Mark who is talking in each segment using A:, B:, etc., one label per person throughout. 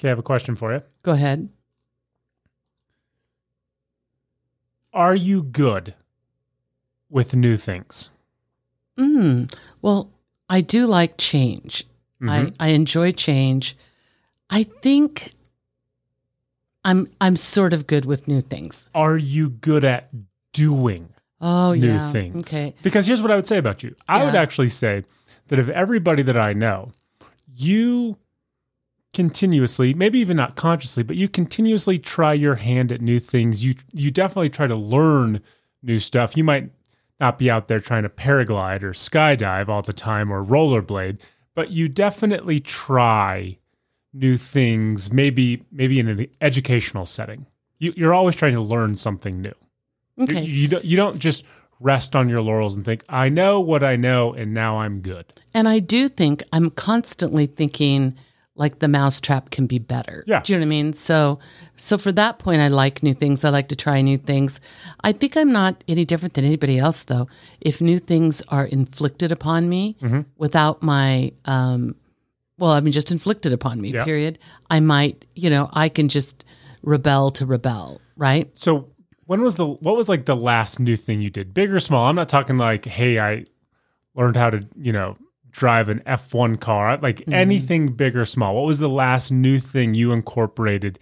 A: Okay, I have a question for you.
B: Go ahead.
A: Are you good with new things?
B: Mm, well, I do like change.
A: Mm-hmm.
B: I, I enjoy change. I think I'm I'm sort of good with new things.
A: Are you good at doing
B: Oh
A: new
B: yeah.
A: things?
B: Okay.
A: Because here's what I would say about you I would
B: Yeah.
A: actually say that of everybody that I know, you continuously, maybe even not consciously, but you continuously try your hand at new things. You you definitely try to learn new stuff. You might not be out there trying to paraglide or skydive all the time or rollerblade, but you definitely try new things. Maybe maybe in an educational setting, you, you're always trying to learn something new. You-
B: Okay.
A: You, don't you don't just rest on your laurels and think I know what I know and now I'm good.
B: And I do think I'm constantly thinking like the mousetrap can be better.
A: Yeah.
B: Do you know what I mean? So so for that point I like new things. I like to try new things. I think I'm not any different than anybody else though. If new things are inflicted upon me
A: Mm-hmm.
B: without my um well, I mean just inflicted upon me,
A: Yeah.
B: period. I might, you know, I can just rebel to rebel, right?
A: So when was the what was like the last new thing you did, big or small? I'm not talking like hey I learned how to you know drive an F1 car, like anything big or small. What was the last new thing you incorporated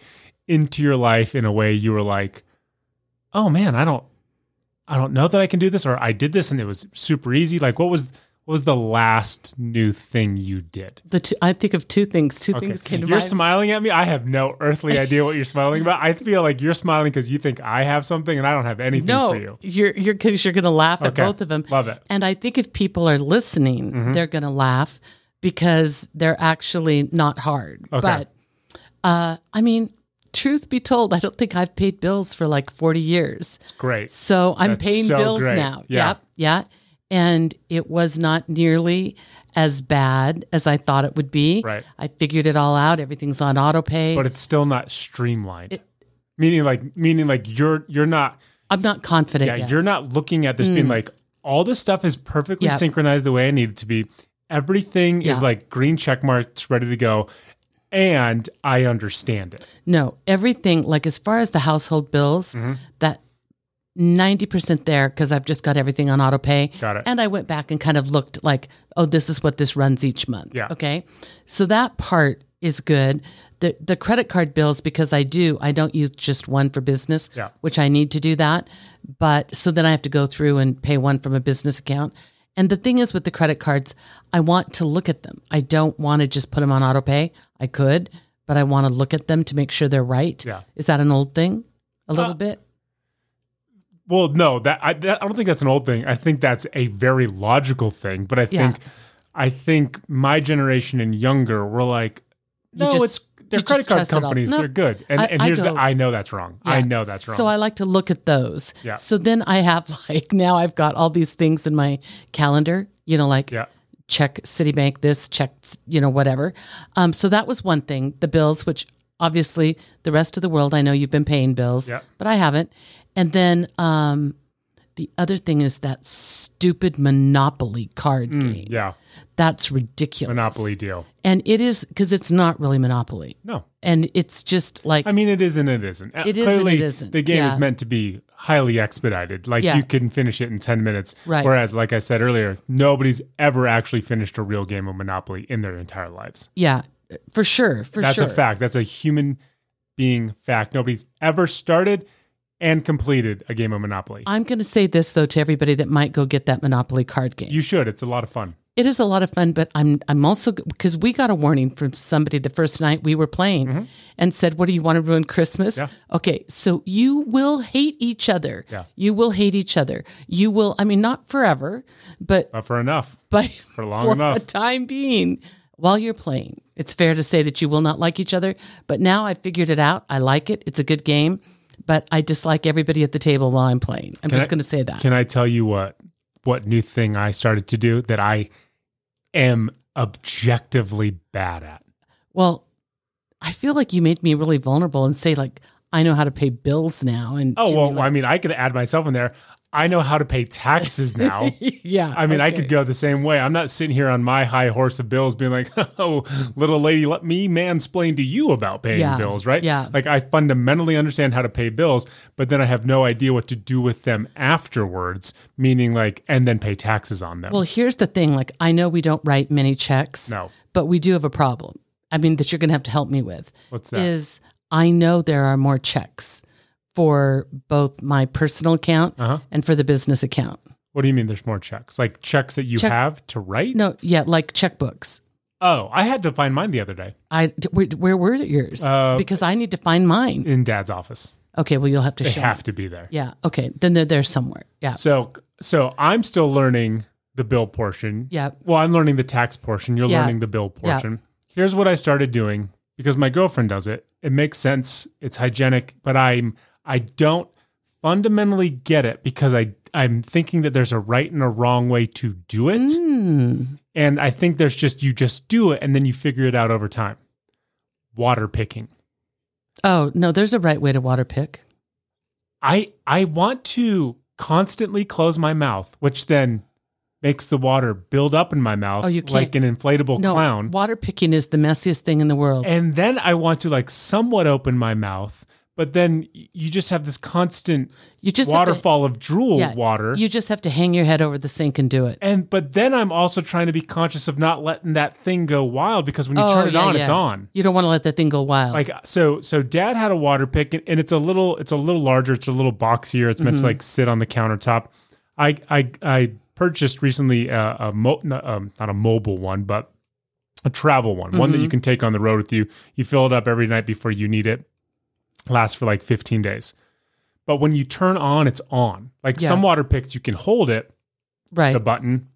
A: into your life in a way you were like, oh man, I don't I don't know that I can do this, or I did this and it was super easy. Like what was what was the last new thing you did?
B: The two, I think of two things. Two
A: Okay.
B: things came to
A: you're
B: mind.
A: smiling at me. I have no earthly idea what you're smiling about. I feel like you're smiling because you think I have something and I don't have anything
B: no,
A: for you.
B: you're you're because you're going to laugh
A: Okay.
B: at both of them.
A: Love it. Mm-hmm.
B: And I think if people are listening, they're going to laugh because they're actually not hard.
A: Okay.
B: But uh, I mean, truth be told, I don't think I've paid bills for like 40 years.
A: It's great.
B: So I'm
A: That's
B: paying
A: so
B: bills
A: great.
B: now.
A: Yeah.
B: Yep. Yeah. And it was not nearly as bad as I thought it would be.
A: Right.
B: I figured it all out. Everything's on auto pay.
A: But it's still not streamlined. meaning like meaning like you're you're not
B: I'm not confident
A: yeah,
B: yet.
A: you're not looking at this
B: Mm.
A: being like all this stuff is perfectly
B: Yeah.
A: synchronized the way I need it to be. Everything is
B: Yeah.
A: like green check marks ready to go. And I understand it.
B: No, everything, like as far as the household bills,
A: Mm-hmm.
B: that 90% there because I've just got everything on auto pay.
A: Got it.
B: And I went back and kind of looked like, oh, this is what this runs each month.
A: Yeah.
B: Okay. So that part is good. The, the credit card bills, because I do, I don't use just one for business,
A: Yeah.
B: which I need to do that. But so then I have to go through and pay one from a business account. And the thing is with the credit cards, I want to look at them. I don't want to just put them on auto pay. I could, but I want to look at them to make sure they're right.
A: Yeah.
B: Is that an old thing? A little
A: Uh,
B: bit?
A: Well, no, that I, that I don't think that's an old thing. I think that's a very logical thing. But I
B: Yeah.
A: think, I think my generation and younger were like,
B: You
A: no,
B: just-
A: it's they're
B: you
A: credit
B: just
A: card
B: trust it all."
A: companies.
B: No,
A: they're good. And
B: I-
A: and
B: I
A: here's
B: go-
A: the I know that's wrong. I
B: Yeah.
A: know that's wrong.
B: So I like to look at those.
A: Yeah.
B: So then I have like now I've got all these things in my calendar, you know, like
A: yeah,
B: check Citibank this, check you know whatever. Um, so that was one thing, the bills, which obviously the rest of the world I know you've been paying bills,
A: Yeah.
B: but I haven't. And then um, the other thing is that stupid Monopoly card game.
A: yeah,
B: That's ridiculous.
A: Mm. monopoly deal.
B: and it is because it's not really Monopoly,
A: No,
B: and it's just like
A: I mean it is and it isn't. Uh,
B: It is and
A: Clearly,
B: it isn't.
A: The game
B: Yeah.
A: is meant to be highly expedited. Like
B: Yeah.
A: you can finish it in ten minutes.
B: Right.
A: Whereas, like I said earlier, nobody's ever actually finished a real game of Monopoly in their entire lives.
B: yeah, for sure, for
A: That's
B: sure.
A: a fact. That's a human being fact. Nobody's ever started and completed a game of Monopoly.
B: I'm going to say this though to everybody that might go get that Monopoly card game.
A: you should. It's a lot of fun.
B: it is a lot of fun, but I'm I'm also because we got a warning from somebody the first night we were playing and said, "What do you want to ruin Christmas?"
A: Mm-hmm. Yeah.
B: Okay, so you will hate each other.
A: Yeah.
B: You will hate each other. You will. I mean, not forever, but
A: But for enough,
B: but
A: for long
B: for
A: enough.
B: the time being, while you're playing, it's fair to say that you will not like each other. But now I figured it out. I like it. It's a good game, but I dislike everybody at the table while I'm playing. I'm
A: I-
B: just going to say that.
A: Can I tell you what what new thing I started to do that I am objectively bad at?
B: Well, I feel like you made me really vulnerable and say like I know how to pay bills now and
A: Oh
B: do
A: well,
B: me
A: I
B: like-
A: mean, I could add myself in there. I know how to pay taxes now.
B: yeah.
A: I mean, I
B: okay.
A: could go the same way. I'm not sitting here on my high horse of bills being like, oh, little lady, let me mansplain to you about paying
B: Yeah,
A: bills, right?
B: yeah.
A: Like, I fundamentally understand how to pay bills, but then I have no idea what to do with them afterwards, meaning like, and then pay taxes on them.
B: Well, here's the thing. Like, I know we don't write many checks.
A: No.
B: But we do have a problem. I mean, that you're going to have to help me with.
A: What's that?
B: Is I know there are more checks for both my personal account
A: Uh-huh.
B: and for the business account.
A: what do you mean there's more checks? Like, checks that you have to write?
B: No, yeah, like checkbooks.
A: Oh, I had to find mine the other day
B: I d- where, where were yours?
A: Uh,
B: because I need to find mine.
A: in dad's office.
B: Okay, well you'll have to
A: They
B: show. me.
A: have to be there.
B: Yeah. Okay. Then they're there somewhere. Yeah.
A: So so I'm still learning the bill portion.
B: Yeah.
A: Well, I'm learning the tax portion. You're
B: Yeah.
A: learning the bill
B: Yeah.
A: portion. Here's what I started doing because my girlfriend does it. It makes sense. It's hygienic, but I'm I don't fundamentally get it because I I'm thinking that there's a right and a wrong way to do it.
B: Hmm.
A: And I think there's just you just do it and then you figure it out over time. Water picking.
B: Oh no, there's a right way to water pick.
A: I I want to constantly close my mouth, which then makes the water build up in my mouth
B: Oh, you can't-
A: like an inflatable
B: No,
A: clown.
B: water picking is the messiest thing in the world.
A: And then I want to like somewhat open my mouth, but then y- you just have this constant
B: you just Have
A: waterfall of drool
B: Yeah,
A: water.
B: to, you just have to hang your head over the sink and do it.
A: and but then I'm also trying to be conscious of not letting that thing go wild because when you
B: Oh,
A: turn it
B: yeah,
A: on, it's
B: yeah.
A: on.
B: You don't want to let that thing go wild.
A: like so so dad had a water pick and, and it's a little it's a little larger it's a little boxier it's
B: Mm-hmm.
A: meant to like sit on the countertop i i i purchased recently a, a mo- no, um, not a mobile one but a travel one one that
B: Mm-hmm.
A: you can take on the road with you you fill it up every night before you need it lasts for like 15 days but when you turn on it's on like
B: Yeah.
A: some water picks you can hold it
B: right.
A: the button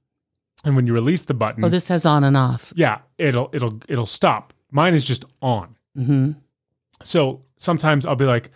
A: and when you release the button
B: oh, this has on and off.
A: yeah it'll it'll it'll stop mine is just on
B: hmm
A: so sometimes I'll be like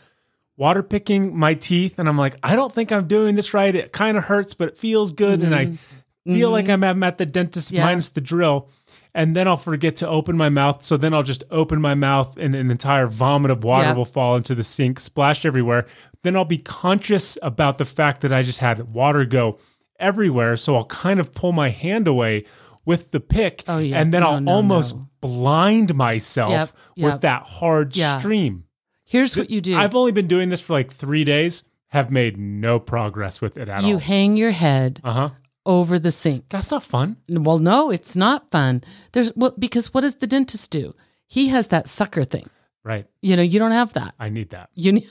A: water picking my teeth, and I'm like, I don't think I'm doing this right. It kind of hurts, but it feels good, and I feel like I'm, I'm at the dentist
B: Mm-hmm. Yeah.
A: minus the drill. And then I'll forget to open my mouth. So then I'll just open my mouth, and an entire vomit of water
B: Yeah.
A: will fall into the sink, splash everywhere. Then I'll be conscious about the fact that I just had water go everywhere. So I'll kind of pull my hand away with the pick.
B: Oh, yeah.
A: And then
B: No,
A: I'll
B: no,
A: almost
B: no.
A: blind myself
B: Yep, yep.
A: with that hard
B: Yeah.
A: stream.
B: Here's what you do.
A: I've only been doing this for like three days. Have made no progress with it at
B: you
A: all.
B: hang your head
A: Uh huh.
B: over the sink.
A: That's not fun.
B: Well, no, it's not fun. There's well because what does the dentist do? He has that sucker thing.
A: Right.
B: You know, you don't have that.
A: I need that.
B: You, ne-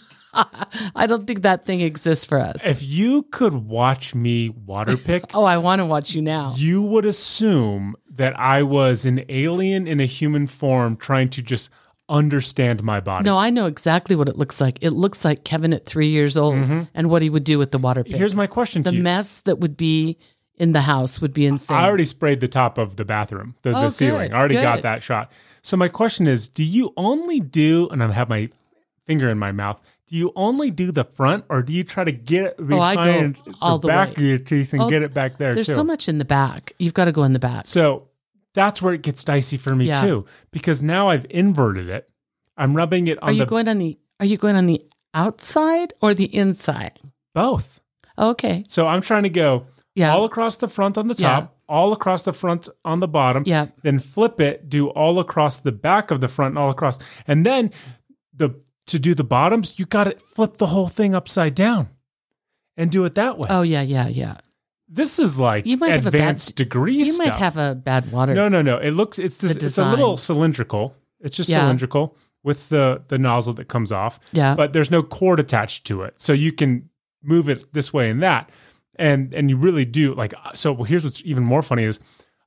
B: I don't think that thing exists for us.
A: If you could watch me water pick,
B: oh, I want to watch you now.
A: you would assume that I was an alien in a human form trying to just understand my body.
B: No, I know exactly what it looks like. It looks like Kevin at three years old and what he would do with the water pick.
A: Mm-hmm. Here's my question
B: the
A: to you.
B: mess that would be in the house would be insane.
A: I already sprayed the top of the bathroom, the,
B: Oh,
A: the ceiling.
B: good,
A: I already got
B: good.
A: that shot. So my question is, do you only do and I have my finger in my mouth, do you only do the front or do you try to get it
B: Oh, I go
A: behind
B: all
A: the
B: the
A: back
B: way.
A: of your teeth and
B: Oh,
A: get it back there
B: There's
A: too?
B: so much in the back. You've got to go in the back.
A: so that's where it gets dicey for me
B: Yeah.
A: too. Because now I've inverted it. I'm rubbing it
B: Are
A: on
B: you
A: the
B: going on the Are you going on the outside or the inside?
A: both.
B: Okay.
A: So I'm trying to go
B: Yeah.
A: all across the front on the
B: Yeah.
A: top, all across the front on the bottom.
B: Yeah.
A: Then flip it, do all across the back of the front and all across. And then the to do the bottoms, you got to flip the whole thing upside down and do it that way.
B: oh yeah, yeah, yeah.
A: this is like
B: You might have a bad-
A: advanced degree
B: You
A: stuff.
B: might have a bad water.
A: no, no, no. It looks it's this
B: The
A: it's a little
B: design.
A: cylindrical. It's just
B: Yeah.
A: cylindrical with the the nozzle that comes off
B: yeah.
A: but there's no cord attached to it so you can move it this way and that and and you really do like so well, here's what's even more funny is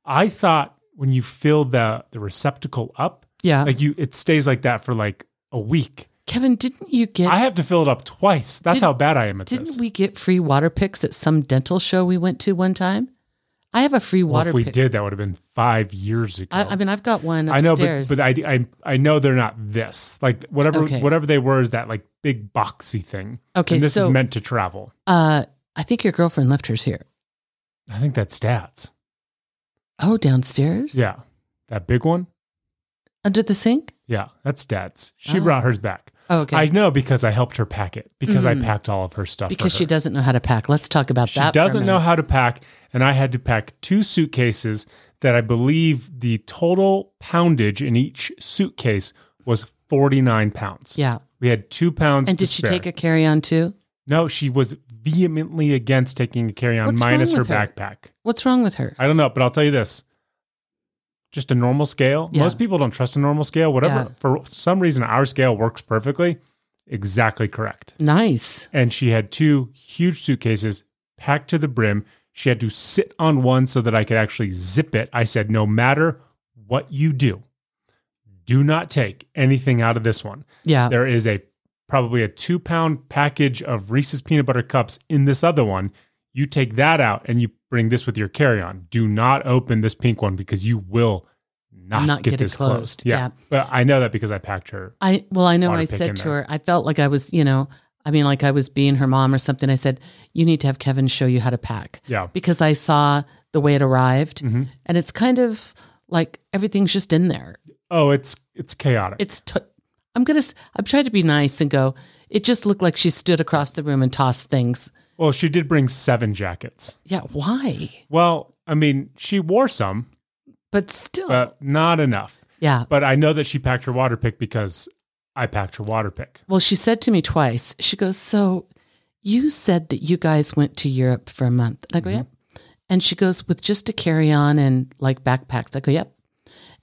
A: i thought when you fill the the receptacle up
B: yeah.
A: like you it stays like that for like a week
B: Kevin, didn't you get
A: i have to fill it up twice that's
B: Didn't-
A: how bad i am at
B: Didn't
A: this
B: we get free water picks at some dental show we went to one time? I have a free
A: well,
B: water
A: if we
B: pick.
A: did that would have been five years ago
B: I, I mean, I've got one
A: I know,
B: upstairs.
A: but, but I, I I know they're not this. Like whatever
B: Okay.
A: whatever they were is that like big boxy thing.
B: okay,
A: and this
B: so
A: is meant to travel.
B: uh, I think your girlfriend left hers here.
A: I think that's dad's.
B: Oh, downstairs?
A: Yeah, that big one.
B: Under the sink?
A: Yeah, that's dad's. She
B: Oh.
A: brought hers back.
B: Oh, okay. Mm-hmm.
A: I know because I helped her pack it because I packed all of her stuff. for
B: because
A: her.
B: she doesn't know how to pack. Let's talk about
A: She
B: that. for a
A: doesn't know
B: minute.
A: how to pack, and I had to pack two suitcases that I believe the total poundage in each suitcase was 49 pounds.
B: Yeah.
A: We had two pounds.
B: And
A: to
B: did she
A: spare.
B: take a carry on too?
A: No, she was vehemently against taking a carry on
B: What's wrong
A: minus her
B: with her?
A: backpack.
B: What's wrong with her?
A: I don't know, but I'll tell you this. Just a normal scale.
B: Yeah.
A: Most people don't trust a normal scale. Whatever.
B: Yeah.
A: For some reason, our scale works perfectly. Exactly correct.
B: Nice.
A: And she had two huge suitcases packed to the brim. She had to sit on one so that I could actually zip it. I said, no matter what you do, do not take anything out of this one.
B: Yeah.
A: There is a probably a two pound package of Reese's peanut butter cups in this other one. You take that out and you bring this with your carry on. Do not open this pink one because you will not,
B: Not
A: get,
B: get it
A: this closed.
B: closed. Yeah.
A: But I know that because I packed her.
B: I well, I know
A: Water
B: I
A: pick in
B: said to
A: there.
B: her, I felt like I was, you know, I mean, like I was being her mom or something. I said, you need to have Kevin show you how to pack
A: Yeah.
B: because I saw the way it arrived,
A: Mhm.
B: and it's kind of like everything's just in there.
A: Oh, it's it's chaotic.
B: It's t- I'm gonna s- I'm trying to be nice and go. It just looked like she stood across the room and tossed things.
A: well, she did bring seven jackets.
B: Yeah, why?
A: Well, I mean, she wore some,
B: But still,
A: but not enough.
B: yeah.
A: But I know that she packed her water pick because I packed her water pick.
B: Well, she said to me twice, she goes, So you said that you guys went to Europe for a month. And I go,
A: Mm-hmm.
B: Yep. And she goes, With just a carry on and like backpacks. I go, Yep.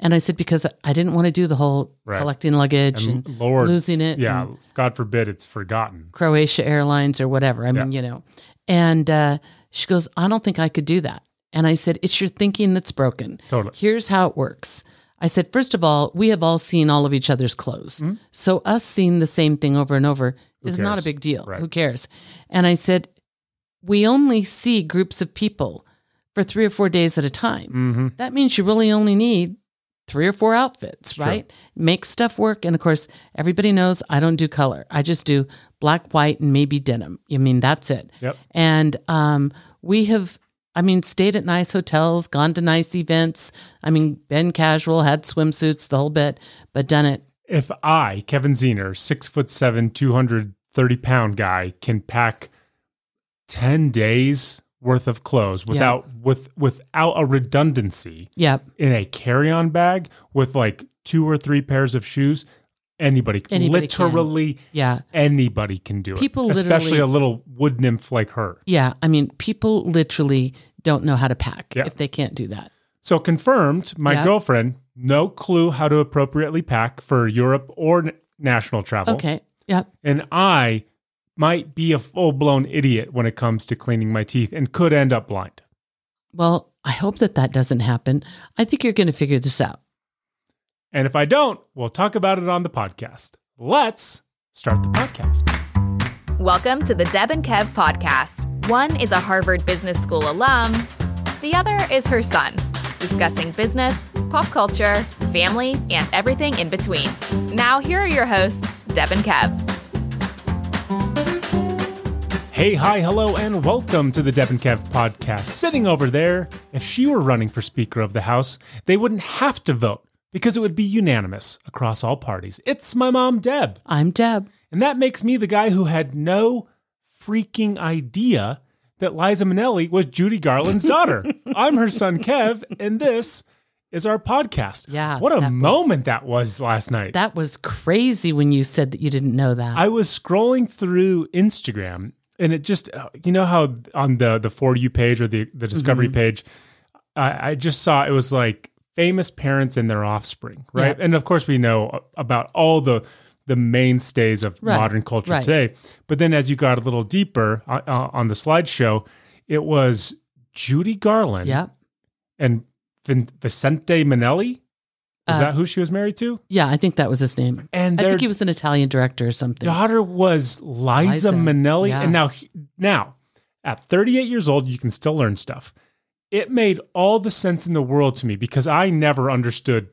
B: And I said, Because I didn't want to do the whole
A: Right.
B: collecting luggage
A: And
B: and,
A: Lord,
B: losing it.
A: yeah,
B: and
A: God forbid it's forgotten.
B: Croatia Airlines or whatever. I mean, you know. And uh, she goes, I don't think I could do that. And I said, It's your thinking that's broken.
A: Totally.
B: Here's how it works. I said, first of all, we have all seen all of each other's clothes. So us seeing the same thing over and over is not a
A: Mm-hmm. cares?
B: big deal.
A: Right.
B: Who cares? And I said, we only see groups of people for three or four days at a time.
A: Mm-hmm.
B: That means you really only need three or four outfits,
A: Sure.
B: right? Make stuff work. And of course, everybody knows I don't do color. I just do black, white, and maybe denim. I mean, that's it.
A: Yep.
B: And um, we have, I mean, stayed at nice hotels, gone to nice events. I mean, been casual, had swimsuits, the whole bit, but done it.
A: if I, Kevin Zener, six foot seven, 230 pound guy, can pack 10 days worth of clothes without with without a redundancy
B: Yep.
A: in a carry-on bag with like two or three pairs of shoes, anybody,
B: Anybody can.
A: literally
B: Yeah.
A: anybody can do it.
B: People literally-
A: especially a little wood nymph like her.
B: Yeah. I mean, people literally don't know how to pack
A: Yeah.
B: if they can't do that.
A: So confirmed, my
B: Yeah.
A: girlfriend, no clue how to appropriately pack for Europe or n- national travel.
B: Okay. Yep.
A: and I might be a full blown idiot when it comes to cleaning my teeth and could end up blind.
B: Well, I hope that that doesn't happen. I think you're going to figure this out.
A: And if I don't, we'll talk about it on the podcast. Let's start the podcast.
C: Welcome to the Deb and Kev podcast. One is a Harvard Business School alum, the other is her son, discussing business, pop culture, family, and everything in between. Now, here are your hosts, Deb and Kev.
A: Hey, hi, hello, and welcome to the Deb and Kev podcast. Sitting over there, if she were running for Speaker of the House, they wouldn't have to vote because it would be unanimous across all parties. It's my mom, Deb.
B: I'm Deb.
A: And that makes me the guy who had no freaking idea that Liza Minnelli was Judy Garland's daughter. I'm her son, Kev, and this is our podcast.
B: Yeah,
A: What a
B: that was-
A: moment that was last night.
B: That was crazy when you said that you didn't know that.
A: I was scrolling through Instagram and it just, uh, you know how on the, the For You page or the, the Discovery
B: Mm-hmm.
A: page, I, I just saw it was like famous parents and their offspring, right? And of course, we know about all the the mainstays of
B: Right,
A: modern culture
B: right.
A: today. But then, as you got a little deeper uh, uh, on the slideshow, it was Judy Garland
B: yep.
A: and Vin- Vicente Minnelli. Is
B: Uh,
A: that who she was married to?
B: Yeah, I think that was his name.
A: And
B: I
A: their
B: think he was an Italian director or something.
A: daughter was Liza,
B: Liza,
A: Minnelli,
B: yeah.
A: and now now at 38 years old, you can still learn stuff. It made all the sense in the world to me because I never understood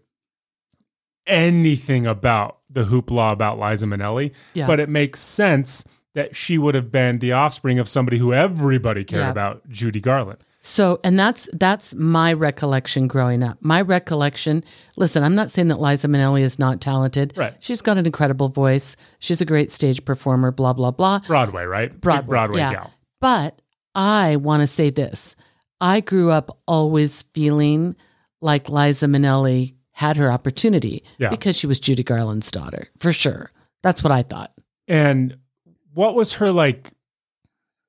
A: anything about the hoopla about Liza Minnelli,
B: Yeah.
A: but it makes sense that she would have been the offspring of somebody who everybody cared
B: Yeah.
A: about, Judy Garland.
B: So, and that's that's my recollection growing up. My recollection. Listen, I'm not saying that Liza Minnelli is not talented.
A: Right.
B: She's got an incredible voice. She's a great stage performer. Blah blah blah.
A: Broadway, right? Big
B: Broadway,
A: Broadway
B: yeah.
A: gal.
B: But I want to say this. I grew up always feeling like Liza Minnelli had her opportunity
A: Yeah.
B: because she was Judy Garland's daughter, for sure. That's what I thought.
A: And what was her like?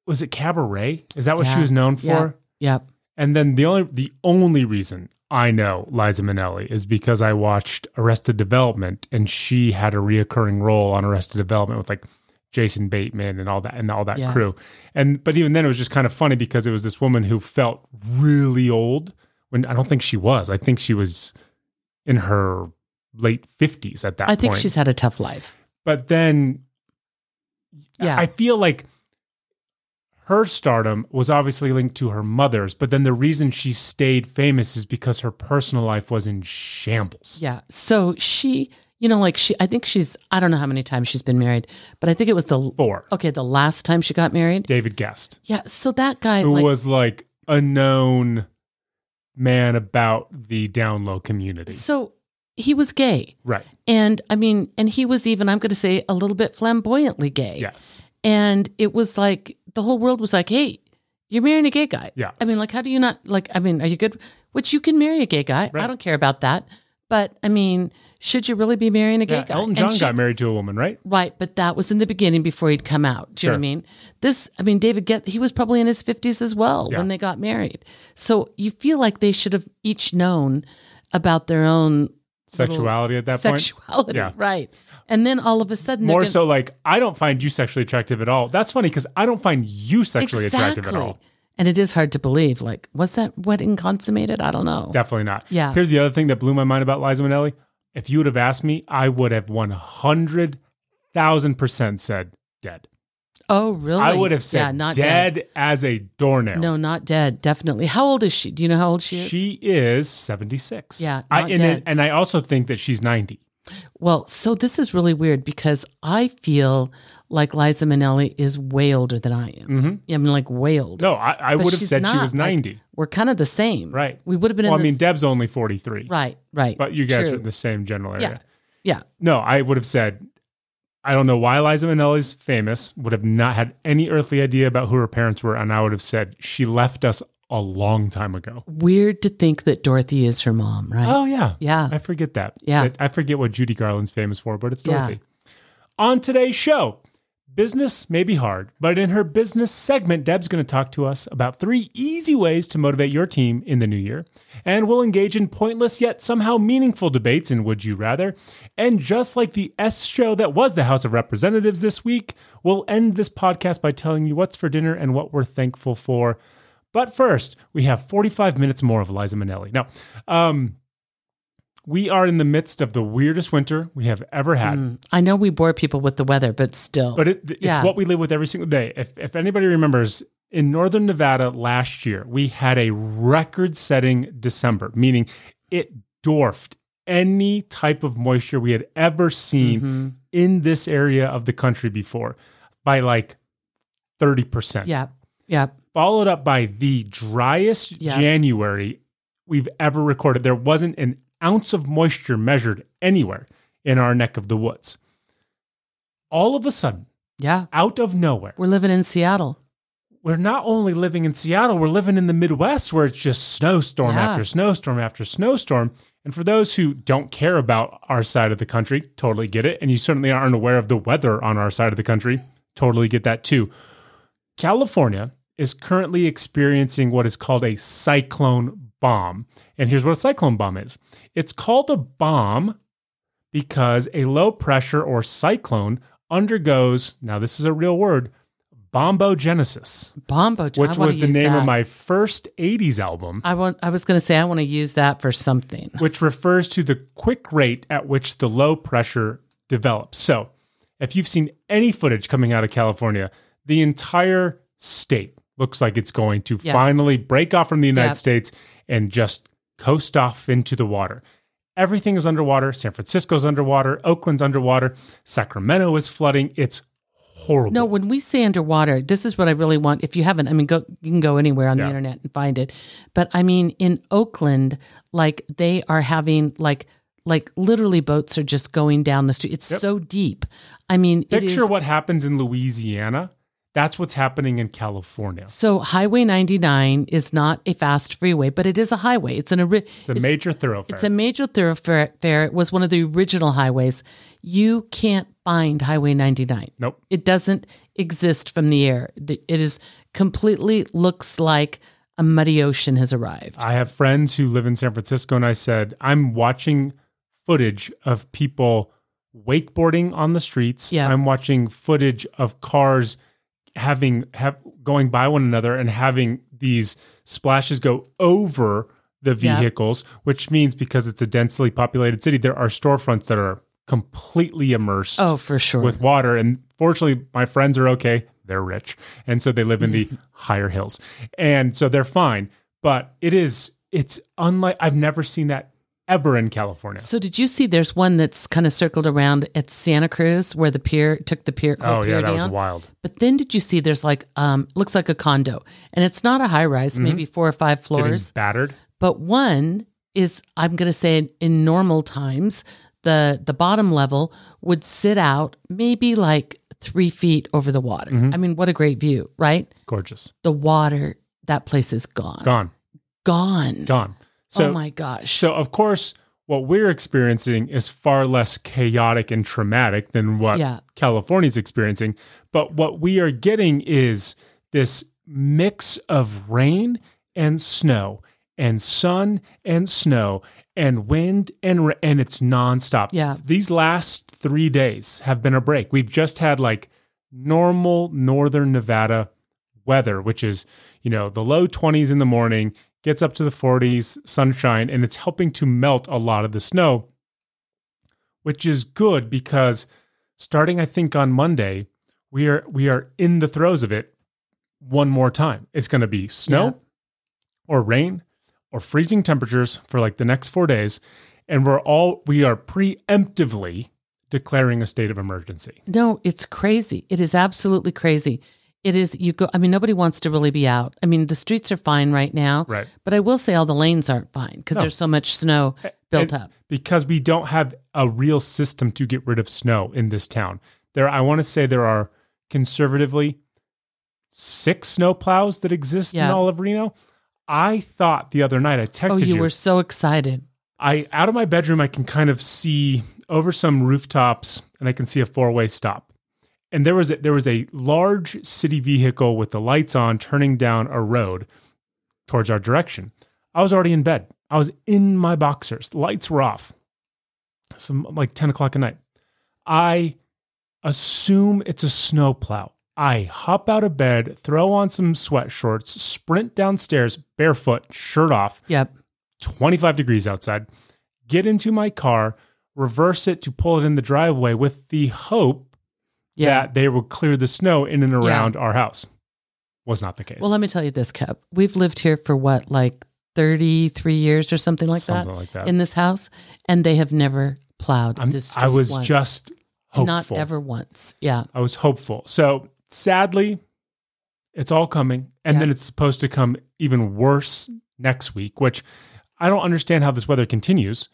A: Was it cabaret? Is that what she
B: Yeah.
A: was known for?
B: Yeah. Yep.
A: And then the only the only reason I know Liza Minnelli is because I watched Arrested Development, and she had a reoccurring role on Arrested Development with like Jason Bateman and all that and all that
B: Yeah.
A: crew. And but even then, it was just kind of funny because it was this woman who felt really old when I don't think she was. I think she was in her late fifties at that.
B: I think
A: point.
B: she's had a tough life.
A: But then
B: Yeah.
A: I feel like her stardom was obviously linked to her mother's, but then the reason she stayed famous is because her personal life was in shambles.
B: Yeah. So she, you know, like she, I think she's, I don't know how many times she's been married, but I think it was the,
A: Four,
B: okay, the last time she got married.
A: David Guest,
B: Yeah. So that guy,
A: who
B: like,
A: was like a known man about the down low community.
B: so he was gay.
A: Right.
B: And I mean, and he was even, I'm going to say, a little bit flamboyantly gay.
A: Yes.
B: And it was like, the whole world was like, hey, you're marrying a gay guy.
A: Yeah.
B: I mean, like, how do you not, like, I mean, are you good? Which you can marry a gay guy.
A: Right.
B: I don't care about that. But I mean, should you really be marrying a gay
A: Yeah,
B: guy?
A: Elton
B: And
A: John
B: she-
A: got married to a woman, right?
B: Right, but that was in the beginning before he'd come out. Do you
A: Sure.
B: know what I mean? This, I mean, David Get he was probably in his fifties as well
A: Yeah.
B: when they got married. So you feel like they should have each known about their own
A: Sexuality at that point.
B: sexuality,
A: Yeah.
B: right? And then all of a sudden, they're
A: More
B: gonna-
A: so like, I don't find you sexually attractive at all. That's funny because I don't find you sexually attractive at all.
B: And it is hard to believe. Like, was that wedding consummated? I don't know.
A: Definitely not.
B: Yeah.
A: Here's the other thing that blew my mind about Liza Minnelli. If you would have asked me, I would have 100,000% said dead.
B: oh, really?
A: I would have said
B: yeah, not
A: dead, as a doornail.
B: No, not dead. Definitely. How old is she? Do you know how old she is?
A: She is 76.
B: Yeah,
A: I,
B: not
A: and,
B: dead.
A: and I also think that she's 90.
B: Well, so this is really weird because I feel like Liza Minnelli is way older than I am. I mean, like way older.
A: Mm-hmm. No, I, I
B: But
A: would have
B: she's
A: said she
B: not,
A: was
B: like,
A: 90.
B: we're kind of the same,
A: right.
B: We would have been
A: well,
B: in
A: I mean,
B: this.
A: Deb's only 43.
B: right, right.
A: But you guys
B: True.
A: are in the same general area.
B: yeah, yeah,
A: No, I would have said, I don't know why Liza Minnelli's famous, would have not had any earthly idea about who her parents were. And I would have said, she left us a long time ago.
B: weird to think that Dorothy is her mom, right?
A: Oh, yeah.
B: yeah,
A: I forget that.
B: Yeah.
A: That- I forget what Judy Garland's famous for, but it's
B: Yeah.
A: Dorothy. On today's show, business may be hard, but in her business segment, Deb's going to talk to us about three easy ways to motivate your team in the new year. And we'll engage in pointless yet somehow meaningful debates in Would You Rather. And just like the S show that was the House of Representatives this week, we'll end this podcast by telling you what's for dinner and what we're thankful for. But first, we have 45 minutes more of Liza Minnelli. Now, um, we are in the midst of the weirdest winter we have ever had,
B: I know we bore people with the weather, but still,
A: but it, it's
B: Mm. Yeah.
A: what we live with every single day. If, if anybody remembers, in northern Nevada last year, we had a record setting December, meaning it dwarfed any type of moisture we had ever seen
B: Mhm.
A: in this area of the country before by like 30%.
B: yeah, yeah,
A: Followed up by the driest
B: Yeah.
A: January we've ever recorded. There wasn't an ounce of moisture measured anywhere in our neck of the woods. All of a sudden,
B: yeah.
A: out of nowhere,
B: We're living in Seattle.
A: we're not only living in Seattle, we're living in the Midwest where it's just snowstorm
B: Yeah.
A: after snowstorm after snowstorm. And for those who don't care about our side of the country, totally get it. And you certainly aren't aware of the weather on our side of the country, totally get that too. California is currently experiencing what is called a cyclone bomb. And here's what a cyclone bomb is it's called a bomb because a low pressure or cyclone undergoes, now this is a real word, bombogenesis
B: Bombo, I
A: which
B: wanna
A: was the
B: use
A: name of
B: that.
A: my first 80s album,
B: I want. I was going to say I want to use that for something.
A: which refers to the quick rate at which the low pressure develops. So, if you've seen any footage coming out of California, the entire state looks like it's going to
B: Yeah.
A: finally break off from the United
B: Yep.
A: States and just coast off into the water. Everything is underwater. San Francisco's underwater. Oakland's underwater. Sacramento is flooding. It's horrible.
B: No, when we say underwater, this is what I really want. If you haven't, I mean, go you can go anywhere on
A: Yeah.
B: the internet and find it. But I mean, in Oakland, like they are having like like literally boats are just going down the street. It's so deep. I mean, it
A: Picture
B: is
A: what happens in Louisiana. That's what's happening in California.
B: so Highway 99 is not a fast freeway, but it is a highway. It's an ori-
A: It's a major thoroughfare.
B: It's a major thoroughfare. It was one of the original highways. You can't find Highway 99.
A: nope.
B: It doesn't exist from the air. The- It is completely looks like a muddy ocean has arrived.
A: I have friends who live in San Francisco, and I said, I'm watching footage of people wakeboarding on the streets.
B: Yeah.
A: I'm watching footage of cars having have going by one another and having these splashes go over the
B: Yeah.
A: vehicles, which means because it's a densely populated city, there are storefronts that are completely immersed
B: Oh, for sure.
A: with water. And fortunately, my friends are okay. They're rich. And so they live in the higher hills. And so they're fine. But it is, it's unlike, I've never seen that ever in California.
B: so did you see there's one that's kind of circled around at Santa Cruz where the pier took the pier whole
A: Oh,
B: pier
A: yeah, that
B: down?
A: was wild.
B: But then did you see there's like um looks like a condo and it's not a high rise,
A: Mm-hmm.
B: maybe four or five
A: Getting
B: floors.
A: battered.
B: but one is i'm going to say in, in normal times the the bottom level would sit out maybe like three feet over the water
A: Mm-hmm.
B: i mean what a great view right
A: Gorgeous.
B: the water that place is gone
A: Gone.
B: gone,
A: Gone. So,
B: oh my gosh
A: so of course, what we're experiencing is far less chaotic and traumatic than what
B: Yeah.
A: California's experiencing. But what we are getting is this mix of rain and snow and sun and snow and wind and ra- and it's nonstop.
B: Yeah.
A: These last 3 days have been a break. We've just had like normal northern Nevada weather, which is, you know, the low 20s in the morning, gets up to the 40s, sunshine, and it's helping to melt a lot of the snow, which is good because starting I think on Monday, we are we are in the throes of it one more time. It's going to be snow
B: Yeah.
A: or rain or freezing temperatures for like the next 4 days and we're all we are preemptively declaring a state of emergency.
B: no it's crazy it is absolutely crazy it is you go i mean nobody wants to really be out i mean the streets are fine right now
A: Right.
B: but i will say all the lanes aren't fine because
A: No.
B: there's so much snow built
A: And-
B: up
A: because we don't have a real system to get rid of snow in this town. There, I want to say there are conservatively six snow plows that exist in
B: Yeah.
A: all of Reno. I thought the other night I texted
B: oh
A: you.
B: you were so excited
A: I out of my bedroom I can kind of see over some rooftops and I can see a four-way stop. And there was a, there was a large city vehicle with the lights on turning down a road towards our direction. I was already in bed. I was in my boxers. Lights were off. Some like 10 o'clock at night. I assume it's a snowplow. I hop out of bed, throw on some sweat shorts, sprint downstairs barefoot, shirt off,
B: yep
A: 25 degrees outside, get into my car, reverse it to pull it in the driveway with the hope
B: yeah
A: that they will clear the snow in and
B: Yeah.
A: around our house. Was not the case.
B: Well, let me tell you this, Kev. We've lived here for what, like 33 years or something like
A: Something
B: that
A: like that.
B: in this house, and they have never plowed
A: I'm-
B: this.
A: I was just hopeful.
B: not ever once. Yeah.
A: I was hopeful. So sadly, it's all coming. And
B: Yeah.
A: then it's supposed to come even worse next week, which I don't understand how this weather continues.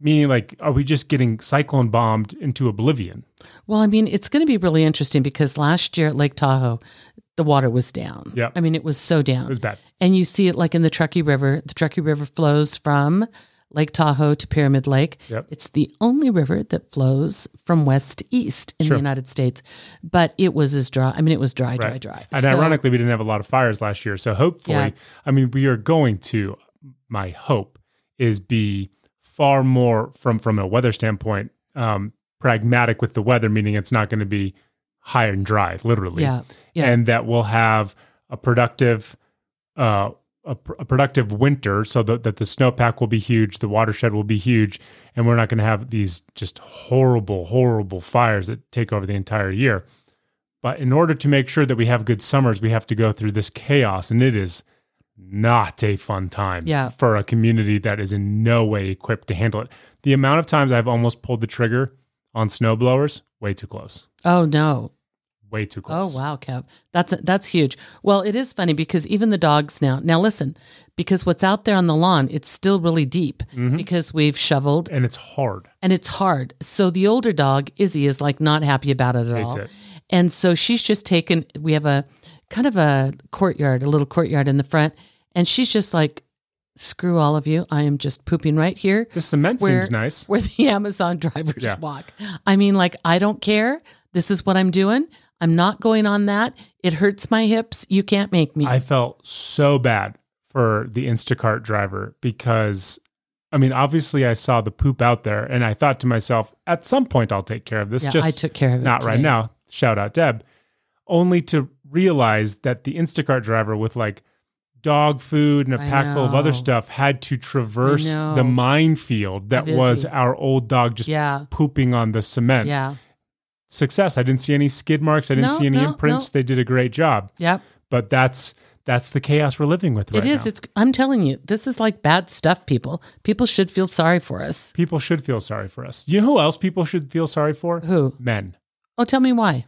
A: Meaning, like, are we just getting cyclone bombed into oblivion?
B: Well, I mean, it's going to be really interesting because last year at Lake Tahoe, the water was down.
A: Yeah.
B: I mean, it was so
A: It
B: down.
A: was bad.
B: and you see it like in the Truckee River. The Truckee River flows from Lake Tahoe to Pyramid Lake.
A: Yep.
B: It's the only river that flows from west to east in
A: Sure.
B: the United States, but it was as dry. I mean, it was dry, dry,
A: Right.
B: dry.
A: And
B: So-
A: ironically, we didn't have a lot of fires last year. So hopefully,
B: Yeah.
A: I mean, we are going to. My hope is be far more from from a weather standpoint um, pragmatic with the weather, meaning it's not going to be high and dry, literally.
B: yeah, yeah.
A: And that we'll have a productive. Uh, a, pr- a productive winter so that, that the snowpack will be huge the watershed will be huge and we're not going to have these just horrible horrible fires that take over the entire year but in order to make sure that we have good summers, we have to go through this chaos. And it is not a fun time
B: Yeah.
A: for a community that is in no way equipped to handle it. The amount of times I've almost pulled the trigger on snowblowers, way too close.
B: Oh no.
A: way too
B: Oh
A: close.
B: wow, Kev, that's that's huge. Well, it is funny because even the dogs now. Now listen, because what's out there on the lawn, it's still really deep
A: Mm-hmm.
B: because we've shoveled
A: And it's hard.
B: and it's hard. So the older dog Izzy is like not happy about it at all,
A: it.
B: and so she's just taken. We have a kind of a courtyard, a little courtyard in the front, and she's just like, "Screw all of you! I am just pooping right here."
A: The cement
B: where-
A: seems nice.
B: Where the Amazon drivers
A: Yeah.
B: walk. I mean, like, I don't care. This is what I'm doing. I'm not going on that. It hurts my hips. You can't make me.
A: I felt so bad for the Instacart driver because I mean, obviously I saw the poop out there and I thought to myself, at some point I'll take care of this.
B: Yeah,
A: just
B: I took care of it.
A: not right
B: today.
A: now. Shout out Deb. Only to realize that the Instacart driver with like dog food and a
B: I
A: pack full of other
B: know.
A: stuff had to traverse
B: know.
A: the minefield that
B: Busy.
A: was our old dog just
B: Yeah.
A: pooping on the cement.
B: Yeah.
A: Success. I didn't see any skid marks. I didn't
B: No,
A: see any
B: no,
A: imprints. They did a great job.
B: Yep.
A: But that's that's the chaos we're living with right
B: it is.
A: now.
B: It's. I'm telling you, this is like bad stuff. People. People should feel sorry for us.
A: People should feel sorry for us. You know who else people should feel sorry for?
B: Who?
A: Men.
B: Oh, tell me why.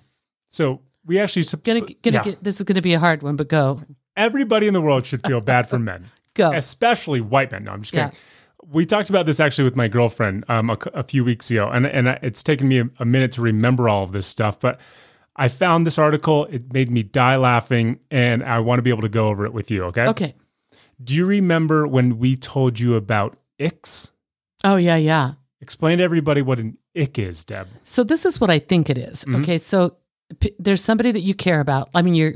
A: So we actually sup-
B: Gonna. Gonna.
A: yeah.
B: Get, this is gonna be a hard one, but go.
A: everybody in the world should feel bad for men.
B: Go.
A: especially white men. No, I'm just kidding.
B: Oh. Yeah.
A: We talked about this actually with my girlfriend um, a, c- a few weeks ago, and and I- it's taken me a, a minute to remember all of this stuff, but I found this article. It made me die laughing, and I want to be able to go over it with you. Okay.
B: Okay.
A: Do you remember when we told you about icks?
B: Oh yeah. Yeah.
A: Explain to everybody what an ick is, Deb.
B: So this is what I think it is.
A: Mm-hmm.
B: Okay, so p- there's somebody that you care about. I mean, you're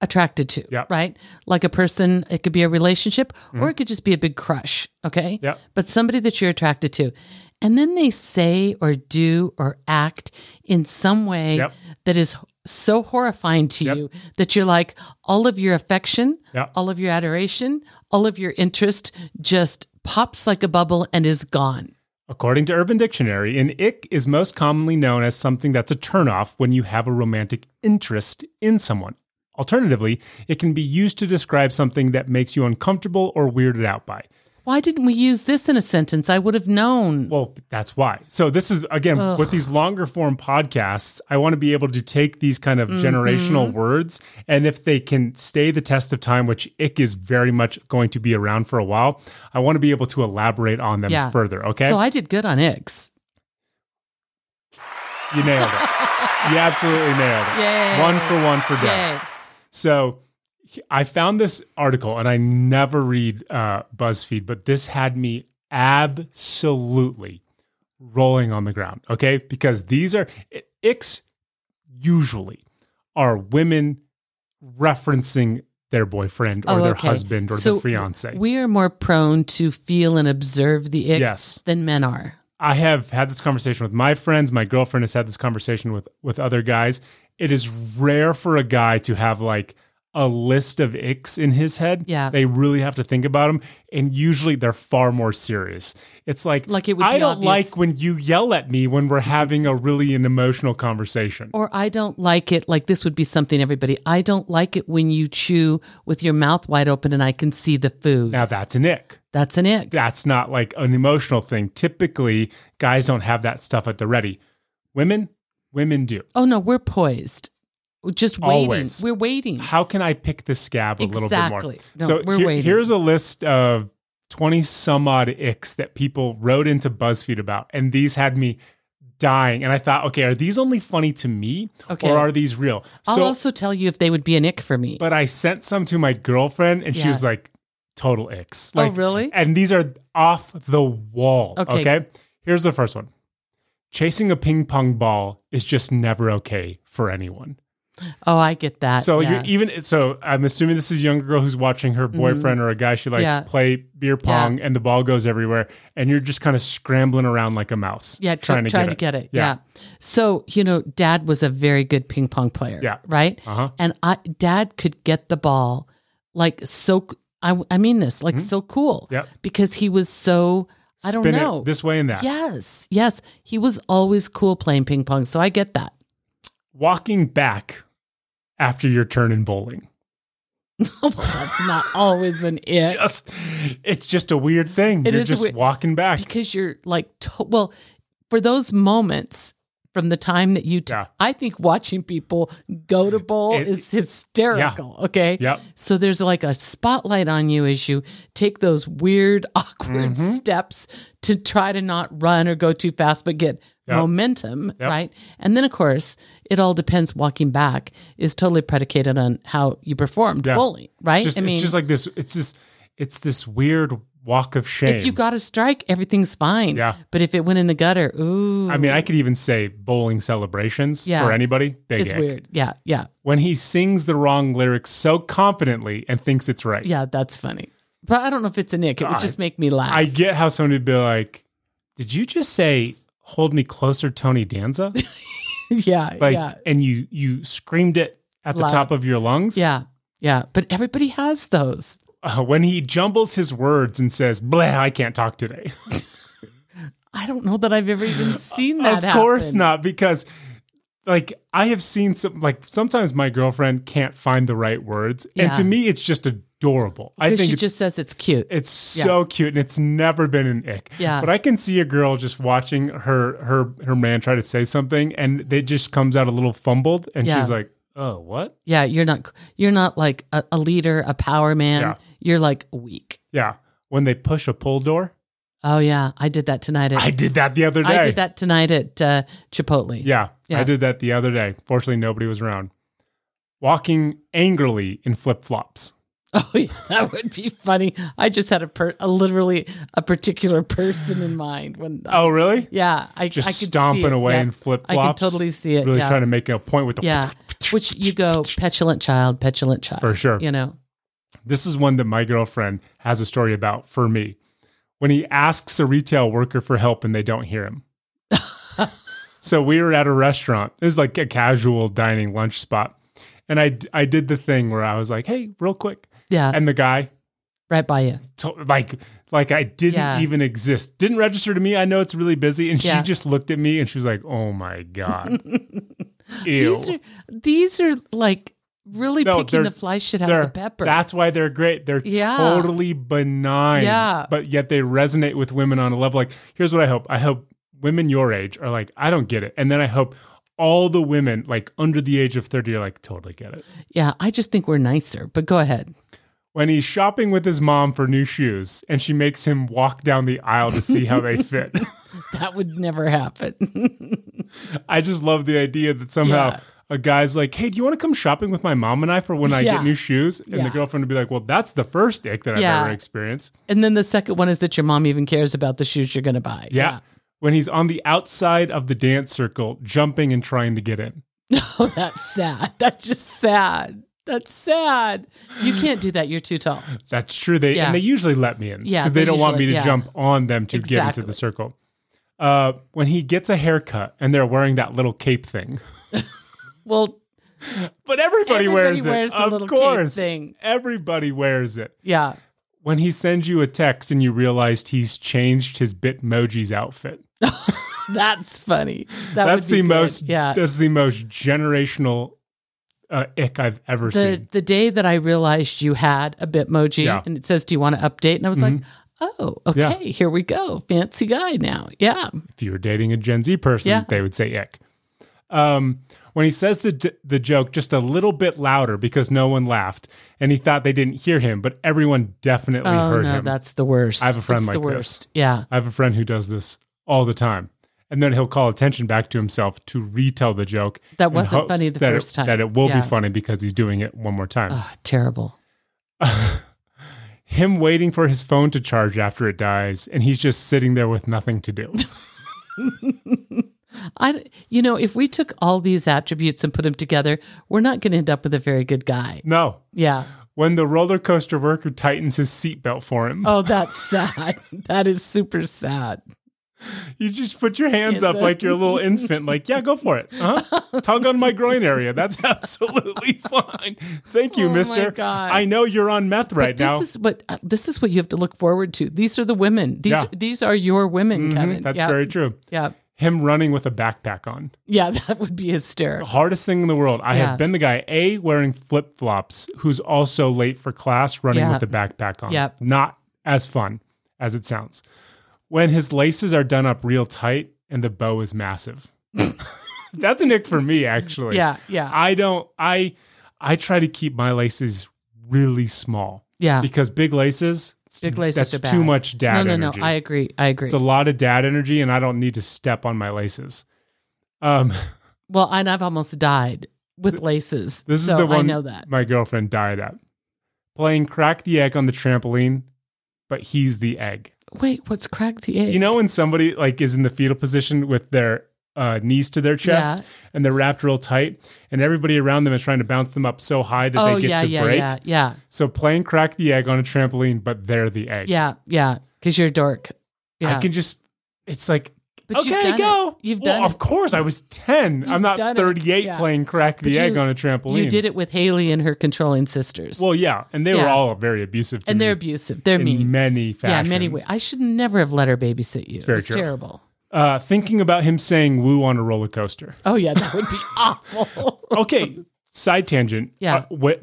B: attracted to,
A: Yep.
B: right? Like a person, it could be a relationship
A: Mm-hmm.
B: or it could just be a big crush, okay?
A: Yep.
B: But somebody that you're attracted to. And then they say or do or act in some way
A: Yep.
B: that is so horrifying to
A: Yep.
B: you that you're like all of your affection,
A: Yep.
B: all of your adoration, all of your interest just pops like a bubble and is gone.
A: According to Urban Dictionary, an ick is most commonly known as something that's a turnoff when you have a romantic interest in someone. Alternatively, it can be used to describe something that makes you uncomfortable or weirded out by.
B: Why didn't we use this in a sentence? I would have known.
A: Well, that's why. So this is again with these longer form podcasts, I want to be able to take these kind of generational
B: Mm-hmm.
A: words and if they can stay the test of time, which ick is very much going to be around for a while, I want to be able to elaborate on them
B: Yeah.
A: further, okay?
B: So I did good on X.
A: You nailed it. you absolutely nailed it.
B: Yay.
A: One for one for Deb.
B: Yay.
A: So I found this article, and I never read uh, BuzzFeed, but this had me absolutely rolling on the ground. Okay, because these are i- icks usually are women referencing their boyfriend or
B: Oh,
A: their
B: okay.
A: husband or
B: So
A: their fiance.
B: We are more prone to feel and observe the ick
A: yes.
B: than men are.
A: I have had this conversation with my friends. My girlfriend has had this conversation with with other guys. It is rare for a guy to have like a list of icks in his head.
B: Yeah.
A: they really have to think about them, and usually they're far more serious. It's like
B: Like it would
A: I
B: be
A: don't
B: obvious.
A: like when you yell at me when we're having a really an emotional conversation.
B: Or I don't like it. Like this would be something everybody. I don't like it when you chew with your mouth wide open and I can see the food.
A: now that's an ick.
B: That's an ick.
A: That's not like an emotional thing. Typically, guys don't have that stuff at the ready. Women, women do.
B: Oh no, we're poised. We're Just waiting.
A: Always.
B: We're waiting.
A: how can I pick the scab a little bit
B: Exactly.
A: more?
B: No,
A: so
B: we're
A: here-
B: waiting.
A: here's a list of 20 some odd icks that people wrote into BuzzFeed about. And these had me dying. And I thought, okay, are these only funny to me
B: Okay.
A: or are these real?
B: I'll
A: So,
B: also tell you if they would be an ick for me.
A: but I sent some to my girlfriend and she
B: Yeah.
A: was like, total icks.
B: Oh,
A: Like,
B: really?
A: And these are off the wall.
B: Okay.
A: okay. Here's the first one. Chasing a ping pong ball is just never okay for anyone.
B: oh, I get that.
A: So
B: yeah.
A: you're even so I'm assuming this is a younger girl who's watching her boyfriend or a guy she likes
B: Mm-hmm. Yeah.
A: play beer pong and the ball goes everywhere and you're just kind of scrambling around like a mouse.
B: Yeah, tr- trying, to, get it. Yeah. So, you know, dad was a very good ping pong player.
A: Yeah.
B: Right.
A: Uh-huh.
B: And I, dad could get the ball like so. c- I, I mean this like so cool.
A: Mm-hmm. Yep.
B: Because he was so, I don't
A: Spin it
B: know.
A: this way and that.
B: yes. Yes. He was always cool playing ping pong. So I get that.
A: Walking back after your turn in bowling.
B: Well, That's not always an it.
A: Just it's just a weird thing.
B: Uh, It
A: you're
B: is a
A: just
B: weird-
A: walking back.
B: because you're like, to- well, for those moments, from the time that you, t-
A: Yeah.
B: I think watching people go to bowl
A: It-
B: is hysterical. Okay.
A: Yep.
B: So there's like a spotlight on you as you take those weird, awkward
A: Mm-hmm.
B: steps to try to not run or go too fast, but get
A: Yep.
B: momentum.
A: Yep.
B: Right. And then, of course, it all depends. Walking back is totally predicated on how you performed
A: Yeah.
B: bowling. Right.
A: It's just, it's just like this. It's just it's this weird walk of shame.
B: if you got a strike, everything's fine.
A: Yeah.
B: But if it went in the gutter, ooh,
A: I mean, I could even say bowling celebrations
B: Yeah.
A: for anybody. Big
B: it's
A: ick.
B: weird. Yeah. Yeah.
A: When he sings the wrong lyrics so confidently and thinks it's right.
B: Yeah, that's funny. But I don't know if it's a Nick. It would just make me laugh.
A: I get how somebody would be like, Did you just say hold me closer, Tony Danza?
B: yeah,
A: Like
B: yeah,
A: and you you screamed it at the
B: Loud.
A: top of your lungs.
B: yeah, yeah. But everybody has those.
A: Uh, when he jumbles his words and says, Bleh, I can't talk today.
B: I don't know that I've ever even seen that.
A: of course
B: happen.
A: not, because like I have seen some like sometimes my girlfriend can't find the right words. And
B: Yeah.
A: to me it's just adorable. I
B: Because
A: think
B: she
A: it's
B: just says it's cute.
A: It's
B: Yeah.
A: so cute, and it's never been an ick.
B: Yeah.
A: But I can see a girl just watching her her her man try to say something, and it just comes out a little fumbled, and
B: Yeah.
A: she's like, "Oh, what?
B: yeah, you're not. You're not like a, a leader, a power man.
A: Yeah.
B: You're like weak.
A: Yeah." When they push a pull door,
B: Oh yeah, I did that tonight. At,
A: I did that the other day.
B: I did that tonight at uh, Chipotle.
A: Yeah, I
B: Yeah.
A: did that the other day. Fortunately, nobody was around. Walking angrily in flip flops.
B: Oh yeah, that would be funny. I just had a, per- a literally a particular person in mind when.
A: Oh, really?
B: yeah, I
A: Just
B: I could see
A: stomping
B: it.
A: away
B: Yeah.
A: in flip
B: I can
A: flops.
B: totally see it.
A: Really
B: yeah.
A: trying to make a point with the
B: Yeah. Which you go petulant child, petulant child.
A: for sure.
B: You know,
A: This is one that my girlfriend has a story about for me. When he asks a retail worker for help and they don't hear him. so we were at a restaurant. It was like a casual dining lunch spot. And I, I did the thing where I was like, hey, real quick.
B: yeah,
A: And the guy,
B: right by you.
A: to- like, like I didn't
B: Yeah.
A: even exist. Didn't register to me. I know it's really busy. And
B: Yeah.
A: she just looked at me and she was like, oh my God. Ew.
B: These are these are like really
A: No,
B: picking
A: they're-
B: the fly shit out
A: They're-
B: of the pepper.
A: That's why they're great. They're
B: Yeah.
A: totally benign.
B: Yeah.
A: But yet they resonate with women on a level. Like, here's what I hope. I hope women your age are like, I don't get it. And then I hope all the women like under the age of 30 are like, totally get it.
B: yeah, I just think we're nicer. But go ahead.
A: When he's shopping with his mom for new shoes and she makes him walk down the aisle to see how they fit.
B: That would never happen.
A: I just love the idea that somehow
B: Yeah.
A: a guy's like, hey, do you want to come shopping with my mom and I for when I
B: Yeah.
A: get new shoes? And
B: Yeah.
A: the girlfriend would be like, well, that's the first ick that
B: Yeah.
A: I've ever experienced.
B: and then the second one is that your mom even cares about the shoes you're going to buy.
A: Yeah. When he's on the outside of the dance circle, jumping and trying to get in.
B: Oh, that's sad. That's just sad. That's sad. You can't do that. You're too tall.
A: That's true. They
B: Yeah.
A: and they usually let me in
B: Yeah,
A: because they,
B: they
A: don't want me to
B: usually- yeah.
A: jump on them to get into
B: Exactly.
A: the circle. Uh, when he gets a haircut and they're wearing that little cape thing,
B: Well,
A: but everybody,
B: everybody
A: wears, it.
B: the
A: of
B: little cape
A: course,
B: thing.
A: everybody wears it.
B: Yeah.
A: When he sends you a text and you realized he's changed his Bitmoji's outfit,
B: That's funny. That
A: that's
B: would be
A: the
B: good.
A: most.
B: Yeah.
A: that's the most generational uh, ick I've ever seen.
B: the the day that I realized you had a Bitmoji
A: Yeah. Mm-hmm.
B: and it says, "Do you want to update?" and I was like, "Oh,
A: Yeah.
B: okay, here we go, fancy guy now." Yeah,
A: if you were dating a Gen Z person,
B: Yeah.
A: they would say ick. Um, when he says the the joke just a little bit louder because no one laughed and he thought they didn't hear him, but everyone definitely
B: oh
A: heard
B: no,
A: him.
B: that's the worst.
A: I have a friend
B: It's
A: like
B: the
A: this.
B: worst. Yeah,
A: I have a friend who does this all the time. And then he'll call attention back to himself to retell the joke.
B: That
A: in
B: wasn't
A: hopes
B: funny the
A: that it-
B: first time.
A: That it will
B: Yeah.
A: be funny because he's doing it one more time.
B: Ugh, Ah, terrible.
A: Him waiting for his phone to charge after it dies, and he's just sitting there with nothing to do.
B: I, you know, if we took all these attributes and put them together, we're not going to end up with a very good guy.
A: no.
B: Yeah.
A: When the roller coaster worker tightens his seatbelt for him.
B: Oh, that's sad. that is super sad.
A: You just put your hands
B: Hands
A: up
B: up.
A: like you're a little infant, like, yeah, go for it. Uh-huh. Tug on my groin area. That's absolutely fine. Thank you,
B: Oh my
A: mister.
B: God.
A: I know you're on meth right
B: But
A: now.
B: this is what uh, this is what you have to look forward to. These are the women. These
A: Yeah.
B: these are your women,
A: Mhm,
B: Kevin.
A: That's
B: yeah.
A: very true.
B: yeah.
A: Him running with a backpack on.
B: Yeah, that would be hysterical.
A: Hardest thing in the world. I
B: Yeah.
A: have been the guy, A, wearing flip flops, who's also late for class running
B: Yeah.
A: with a backpack on.
B: Yep.
A: Not as fun as it sounds. When his laces are done up real tight and the bow is massive. That's a nick for me, actually.
B: yeah, yeah,
A: I don't. I I try to keep my laces really small
B: yeah.
A: because big laces.
B: Ah. Big laces
A: That's
B: are bad.
A: too much
B: No,
A: dad
B: no,
A: energy.
B: no. I agree. I agree.
A: it's a lot of dad energy, and I don't need to step on my laces. Um,
B: well, and I've almost died with laces.
A: this
B: so
A: is the one
B: I know that.
A: my girlfriend died at playing crack the egg on the trampoline, but he's the egg.
B: Wait, what's cracked the egg?
A: You know when somebody like is in the fetal position with their uh, knees to their chest
B: Yeah.
A: and they're wrapped real tight, and everybody around them is trying to bounce them up so high that
B: Oh
A: they get
B: yeah,
A: to
B: yeah,
A: break.
B: yeah, yeah,
A: So playing crack the egg on a trampoline, but they're the egg.
B: yeah, yeah. Because you're a dork. Yeah,
A: I can just. It's like
B: But you've
A: okay,
B: done
A: go.
B: it. You've
A: well,
B: done
A: of
B: it.
A: course, I was ten. I'm not
B: done it.
A: 38
B: Yeah.
A: playing crack the
B: But
A: egg
B: you-
A: on a trampoline.
B: You did it with Haley and her controlling sisters.
A: Well, yeah, and they were
B: Yeah.
A: all very abusive to
B: and
A: me
B: they're abusive. They're
A: in
B: mean.
A: many
B: Yeah,
A: fashions.
B: many ways. I should never have let her babysit you. It's
A: very
B: it was
A: true.
B: terrible.
A: Uh, thinking about him saying "woo" on a roller coaster.
B: Oh yeah, that would be awful.
A: Okay, side tangent.
B: Yeah.
A: Uh, what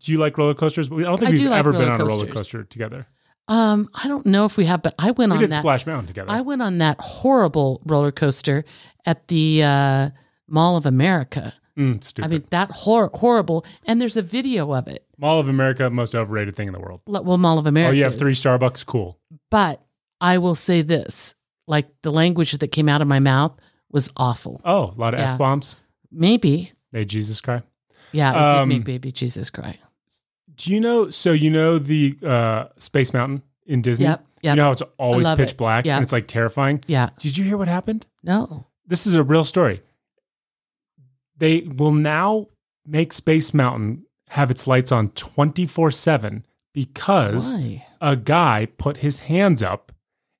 A: do you like roller coasters? I don't think
B: I
A: we've
B: do like
A: ever been
B: roller
A: on a roller
B: coasters.
A: coaster together.
B: um, I don't know if we have, but I went
A: We
B: on
A: did
B: that.
A: Splash Mountain together.
B: I went on that horrible roller coaster at the uh, Mall of America.
A: Mm, stupid.
B: I mean, that hor- horrible. And there's a video of it.
A: Mall of America, most overrated thing in the world.
B: L- Well, Mall of America.
A: Oh, you have
B: is.
A: three Starbucks. Cool.
B: But I will say this: like the language that came out of my mouth was awful.
A: Oh, a lot of
B: Yeah.
A: f bombs.
B: Maybe,
A: Made Jesus cry.
B: yeah, it
A: Um,
B: did make baby Jesus cry.
A: Do you know? So you know the uh, Space Mountain in Disney.
B: Yep,
A: You
B: yep.
A: know how it's always
B: love
A: pitch
B: it.
A: black
B: Yep.
A: and it's like terrifying.
B: yeah,
A: Did you hear what happened?
B: no,
A: This is a real story. They will now make Space Mountain have its lights on twenty four seven because
B: why?
A: a guy put his hands up,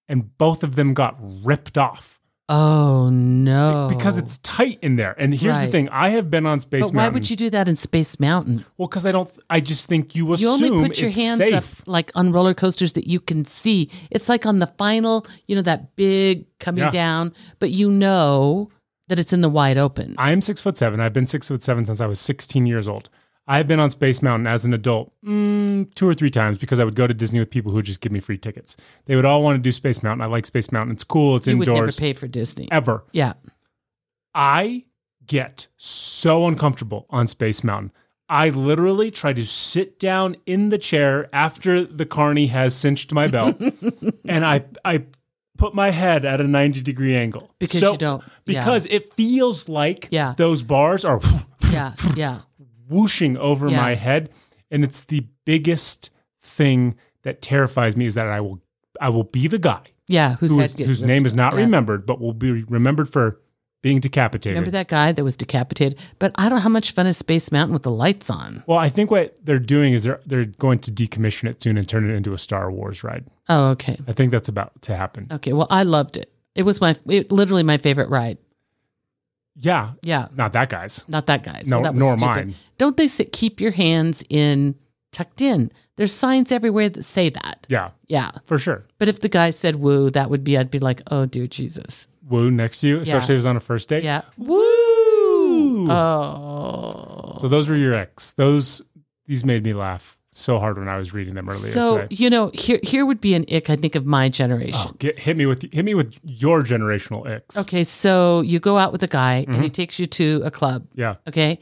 A: and both of them got ripped off
B: Oh no,
A: because it's tight in there. And here's the
B: Right.
A: thing: I have been on Space
B: But why
A: Mountain.
B: would you do that in Space Mountain?
A: Well, because I don't. I just think you
B: You
A: assume
B: only put your
A: it's
B: hands
A: safe.
B: up like on roller coasters that you can see. It's like on the final, you know, that big coming
A: Yeah.
B: down, but you know that it's in the wide open.
A: I am six foot seven. I've been six foot seven since I was sixteen years old. I've been on Space Mountain as an adult mm, two or three times because I would go to Disney with people who would just give me free tickets. They would all want to do Space Mountain. I like Space Mountain. It's cool. It's
B: you would never
A: indoors.
B: pay for Disney.
A: Ever.
B: Yeah.
A: I get so uncomfortable on Space Mountain. I literally try to sit down in the chair after the carny has cinched my belt, and I I put my head at a ninety degree angle
B: Because
A: So-
B: you don't- yeah.
A: because it feels like
B: Yeah.
A: those bars are
B: Yeah. Yeah.
A: whooshing over
B: Yeah.
A: my head, and it's the biggest thing that terrifies me is that I will I will be the guy
B: Yeah. Whose,
A: who
B: head
A: is,
B: gets
A: whose
B: ripped
A: name is not
B: Yeah.
A: remembered, but will be remembered for being decapitated.
B: Remember that guy that was decapitated? But I don't know how much fun is Space Mountain with the lights on.
A: Well, I think what they're doing is they're they're going to decommission it soon and turn it into a Star Wars ride.
B: Oh, okay.
A: I think that's about to happen.
B: Okay. Well, I loved it. It was my it, literally my favorite ride.
A: Yeah,
B: Yeah.
A: not that guy's.
B: Not that guy's.
A: No,
B: that was
A: nor
B: stupid.
A: mine.
B: Don't they say keep your hands in tucked in? There's signs everywhere that say that.
A: Yeah,
B: Yeah.
A: for sure.
B: But if the guy said woo, that would be I'd be like, "Oh, dear Jesus."
A: Woo next to you, especially if it was on a first date.
B: Yeah.
A: Woo.
B: Oh.
A: so those were your ex. Those these made me laugh so hard when I was reading them earlier
B: So,
A: today.
B: you know, here here would be an ick I think of my generation.
A: Oh, get, hit me with hit me with your generational ex.
B: Okay, so you go out with a guy and he takes you to a club,
A: Mm-hmm. Yeah.
B: okay?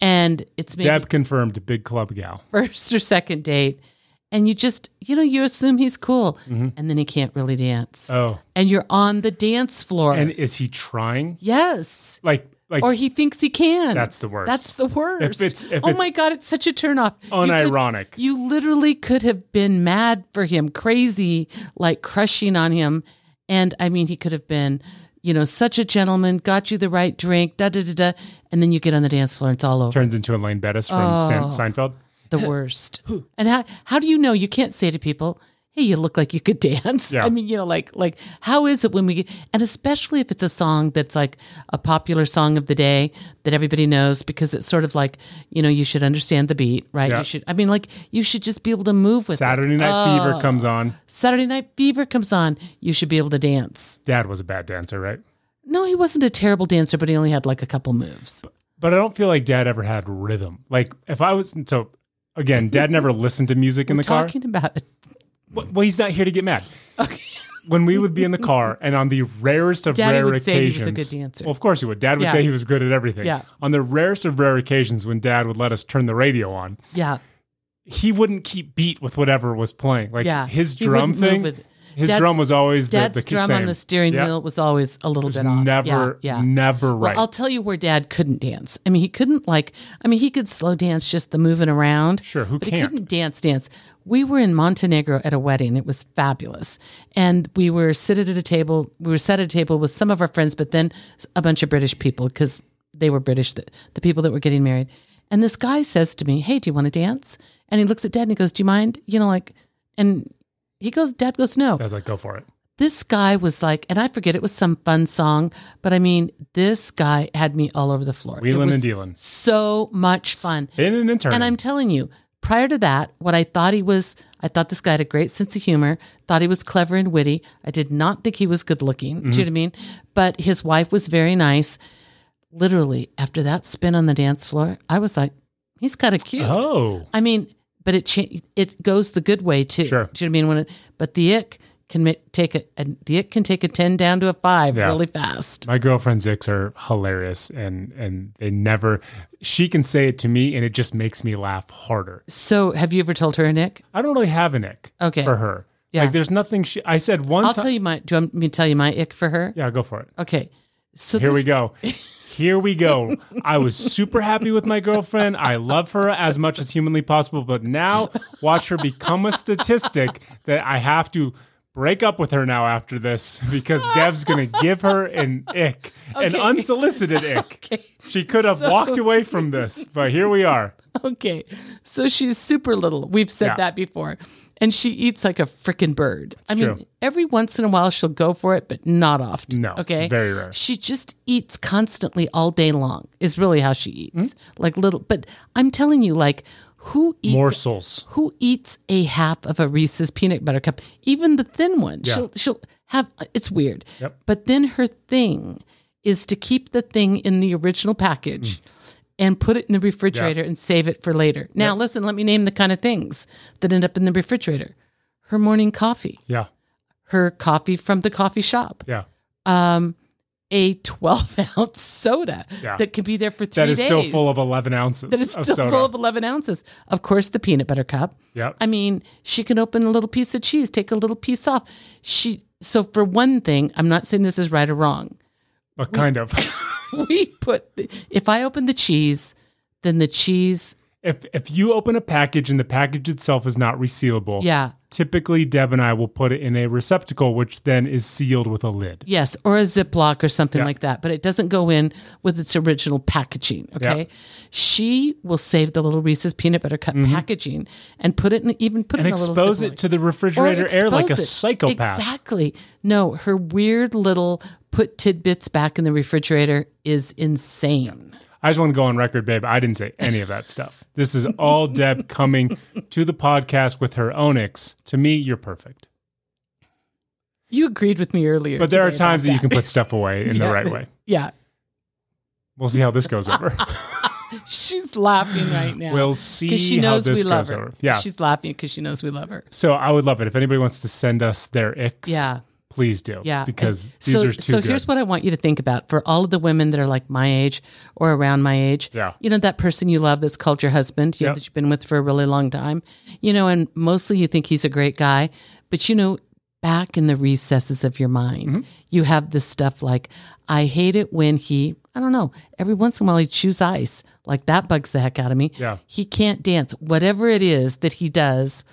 B: And it's maybe
A: Deb confirmed big club gal.
B: first or second date and you just, you know, you assume he's cool
A: Mm-hmm.
B: and then he can't really dance.
A: Oh,
B: and you're on the dance floor.
A: and is he trying?
B: yes.
A: Like like
B: Or he thinks he can.
A: That's the worst.
B: That's the worst.
A: it's- if
B: oh
A: it's
B: my God, it's such a turnoff. You could-
A: unironic.
B: you literally could have been mad for him, crazy, like crushing on him. And I mean, he could have been, you know, such a gentleman, got you the right drink, da da da da. And then you get on the dance floor and it's all over.
A: Turns into Elaine Bettis from
B: Oh.
A: Sam- Seinfeld.
B: The worst. and how, how do you know? You can't say to people, hey, you look like you could dance.
A: Yeah.
B: I mean, you know, like, like how is it when we get, and especially if it's a song that's like a popular song of the day that everybody knows because it's sort of like, you know, you should understand the beat, right?
A: Yeah.
B: You should, I mean, like, you should just be able to move with it.
A: Saturday Night
B: Oh.
A: Fever comes on.
B: Saturday Night Fever comes on, you should be able to dance.
A: Dad was a bad dancer, right?
B: No, he wasn't a terrible dancer, but he only had like a couple moves.
A: But I don't feel like Dad ever had rhythm. Like if I was so again, Dad never listened to music in the car.
B: Talking about it.
A: Well, well, he's not here to get mad.
B: Okay.
A: when we would be in the car, and on the rarest of
B: Daddy
A: rare
B: would say he
A: occasions,
B: was a good dancer.
A: Well, of course he would. Dad would
B: Yeah.
A: say he was good at everything.
B: Yeah.
A: On the rarest of rare occasions, when Dad would let us turn the radio on,
B: Yeah.
A: he wouldn't keep beat with whatever was playing. Like
B: Yeah.
A: his
B: He
A: drum
B: wouldn't move
A: thing,
B: with-
A: his
B: Dad's-
A: drum was always the,
B: Dad's
A: the
B: drum
A: same.
B: on the steering
A: Yeah.
B: wheel was always a little
A: It was
B: bit off.
A: never,
B: yeah, yeah.
A: never
B: Well,
A: right.
B: I'll tell you where Dad couldn't dance. I mean, he couldn't like. I mean, he could slow dance, just the moving around.
A: Sure, who
B: but he
A: can't?
B: couldn't dance, dance. We were in Montenegro at a wedding. It was fabulous, and we were seated at a table. We were set at a table with some of our friends, but then a bunch of British people because they were British. The, the people that were getting married, and this guy says to me, "Hey, do you want to dance?" And he looks at Dad and he goes, "Do you mind?" You know, like, and he goes, "Dad goes, no."
A: I was like, go for it.
B: this guy was like, and I forget it was some fun song, but I mean, this guy had me all over the floor. It
A: Wheeling
B: was
A: and dealing.
B: So much fun.
A: In an intern.
B: And I'm telling you, prior to that, what I thought he was, I thought this guy had a great sense of humor, thought he was clever and witty. I did not think he was good looking. Do you know what I mean? But his wife was very nice. Literally, after that spin on the dance floor, I was like, he's kind of cute.
A: oh,
B: I mean, but it cha- it goes the good way too.
A: Sure.
B: Do you know what I mean? When it, but the ick can ma- take a and the ick can take a ten down to a five
A: Yeah.
B: really fast.
A: my girlfriend's icks are hilarious, and and they never. She can say it to me, and it just makes me laugh harder.
B: So, have you ever told her an ick?
A: I don't really have an ick.
B: Okay.
A: For her,
B: Yeah.
A: Like, there's nothing. She. I said one
B: I'll
A: time.
B: tell you my. Do you want me to tell you my ick for her?
A: yeah, go for it.
B: Okay. So
A: Here we
B: this-
A: go. Here we go. I was super happy with my girlfriend. I love her as much as humanly possible, but now watch her become a statistic that I have to break up with her now after this because Dev's going to give her an ick, an
B: Okay.
A: unsolicited ick.
B: Okay.
A: She could have
B: So-
A: walked away from this, but here we are.
B: Okay. So she's super little. We've said
A: Yeah.
B: that before. And she eats like a freaking bird. I mean,
A: true.
B: every once in a while she'll go for it, but not often.
A: No,
B: Okay.
A: very rare.
B: She just eats constantly all day long, is really how she eats.
A: Hmm?
B: Like little, but I'm telling you, like, who eats
A: Morsels.
B: Who eats a half of a Reese's peanut butter cup? Even the thin one. She'll she'll have it's weird.
A: Yep.
B: But then her thing is to keep the thing in the original
A: Mm.
B: package and put it in the refrigerator and save it for later. Now listen, let me name the kind of things that end up in the refrigerator. Her morning coffee,
A: Yeah.
B: her coffee from the coffee shop,
A: Yeah.
B: a 12 ounce soda
A: Yeah.
B: that can be there for three
A: That is
B: days.
A: still full of 11 ounces
B: that is
A: of
B: still
A: soda.
B: full of 11 ounces. Of course, the peanut butter cup.
A: Yep.
B: I mean, she can open a little piece of cheese, take a little piece off. She so for one thing, I'm not saying this is right or wrong.
A: but kind of.
B: We put the- if I open the cheese, then the cheese,
A: if if you open a package and the package itself is not resealable,
B: yeah,
A: typically Deb and I will put it in a receptacle, which then is sealed with a lid.
B: yes, or a Ziploc or something
A: Yeah.
B: like that, but it doesn't go in with its original packaging. Okay,
A: Yeah.
B: she will save the little Reese's peanut butter cup packaging and put it in, even put
A: Mm-hmm. And
B: it in a little
A: expose
B: Ziploc.
A: it to the
B: Or
A: refrigerator air like a
B: expose it.
A: psychopath.
B: Exactly. No, her weird little put tidbits back in the refrigerator is insane.
A: I just want to go on record, babe. I didn't say any of that stuff. This is all Deb coming to the podcast with her onyx. To me, you're perfect.
B: You agreed with me earlier.
A: But there are
B: today about
A: times that you can put stuff away in the right way.
B: Yeah.
A: We'll see how this goes over.
B: She's laughing right now.
A: We'll see
B: because she
A: how
B: knows
A: this
B: we love
A: goes
B: her.
A: over. Yeah.
B: She's laughing because she knows we love her.
A: so I would love it if anybody wants to send us their icks.
B: Yeah.
A: Please do.
B: Yeah.
A: Because
B: And
A: these
B: so,
A: are too
B: So
A: good.
B: here's what I want you to think about for all of the women that are like my age or around my age.
A: Yeah.
B: You know, that person you love that's called your husband, you know,
A: Yep.
B: that you've been with for a really long time, you know, and mostly you think he's a great guy, but you know, back in the recesses of your mind,
A: Mm-hmm.
B: you have this stuff like, I hate it when he, I don't know, every once in a while he chews ice. Like that bugs the heck out of me.
A: Yeah.
B: He can't dance. Whatever it is that he does,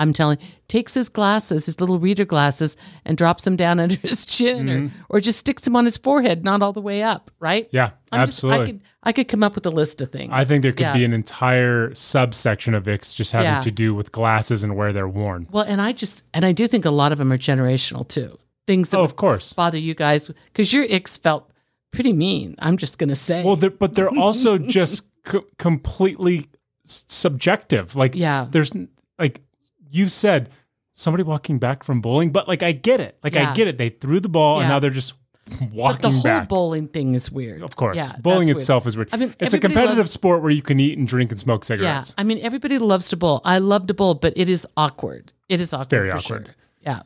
B: I'm telling, takes his glasses, his little reader glasses, and drops them down under his chin, or or just sticks them on his forehead, not all the way up. Right?
A: Mm-hmm. Yeah,
B: I'm
A: absolutely.
B: Just, I could I could come up with a list of things.
A: I think there could
B: Yeah.
A: be an entire subsection of icks just having
B: Yeah.
A: to do with glasses and where they're worn.
B: well, and I just and I do think a lot of them are generational too. Things that
A: Oh, of course.
B: bother you guys because your icks felt pretty mean. I'm just gonna say.
A: Well, they're, but they're also just co- completely s- subjective. Like,
B: Yeah.
A: there's n- like you said, somebody walking back from bowling, but like I get it. Like I
B: Yeah.
A: get it. They threw the ball and
B: Yeah.
A: now they're just
B: but the
A: walking
B: whole
A: back.
B: bowling thing is weird.
A: of course,
B: Yeah,
A: bowling
B: that's weird.
A: itself is weird.
B: I mean,
A: it's a
B: everybody
A: competitive
B: loves-
A: sport where you can eat and drink and smoke
B: Yeah,
A: cigarettes.
B: I mean everybody loves to bowl. I love to bowl, but it is awkward. It is awkward.
A: very
B: for
A: awkward.
B: sure. Yeah.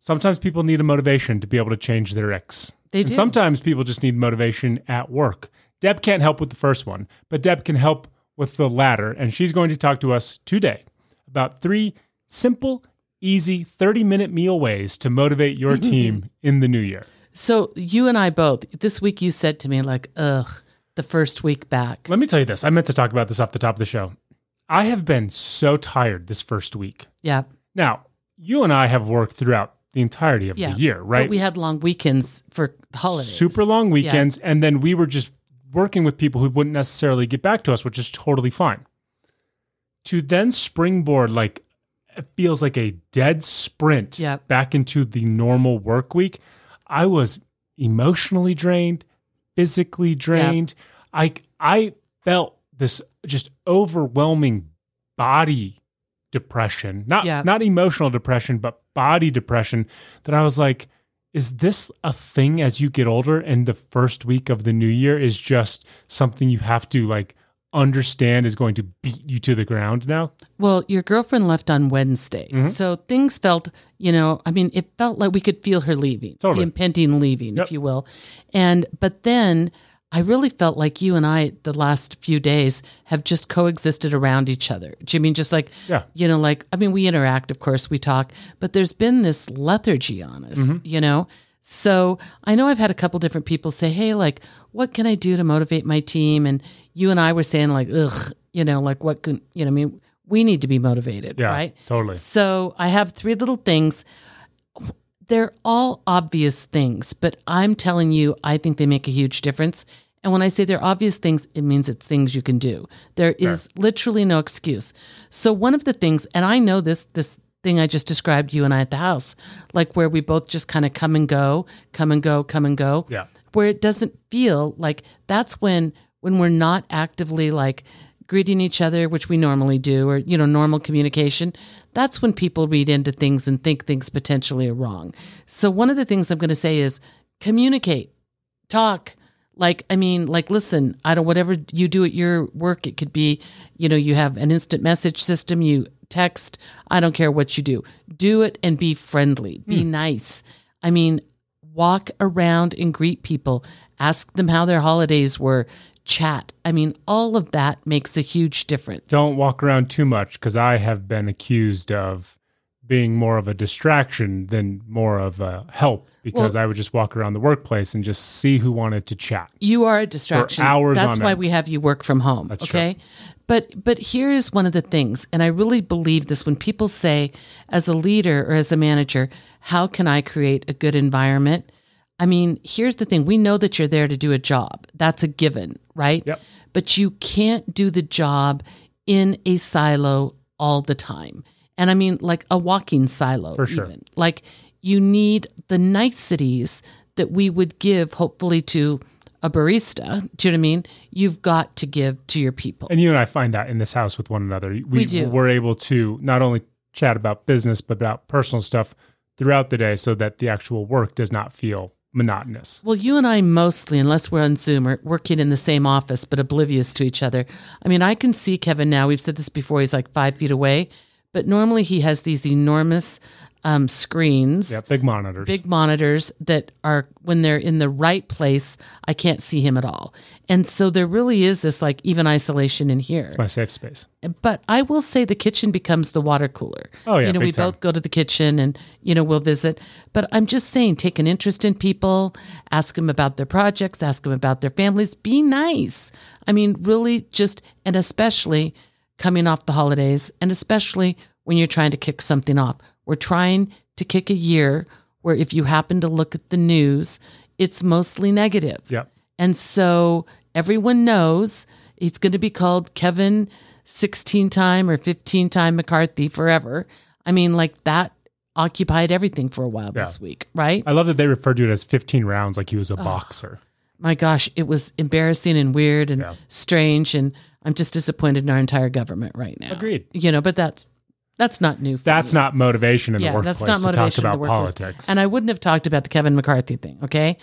A: Sometimes people need a motivation to be able to change their ex.
B: They
A: And
B: do.
A: sometimes people just need motivation at work. Deb can't help with the first one, but Deb can help with the latter. And she's going to talk to us today about three simple, easy 30 minute meal ways to motivate your team in the new year.
B: So you and I both, this week you said to me, like, ugh, the first week back.
A: Let me tell you this I meant to talk about this off the top of the show. I have been so tired this first week.
B: Yeah.
A: Now, you and I have worked throughout the entirety of
B: Yeah.
A: the year, right?
B: But we had long weekends for the holidays.
A: super long weekends and then we were just working with people who wouldn't necessarily get back to us which is totally fine to then springboard like it feels like a dead sprint
B: Yeah.
A: back into the normal work week i was emotionally drained physically drained i i felt this just overwhelming body depression not
B: Yeah.
A: not emotional depression but body depression that i was like is this a thing as you get older and the first week of the new year is just something you have to like understand is going to beat you to the ground now
B: Well, your girlfriend left on Wednesday.
A: Mm-hmm.
B: So things felt, you know, I mean, it felt like we could feel her leaving,
A: Totally.
B: the impending leaving,
A: Yep.
B: if you will. And, but then I really felt like you and I, the last few days, have just coexisted around each other. Do you mean just like,
A: Yeah.
B: you know, like, I mean, we interact, of course, we talk, but there's been this lethargy on us,
A: Mm-hmm.
B: you know? So I know I've had a couple different people say, hey, like, what can I do to motivate my team? And you and I were saying, like, ugh, you know, like, what can, you know, I mean, we need to be motivated,
A: yeah
B: right?
A: totally
B: So I have three little things. They're all obvious things, but I'm telling you, I think they make a huge difference. And when I say they're obvious things, it means it's things you can do. There is literally no excuse. So one of the things, and I know this this thing I just described you and I at the house, like where we both just kind of come and go, come and go, come and go
A: Yeah.
B: where it doesn't feel like that's when when we're not actively like greeting each other which we normally do or you know normal communication that's when people read into things and think things potentially are wrong so one of the things i'm going to say is communicate talk like i mean like listen i don't whatever you do at your work it could be you know you have an instant message system you text i don't care what you do do it and be friendly be nice i mean walk around and greet people ask them how their holidays were chat i mean all of that makes a huge difference
A: don't walk around too much because i have been accused of being more of a distraction than more of a help because i would just walk around the workplace and just see who wanted to chat
B: You are a distraction.
A: hours
B: That's
A: on
B: why
A: end.
B: we have you work from home.
A: true.
B: okay. But but here is one of the things, and I really believe this when people say as a leader or as a manager, how can I create a good environment? I mean, here's the thing. We know that you're there to do a job. That's a given, right?
A: Yep.
B: But you can't do the job in a silo all the time. And I mean like a walking silo
A: sure.
B: even. Like you need the niceties that we would give, hopefully, to a barista. Do you know what I mean? You've got to give to your people.
A: And you and I find that in this house with one another. We, we
B: do.
A: are able to not only chat about business, but about personal stuff throughout the day so that the actual work does not feel monotonous.
B: Well, you and I mostly, unless we're on Zoom, are working in the same office but oblivious to each other. I mean, I can see Kevin now. We've said this before. He's like five feet away, but normally he has these enormous um, screens.
A: Yeah, big monitors.
B: big monitors that are when they're in the right place i can't see him at all and so there really is this like even isolation in here
A: It's my safe space.
B: but i will say the kitchen becomes the water cooler
A: Oh, yeah,
B: you know
A: big
B: we
A: time.
B: both go to the kitchen and you know we'll visit but i'm just saying take an interest in people ask them about their projects ask them about their families be nice i mean really just and especially coming off the holidays and especially when you're trying to kick something off we're trying to kick a year where if you happen to look at the news it's mostly negative
A: Yep.
B: and so everyone knows it's going to be called Kevin 16 time or 15 time McCarthy forever. I mean, like that occupied everything for a while this week, right?
A: I love that they referred to it as 15 rounds like he was a boxer.
B: My gosh, it was embarrassing and weird and
A: Yeah.
B: strange. And I'm just disappointed in our entire government right now.
A: Agreed.
B: You know, but that's. That's not new. For
A: That's
B: me.
A: not motivation in
B: yeah.
A: the workplace
B: that's not
A: to
B: motivation
A: talk
B: in the
A: about
B: workplace.
A: politics.
B: And I wouldn't have talked about the Kevin McCarthy thing. Okay.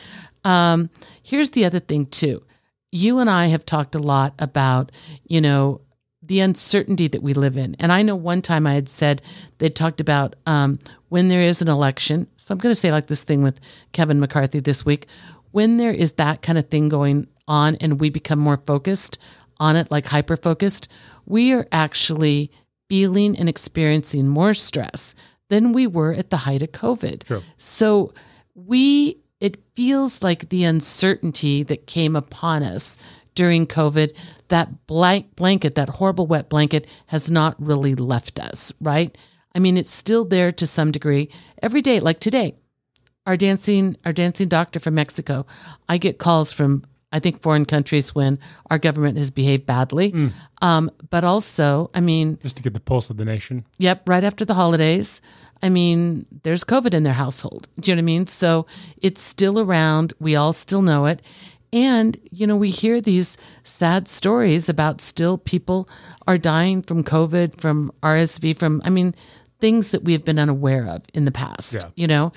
B: Um, here's the other thing too. You and I have talked a lot about, you know, the uncertainty that we live in. And I know one time I had said they talked about um, when there is an election. So I'm going to say like this thing with Kevin McCarthy this week. When there is that kind of thing going on and we become more focused on it, like hyper focused, we are actually feeling and experiencing more stress than we were at the height of COVID.
A: True.
B: So we, it feels like the uncertainty that came upon us during COVID, that blank blanket, that horrible wet blanket has not really left us, right? I mean, it's still there to some degree every day, like today. Our dancing, our dancing doctor from Mexico, I get calls from I think foreign countries when our government has behaved badly. Um, but also, I mean,
A: just to get the pulse of the nation.
B: Yep, right after the holidays. I mean, there's COVID in their household. Do you know what I mean? So it's still around. We all still know it. And, you know, we hear these sad stories about still people are dying from COVID, from RSV, from, I mean, things that we have been unaware of in the past.
A: Yeah.
B: You know,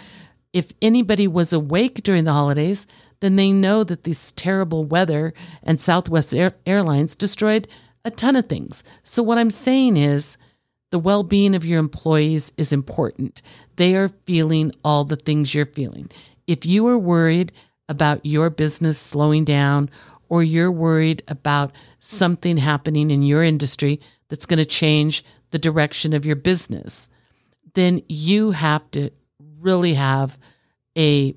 B: if anybody was awake during the holidays, then they know that this terrible weather and Southwest Air- Airlines destroyed a ton of things. So, what I'm saying is, the well being of your employees is important. They are feeling all the things you're feeling. If you are worried about your business slowing down or you're worried about something happening in your industry that's going to change the direction of your business, then you have to really have a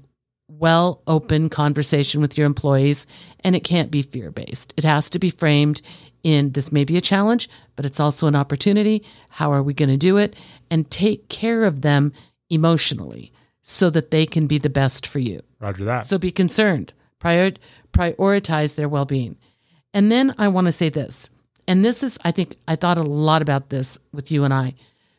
B: well open conversation with your employees and it can't be fear based it has to be framed in this may be a challenge but it's also an opportunity how are we going to do it and take care of them emotionally so that they can be the best for you
A: Roger that.
B: so be concerned. Prior, prioritize their well being. And then I want to say this, and this is, I think, I thought a lot about this with you and I.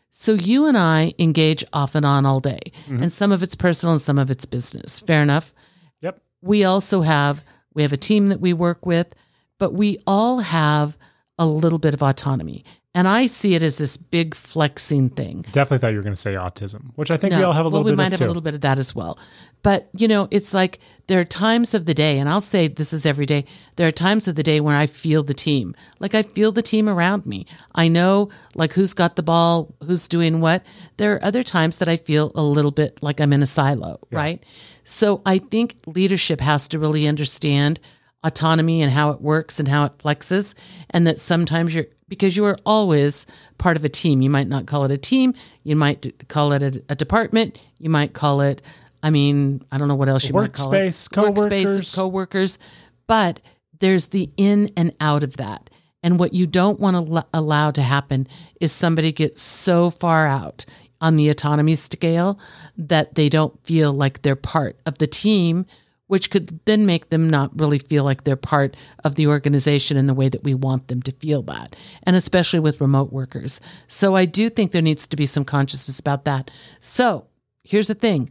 B: So you and I engage off and on all day, and some of it's personal and some of it's business. Fair enough
A: yep.
B: we also have we have a team that we work with but we all have a little bit of autonomy and i see it as this big flexing thing
A: Definitely thought you were going to say autism, which I think we
B: no.
A: all have a
B: well,
A: little
B: we
A: bit
B: might
A: of
B: have
A: too.
B: a little bit of that as well but you know it's like there are times of the day and i'll say this is every day there are times of the day when i feel the team like i feel the team around me i know like who's got the ball who's doing what there are other times that i feel a little bit like i'm in a silo right so i think leadership has to really understand autonomy and how it works and how it flexes and that sometimes you're because you are always part of a team you might not call it a team you might d- call it a, a department you might call it i mean i don't know what else you might call it
A: Workspace, coworkers.
B: workspace coworkers but there's the in and out of that and what you don't want to l- allow to happen is somebody gets so far out on the autonomy scale that they don't feel like they're part of the team which could then make them not really feel like they're part of the organization in the way that we want them to feel that, and especially with remote workers. So I do think there needs to be some consciousness about that. So here's the thing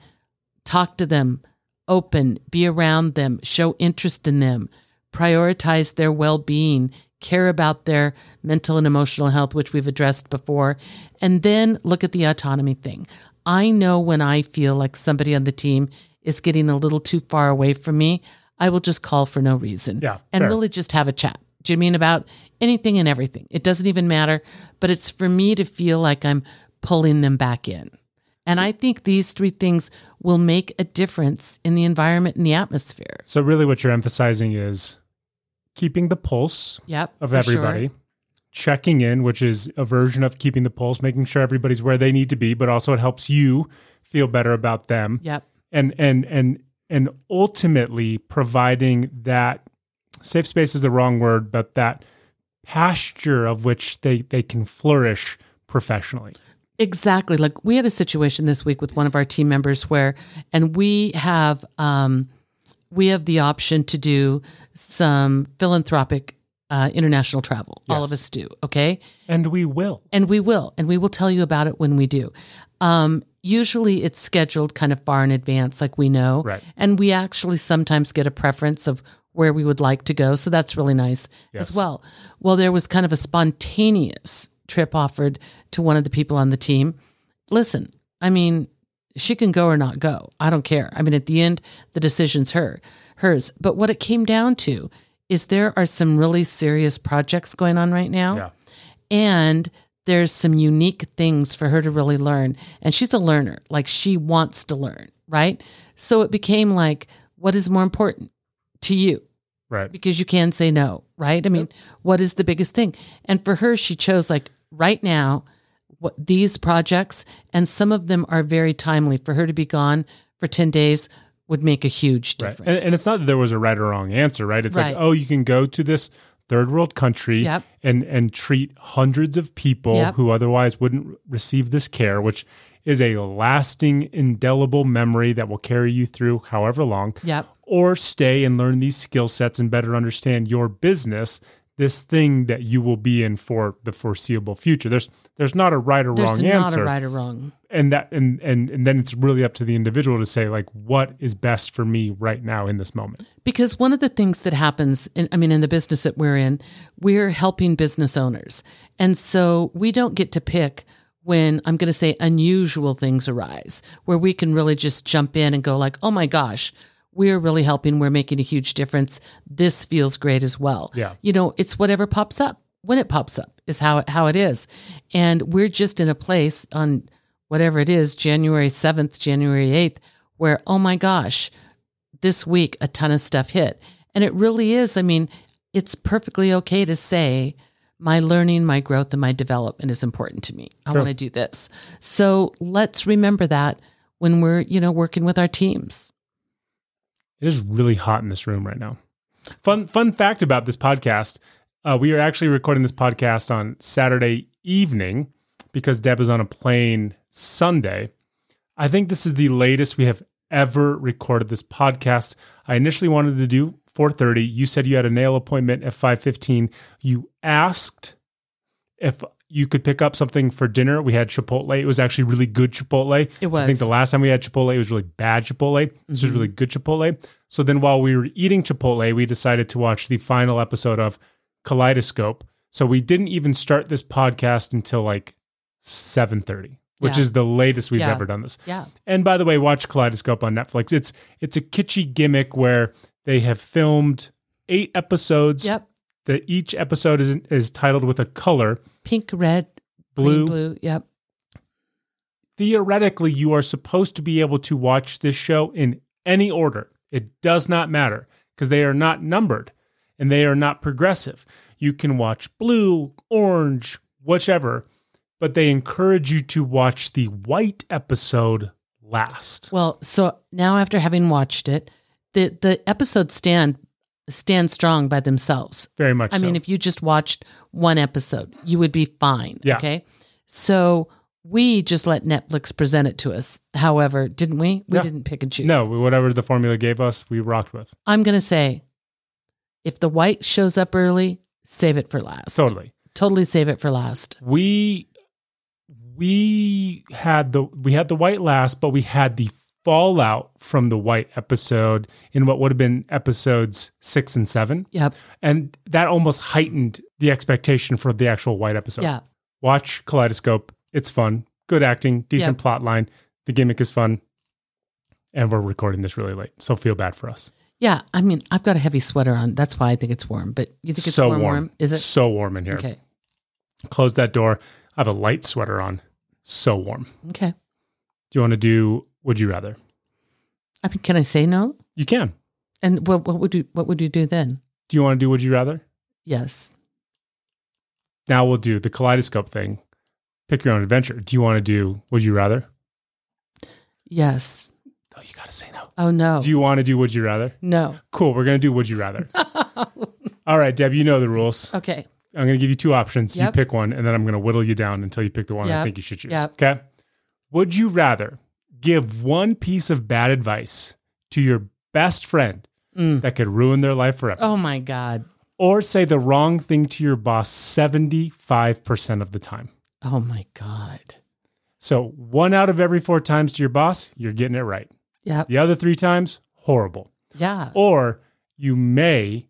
B: talk to them, open, be around them, show interest in them, prioritize their well being, care about their mental and emotional health, which we've addressed before, and then look at the autonomy thing. I know when I feel like somebody on the team is getting a little too far away from me, I will just call for no reason
A: Yeah,
B: and
A: fair.
B: really just have a chat. Do you mean about anything and everything? It doesn't even matter, but it's for me to feel like I'm pulling them back in. And I think these three things will make a difference in the environment and the atmosphere.
A: So really, what you're emphasizing is keeping the pulse
B: Yep.
A: of
B: for sure.
A: everybody, checking in, which is a version of keeping the pulse, making sure everybody's where they need to be, but also it helps you feel better about them,
B: Yep.
A: and and and and ultimately providing that safe space is the wrong word, but that pasture of which they they can flourish professionally.
B: Exactly. Like we had a situation this week with one of our team members where, and we have, um, we have the option to do some philanthropic uh, international travel. All of
A: Yes.
B: us do. Okay.
A: And we will.
B: and we will and we will tell you about it when we do um, usually it's scheduled kind of far in advance like we know
A: Right.
B: and we actually sometimes get a preference of where we would like to go so that's really nice
A: Yes.
B: as well well there was kind of a spontaneous trip offered to one of the people on the team listen i mean she can go or not go i don't care i mean at the end the decision's her hers but what it came down to is there are some really serious projects going on right now
A: Yeah.
B: And there's some unique things for her to really learn. And she's a learner, like she wants to learn, right? So it became like, what is more important to you?
A: Right.
B: because you can say no, right? I mean, what is the biggest thing? And for her, she chose like right now what these projects and some of them are very timely for her to be gone for 10 days would make a huge
A: Right.
B: difference.
A: And, and it's not that there was a right or wrong answer, right? It's
B: Right.
A: like, oh, you can go to this third world country
B: Yep.
A: and and treat hundreds of people
B: Yep.
A: who otherwise wouldn't r- receive this care, which is a lasting, indelible memory that will carry you through however long.
B: Yep.
A: Or stay and learn these skill sets and better understand your business, this thing that you will be in for the foreseeable future. There's there's not a right or
B: There's
A: wrong
B: not
A: answer
B: a right or wrong.
A: and that and, and and then it's really up to the individual to say like what is best for me right now in this moment
B: Because one of the things that happens, in, I mean, in the business that we're in, we're helping business owners. And so we don't get to pick when I'm going to say unusual things arise, where we can really just jump in and go, like, oh my gosh, we're really helping. We're making a huge difference. This feels great as well.
A: Yeah.
B: You know, it's whatever pops up when it pops up is how, how it is. And we're just in a place on whatever it is, January 7th, January 8th, where, oh my gosh, this week a ton of stuff hit. And it really is. I mean, it's perfectly okay to say my learning, my growth, and my development is important to me. I want to do this. So let's remember that when we're, you know, working with our teams.
A: it is really hot in this room right now fun fun fact about this podcast uh, we are actually recording this podcast on saturday evening because deb is on a plane sunday i think this is the latest we have ever recorded this podcast i initially wanted to do 4.30 you said you had a nail appointment at 5.15 you asked if you could pick up something for dinner. We had Chipotle. It was actually really good Chipotle.
B: It was. Mm-hmm.
A: I think the last time we had Chipotle, it was really bad Chipotle. This was really good Chipotle. So then while we were eating Chipotle, we decided to watch the final episode of Kaleidoscope. So we didn't even start this podcast until like 7:30, which
B: Yeah.
A: is the latest we've
B: Yeah.
A: ever done this.
B: Yeah.
A: And by the way, watch Kaleidoscope on Netflix. It's it's a kitschy gimmick where they have filmed eight episodes.
B: Yep.
A: That each episode is is titled with a color.
B: Pink, red,
A: Blue.
B: blue, blue. Yep.
A: Theoretically, you are supposed to be able to watch this show in any order. It does not matter because they are not numbered and they are not progressive. You can watch blue, orange, whichever, but they encourage you to watch the white episode last.
B: Well, so now after having watched it, the the episodes stand stand strong by themselves.
A: Very much
B: I
A: so.
B: mean, if you just watched one episode, you would be fine.
A: Yeah.
B: Okay. So we just let Netflix present it to us. However, didn't we? We
A: Yeah.
B: didn't pick and choose.
A: No, whatever the formula gave us, we rocked with.
B: I'm going to say if the white shows up early, save it for last.
A: Totally.
B: Totally save it for last.
A: We we had the we had the white last, but we had the fallout from the white episode in what would have been episodes 6 and 7.
B: Yep.
A: And that almost heightened the expectation for the actual white episode.
B: yeah.
A: Watch Kaleidoscope. It's fun. Good acting, decent
B: Yeah.
A: plot line. The gimmick is fun. And we're recording this really late. So feel bad for us.
B: Yeah. I mean, I've got a heavy sweater on. That's why I think it's warm. But you think it's
A: so
B: warm, warm? Is it?
A: so warm in here?
B: Okay.
A: close that door. I have a light sweater on. So warm.
B: Okay.
A: Do you want to do would you rather?
B: I mean, can I say no?
A: You can.
B: And what, what would you what would you do then?
A: Do you want to do would you rather?
B: Yes.
A: Now we'll do the kaleidoscope thing. Pick your own adventure. Do you want to do would you rather?
B: Yes.
A: No, you got to say no.
B: Oh no.
A: Do you want to do would you rather?
B: no.
A: Cool. We're going to do would you rather. All right, Deb, you know the rules.
B: okay.
A: I'm going to give you two options. You
B: Yep.
A: pick one, and then I'm going to whittle you down until you pick the one I
B: Yep.
A: think you should choose.
B: Yep.
A: Okay. Would you rather give one piece of bad advice to your best friend
B: Mm.
A: that could ruin their life forever?
B: Oh my God.
A: or say the wrong thing to your boss 75% of the time.
B: Oh my God.
A: So, one out of every four times to your boss, you're getting it right.
B: Yep.
A: The other three times, horrible.
B: Yeah.
A: Or you may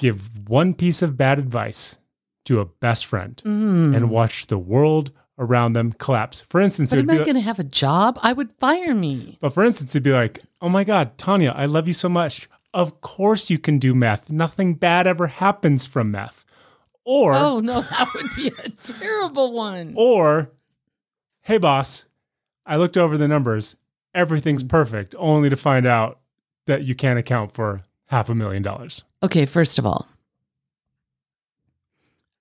A: give one piece of bad advice to a best friend
B: Mm.
A: and watch the world around them collapse. For instance, it
B: But
A: would
B: am I
A: be
B: going
A: like,
B: to have a job? I would fire me.
A: but for instance, it'd be like, oh my God, Tanya, I love you so much. Of course you can do meth. Nothing bad ever happens from meth. Or
B: Oh no, that would be a terrible one.
A: or hey boss, I looked over the numbers. Everything's
B: Mm.
A: perfect, only to find out that you can't account for half a million dollars.
B: Okay, first of all,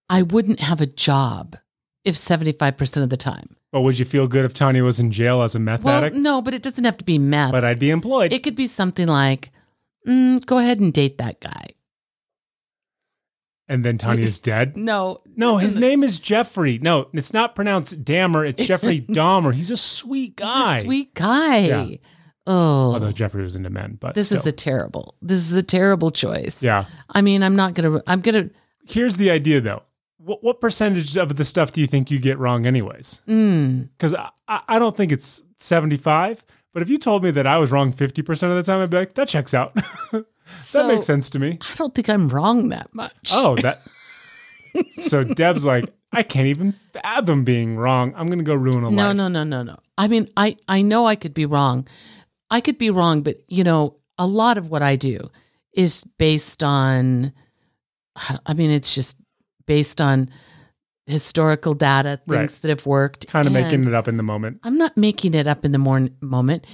B: I wouldn't have a job if 75% of the time.
A: But would you feel good if Tanya was in jail as a meth
B: Well,
A: addict?
B: no, but it doesn't have to be math.
A: But I'd be employed.
B: it could be something like, mm, go ahead and date that guy.
A: and then Tanya's dead.
B: No.
A: No, his
B: Isn't-
A: name is Jeffrey. No, it's not pronounced Dammer. It's Jeffrey Dahmer. He's a sweet
B: He's a
A: guy.
B: sweet guy.
A: Yeah. Although
B: Oh,
A: Jeffrey was into men, but
B: this is a
A: still.
B: terrible, this is a terrible choice.
A: yeah.
B: I mean, I'm not going to, I'm going to,
A: Here's the idea, though. What, what percentage of the stuff do you think you get wrong, anyways?
B: mm,
A: Because I, I I don't think it's 75. But if you told me that I was wrong 50% of the time, I'd be like, that checks out. that
B: So-
A: makes sense to me.
B: I don't think I'm wrong that much.
A: Oh, that. so Deb's like, I can't even fathom being wrong. I'm going to go ruin a
B: No,
A: life.
B: no, no, no, no. I mean, I I know I could be wrong. I could be wrong, but you know, a lot of what I do is based on I mean, it's just based on historical data, things
A: Right.
B: that have worked.
A: Kind of
B: and
A: making it up in the moment.
B: I'm not making it up in the morn- moment.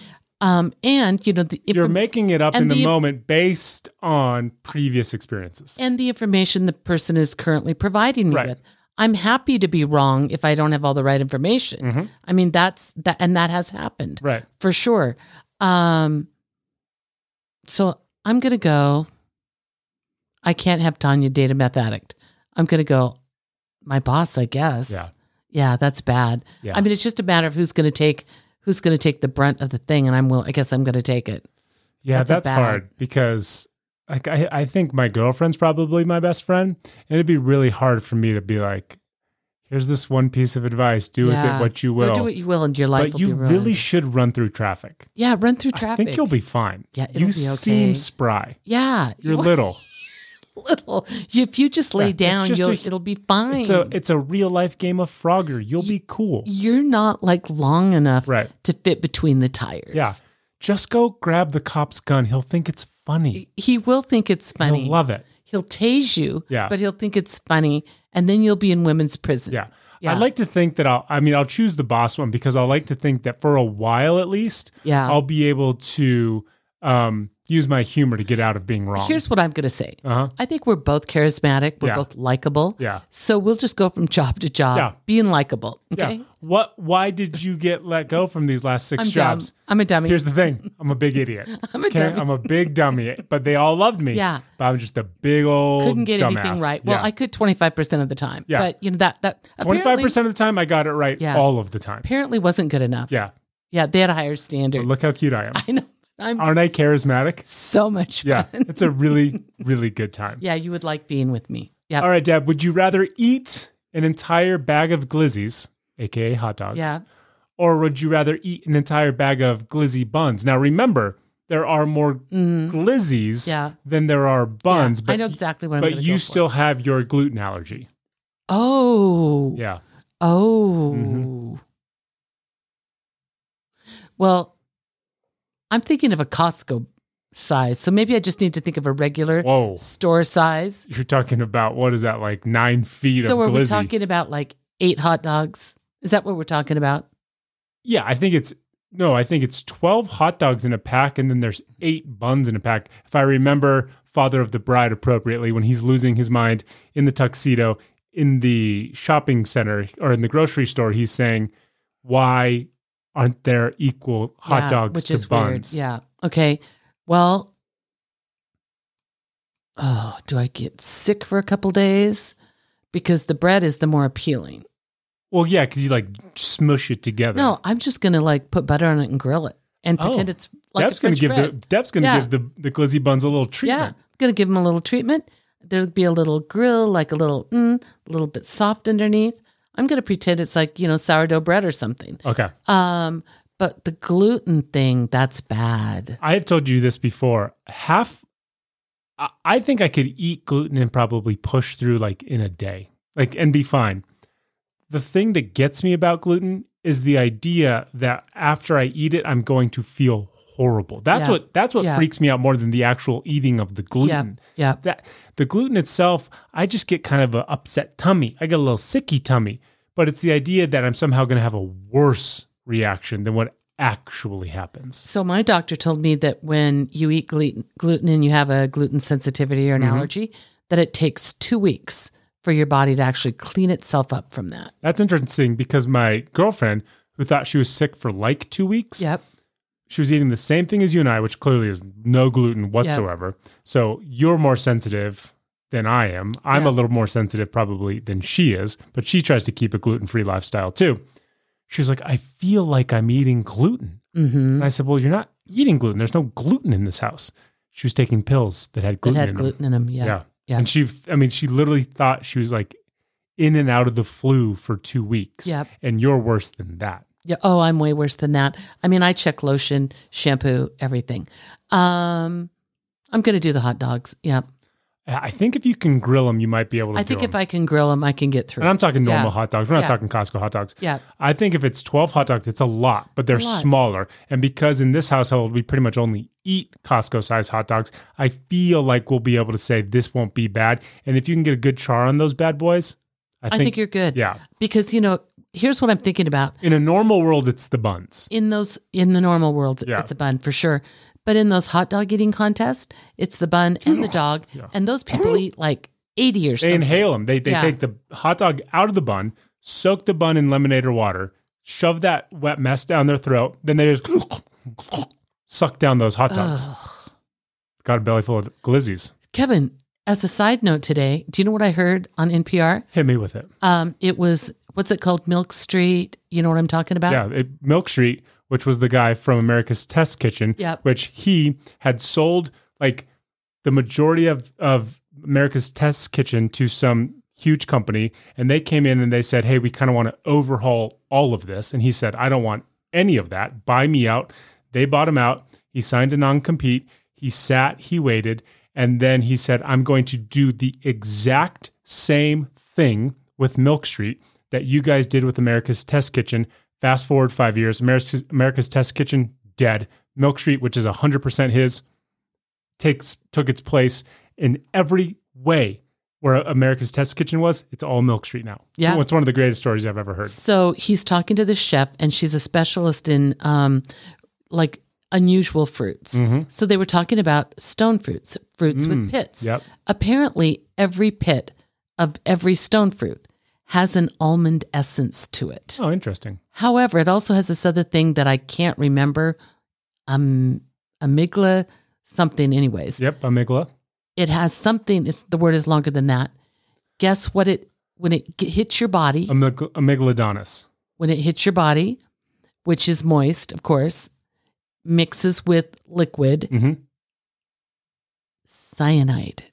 B: Um and you know, the
A: You're
B: infor-
A: making it up
B: and
A: in the,
B: the-
A: moment based on previous experiences.
B: and the information the person is currently providing me
A: Right.
B: with. I'm happy to be wrong if I don't have all the right information.
A: Mhm.
B: I mean, that's that and that has happened.
A: Right.
B: for sure. Um, so I'm gonna go. I can't have Tanya date a meth addict. I'm gonna go. My boss, I guess.
A: Yeah.
B: Yeah, that's bad.
A: Yeah.
B: I mean, it's just a matter of who's gonna take who's gonna take the brunt of the thing, and I'm will. I guess I'm gonna take it.
A: Yeah,
B: That's
A: that's,
B: a bad-
A: hard because like I, I think my girlfriend's probably my best friend, and it'd be really hard for me to be like, "Here's this one piece of advice: do with
B: Yeah.
A: it what you
B: Go
A: will."
B: do what you will, and your life.
A: but
B: will
A: you
B: be ruined.
A: really should run through traffic.
B: yeah, run through
A: I
B: traffic.
A: think you'll be fine.
B: Yeah, it'll
A: you
B: be okay.
A: seem spry.
B: Yeah,
A: You're
B: you-
A: little.
B: little. If you just lay
A: Yeah, it's
B: down,
A: just
B: you'll
A: a-
B: it'll be fine.
A: It's a it's a real life game of Frogger. You'll be cool.
B: You're not like long enough
A: Right.
B: to fit between the tires.
A: Yeah. Just go grab the cop's gun. He'll think it's funny.
B: he will think it's funny.
A: He'll love it.
B: He'll tase you,
A: Yeah.
B: but he'll think it's funny, and then you'll be in women's prison.
A: Yeah.
B: Yeah.
A: I like to think that I'll, I mean, I'll choose the boss one because I like to think that for a while at least,
B: Yeah.
A: I'll be able to um, use my humor to get out of being wrong.
B: Here's what I'm going to say.
A: uh-huh.
B: I think we're both charismatic. We're
A: Yeah.
B: both likable.
A: Yeah.
B: So we'll just go from job to job,
A: Yeah.
B: being likable.
A: Yeah.
B: Okay.
A: What, why did you get let go from these last 6
B: I'm
A: jobs?
B: dumb. I'm a dummy.
A: Here's the thing. I'm a big idiot.
B: I'm a dummy.
A: I'm a big dummy, but they all loved me.
B: Yeah.
A: But I'm just a big old
B: Couldn't get anything
A: dumbass.
B: right. Well,
A: Yeah.
B: I could 25% of the time.
A: Yeah.
B: But you know that that apparently,
A: 25% of the time I got it right
B: Yeah.
A: all of the time.
B: apparently wasn't good enough.
A: Yeah.
B: Yeah, they had a higher standard.
A: But look how cute I am.
B: I know. I'm
A: Aren't I charismatic?
B: so much fun.
A: Yeah. It's a really, really good time.
B: Yeah, you would like being with me. Yeah.
A: All right, Deb, would you rather eat an entire bag of glizzies, aka hot dogs,
B: Yeah.
A: or would you rather eat an entire bag of glizzy buns? Now, remember, there are more glizzies
B: Yeah.
A: than there are buns,
B: mm-hmm. Yeah,
A: but,
B: I know exactly what I'm
A: but
B: gonna
A: you
B: go for.
A: still have your gluten allergy.
B: Oh.
A: Yeah. Mm-hmm.
B: Oh. Well, I'm thinking of a Costco size. So maybe I just need to think of a regular
A: Whoa.
B: store size.
A: You're talking about, what is that, like nine feet
B: So
A: of
B: are we
A: glizzy?
B: talking about like eight hot dogs? Is that what we're talking about?
A: yeah, I think it's, no, I think it's 12 hot dogs in a pack, and then there's eight buns in a pack. If I remember Father of the Bride appropriately, when he's losing his mind in the tuxedo in the shopping center or in the grocery store, he's saying, Why aren't there equal hot
B: Yeah,
A: dogs
B: which
A: to
B: is
A: buns?
B: Weird. Yeah. Okay. Well, oh, do I get sick for a couple days? Because the bread is the more appealing.
A: Well, yeah, because you like smush it together.
B: No, I'm just gonna like put butter on it and grill it and
A: Oh.
B: pretend it's like
A: Deb's
B: a
A: gonna
B: French
A: give
B: bread.
A: the Deb's gonna
B: Yeah.
A: give the, the glizzy buns a little
B: Yeah,
A: treatment.
B: gonna give them a little treatment. There'll be a little grill, like a little, mm, a little bit soft underneath. I'm gonna pretend it's like you know sourdough bread or something.
A: Okay.
B: Um, but the gluten thing, that's bad.
A: I have told you this before. Half, I- I think I could eat gluten and probably push through like in a day, like and be fine. The thing that gets me about gluten is the idea that after I eat it, I'm going to feel horrible. That's
B: Yeah.
A: what that's what
B: Yeah.
A: freaks me out more than the actual eating of the gluten.
B: Yeah.
A: That the gluten itself, I just get kind of an upset tummy. I get a little sicky tummy. But it's the idea that I'm somehow going to have a worse reaction than what actually happens.
B: So my doctor told me that when you eat gle- gluten and you have a gluten sensitivity or an
A: Mm-hmm.
B: allergy, that it takes two weeks for your body to actually clean itself up from that.
A: That's interesting because my girlfriend, who thought she was sick for like two weeks,
B: Yep.
A: she was eating the same thing as you and I, which clearly is no gluten whatsoever. So you're more sensitive than I am. I'm
B: Yeah.
A: a little more sensitive probably than she is, but she tries to keep a gluten free lifestyle too. She was like, I feel like I'm eating gluten.
B: Mm-hmm.
A: And I said, Well, you're not eating gluten. There's no gluten in this house. She was taking pills that had
B: It
A: gluten
B: had
A: in
B: gluten in them. Yeah.
A: them.
B: Yeah.
A: Yeah. And she, I mean, she literally thought she was like in and out of the flu for two weeks.
B: Yep.
A: And you're worse than that.
B: Yeah. Oh, I'm way worse than that. I mean, I check lotion, shampoo, everything. Um, I'm going to do the hot dogs. Yeah.
A: I I think if you can grill them, you might be able to
B: I
A: do
B: think
A: them.
B: if I can grill them, I can get through.
A: And I'm talking normal
B: Yeah.
A: hot dogs. We're not
B: Yeah.
A: talking Costco hot dogs.
B: yeah.
A: I think if it's 12 hot dogs, it's a lot, but they're
B: a lot.
A: smaller. And because in this household, we pretty much only eat Costco sized hot dogs, I feel like we'll be able to say this won't be bad. And if you can get a good char on those bad boys, I,
B: I think you're good.
A: Yeah.
B: Because, you know, here's what I'm thinking about.
A: In a normal world, it's the buns.
B: in those in the normal world
A: Yeah.
B: it's a bun for sure but in those hot dog eating contests it's the bun and the dog and those people eat like 80 or
A: They
B: something
A: inhale them. They, they
B: Yeah.
A: take the hot dog out of the bun, soak the bun in lemonade or water, shove that wet mess down their throat, then they just suck down those hot dogs. Got a belly full of glizzies.
B: kevin as a side note today do you know what i heard on npr
A: Hit me with it.
B: um, it was what's it called milk street you know what i'm talking about
A: Yeah, it, Milk Street, which was the guy from America's Test Kitchen,
B: Yep.
A: which he had sold like the majority of, of America's Test Kitchen to some huge company. And they came in and they said, Hey, we kind of want to overhaul all of this. And he said, I don't want any of that. Buy me out. They bought him out. He signed a non compete. He sat, he waited. And then he said, I'm going to do the exact same thing with Milk Street that you guys did with America's Test Kitchen. Fast forward five years, America's, America's Test Kitchen dead. Milk Street, which is 100% his, takes took its place in every way where America's Test Kitchen was. It's all Milk Street now.
B: Yeah.
A: So it's one of the greatest stories I've ever heard.
B: so he's talking to the chef and she's a specialist in um, like unusual fruits
A: Mm-hmm.
B: so they were talking about stone fruits fruits
A: Mm.
B: with pits
A: Yep.
B: Apparently, every pit of every stone fruit has an almond essence to it.
A: Oh, interesting.
B: However, it also has this other thing that I can't remember um, amygdala, something, anyways.
A: Yep, amygdala.
B: It has something, it's, the word is longer than that. Guess what it, when it g- hits your body,
A: Amyg- amygdalodonus.
B: when it hits your body, which is moist, of course, mixes with liquid
A: Mhm.
B: cyanide.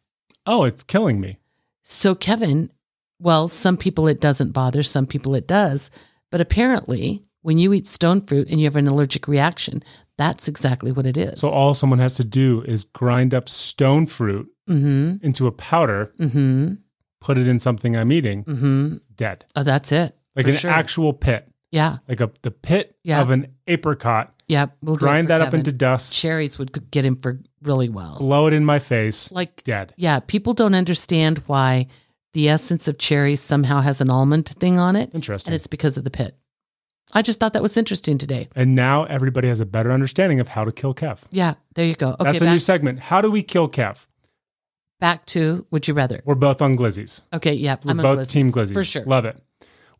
A: Oh, it's killing me.
B: So, Kevin, well, some people it doesn't bother, some people it does. But apparently, when you eat stone fruit and you have an allergic reaction, that's exactly what it is.
A: So all someone has to do is grind up stone fruit
B: mm
A: into a powder,
B: hmm. Mm hmm.
A: put it in something I'm eating,
B: Mm hmm.
A: dead.
B: Oh, that's it.
A: Like
B: For
A: an
B: sure.
A: actual pit.
B: Yeah.
A: Like a the pit
B: Yeah.
A: of an apricot.
B: Yeah. We'll do it
A: grind
B: for
A: that up
B: Kevin.
A: into dust,
B: cherries would g- get him for really well.
A: blow it in my face,
B: Like,
A: dead.
B: yeah, people don't understand why the essence of cherries somehow has an almond thing on it.
A: Interesting.
B: And
A: And,
B: it's because of the pit. I just thought that was interesting today.
A: now everybody has a better understanding of how to kill Kev.
B: Yeah. There you go. Okay.
A: That's a new
B: Back,
A: segment. How do we kill Kev?
B: back to would you rather?
A: We're both on Glizzies.
B: Okay, yeah,
A: We're
B: I'm a
A: both
B: Glizzies,
A: team Glizzies.
B: for sure.
A: Love it.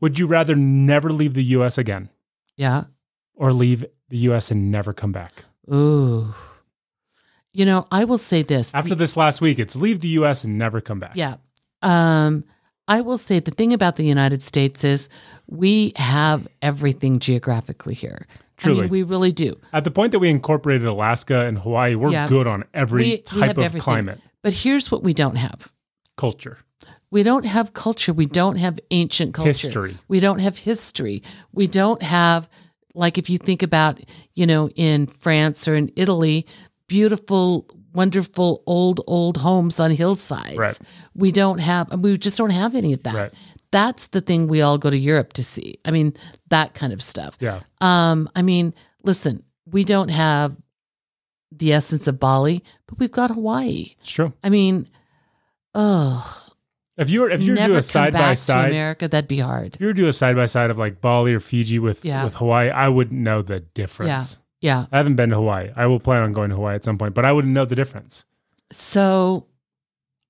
A: Would you rather never leave the U.S. again
B: Yeah.
A: or leave the U.S. and never come back?
B: Ooh. You know, I will say this.
A: After this last week, it's leave the U.S. and never come back.
B: yeah. Um, I will say the thing about the United States is we have everything geographically here. I
A: Truly.
B: mean, we really do.
A: At the point that we incorporated Alaska and Hawaii, we're
B: Yeah.
A: good on every
B: we, we
A: type
B: have
A: of
B: everything.
A: climate
B: But here's what we don't have.
A: culture.
B: We don't have culture. We don't have ancient culture.
A: History.
B: We don't have history. We don't have, like, if you think about, you know, in France or in Italy, beautiful, wonderful old, old homes on hillsides.
A: Right.
B: We don't have, we just don't have any of that.
A: Right.
B: That's the thing we all go to Europe to see. I mean, that kind of stuff.
A: Yeah.
B: Um, I mean, listen, we don't have the essence of Bali, but we've got Hawaii.
A: It's true.
B: I mean, oh,
A: If you were if you were to
B: never
A: do
B: come
A: a side
B: back
A: by
B: to
A: side,
B: America, that'd be hard.
A: if you were to do a side by side of like Bali or Fiji with
B: Yeah.
A: with Hawaii, I wouldn't know the difference.
B: Yeah.
A: I haven't been to Hawaii. I will plan on going to Hawaii at some point, but I wouldn't know the difference.
B: So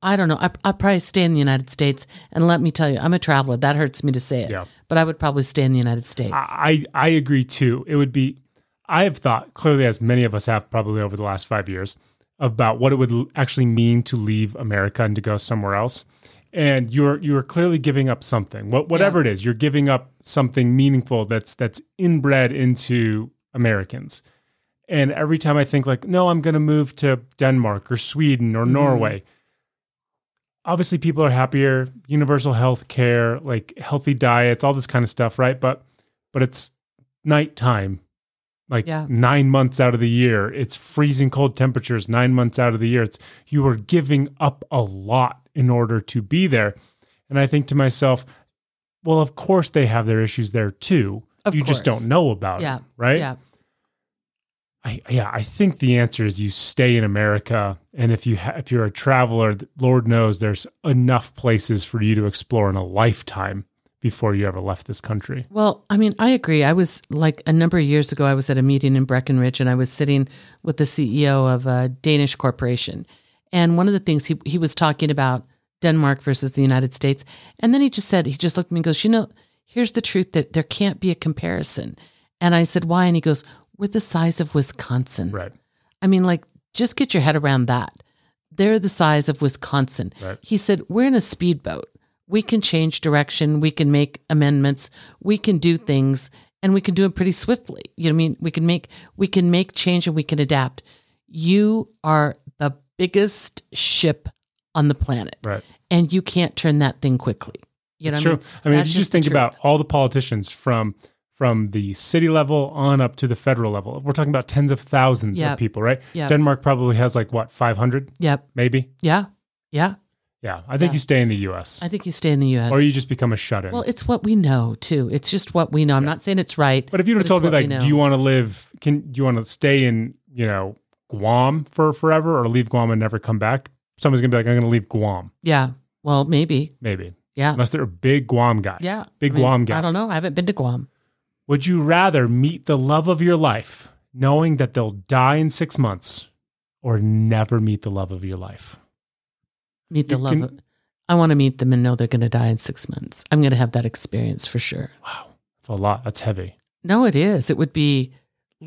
B: I don't know. I, I'd probably stay in the United States. And let me tell you, I'm a traveler. That hurts me to say it.
A: Yeah. Ah,
B: But I would probably stay in the United States.
A: I I I agree too. It would be I have thought clearly as many of us have probably over the last 5 years about what it would l- actually mean to leave America and to go somewhere else. And you're you're clearly giving up something. What whatever it is, you're giving up something meaningful that's that's inbred into Americans. And every time I think like, no, I'm going to move to Denmark or Sweden or Norway. Obviously, people are happier, universal health care, like healthy diets, all this kind of stuff, right? But but it's nighttime, like
B: Yeah.
A: nine months out of the year. It's freezing cold temperatures nine months out of the year. It's you are giving up a lot in order to be there. And I think to myself, well, of course they have their issues there too.
B: Of
A: you just
B: course.
A: don't know about
B: Yeah.
A: it, right?
B: Yeah.
A: I, yeah, I think the answer is you stay in America, and if you ha- if you're a traveler, th- Lord knows there's enough places for you to explore in a lifetime before you ever left this country.
B: Well, I mean, I agree. I was like a number of years ago, I was at a meeting in Breckenridge and I was sitting with the CEO of a Danish corporation. And one of the things he, he was talking about Denmark versus the United States. And then he just said, he just looked at me and goes, You know, here's the truth that there can't be a comparison. And I said, Why? And he goes, We're the size of Wisconsin.
A: Right.
B: I mean, like, just get your head around that. They're the size of Wisconsin.
A: Right.
B: He said, We're in a speedboat. We can change direction. We can make amendments. We can do things and we can do it pretty swiftly. You know what I mean? We can make we can make change and we can adapt. You are the biggest ship on the planet.
A: Right.
B: And you can't turn that thing quickly. You know
A: It's
B: what
A: true. I mean, if
B: That's
A: you just
B: the
A: think
B: truth.
A: about all the politicians from from the city level on up to the federal level, we're talking about tens of thousands
B: Yep.
A: of people, right?
B: Yep.
A: Denmark probably has like what five hundred,
B: Yep.
A: maybe.
B: Yeah. Yeah.
A: Yeah, I think
B: Yeah.
A: you stay in the U.S.
B: I think you stay in the US.
A: or you just become a shut-in.
B: well, it's what we know too. It's just what we know. I'm not saying it's right.
A: But if you'd have
B: it's
A: told me
B: what we
A: like,
B: know.
A: do you want to live? Can do you want to stay in you know Guam for forever or leave Guam and never come back? Someone's gonna be like, I'm gonna leave Guam,
B: Yeah. Well, maybe.
A: maybe
B: Yeah.
A: unless they're a big Guam guy.
B: Yeah.
A: big
B: I mean,
A: Guam guy.
B: I don't know. I haven't been to Guam.
A: Would you rather meet the love of your life, knowing that they'll die in six months, or never meet the love of your life?
B: Meet the
A: You
B: love
A: can-
B: of. I want to meet them and know they're going to die in six months. I'm going to have that experience for sure.
A: Wow, that's a lot. That's heavy.
B: No, it is. It would be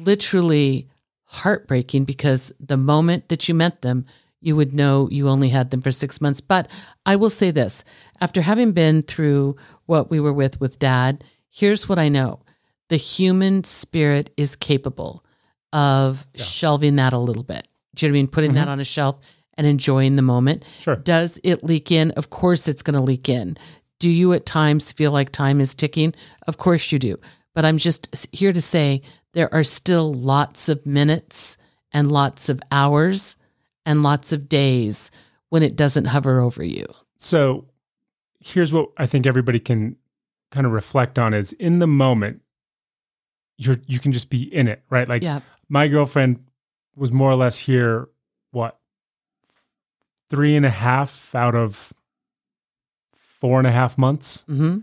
B: literally heartbreaking because the moment that you met them, you would know you only had them for six months. But I will say this after having been through what we were with with dad, here's what I know the human spirit is capable of shelving that a little bit. Do you know what I mean? Putting that on a shelf and enjoying the moment.
A: Sure.
B: Does it leak in? Of course, it's going to leak in. Do you at times feel like time is ticking? Of course, you do. But I'm just s- here to say there are still lots of minutes and lots of hours and lots of days when it doesn't hover over you.
A: so here's what I think everybody can kind of reflect on is in the moment you're you can just be in it, right? Like
B: Yeah.
A: my girlfriend was more or less here what three and a half out of four and a half months
B: hmm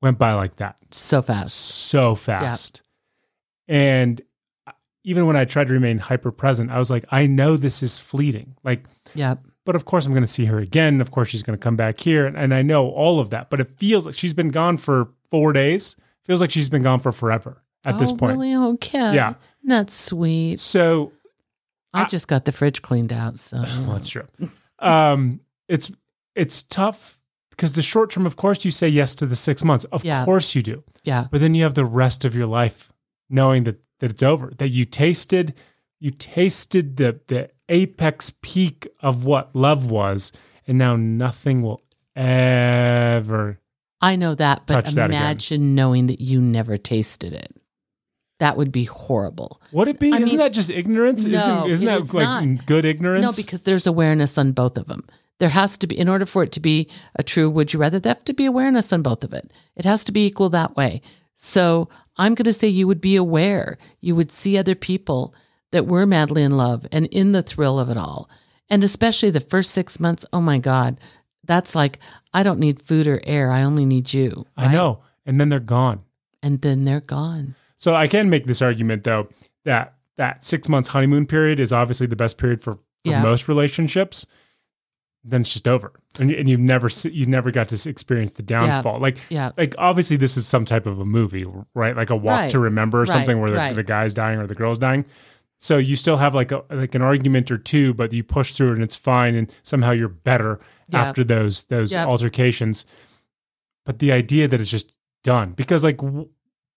A: went by like that
B: So fast.
A: so fast. And uh, even when I tried to remain hyper present, I was like, I know this is fleeting. Like
B: Yeah.
A: but of course I'm going to see her again. Of course she's going to come back here, and, and I know all of that. But it feels like she's been gone for four days. Feels like she's been gone for forever at this
B: Oh,
A: point.
B: Really? Oh, Kim.
A: Yeah.
B: That's sweet.
A: So
B: I
A: I-
B: just got the fridge cleaned out. So
A: well, that's true. Um, it's it's tough because the short term, of course, you say yes to the six months. Of
B: Yeah.
A: course you do,
B: yeah.
A: but then you have the rest of your life knowing that that it's over. That you tasted, you tasted the the apex peak of what love was, and now nothing will ever
B: I know that, but
A: Touch that again.
B: imagine knowing that you never tasted it. that would be horrible.
A: Would it be?
B: I
A: isn't
B: mean,
A: that just ignorance?
B: no,
A: isn't isn't
B: it
A: that
B: is
A: like
B: not.
A: good ignorance?
B: No, because there's awareness on both of them. There has to be, in order for it to be a true would you rather, there have to be awareness on both of it. It has to be equal that way. So I'm going to say you would be aware. You would see other people that were madly in love and in the thrill of it all. And especially the first six months, oh my God, that's like, I don't need food or air. I only need you.
A: I know. And then they're gone.
B: And then they're gone.
A: So I can make this argument though that that six months honeymoon period is obviously the best period for, for
B: Yeah.
A: most relationships. Then it's just over, and, and you've never se- you never got to s- experience the downfall. Like
B: Yeah.
A: like obviously this is some type of a movie, right? Like a walk
B: Right.
A: to remember or
B: Right.
A: something where the,
B: Right.
A: the guy's dying or the girl's dying. So you still have like a like an argument or two, but you push through it and it's fine, and somehow you're better
B: Yeah.
A: after those those
B: Yeah.
A: altercations. But the idea that it's just done because like w-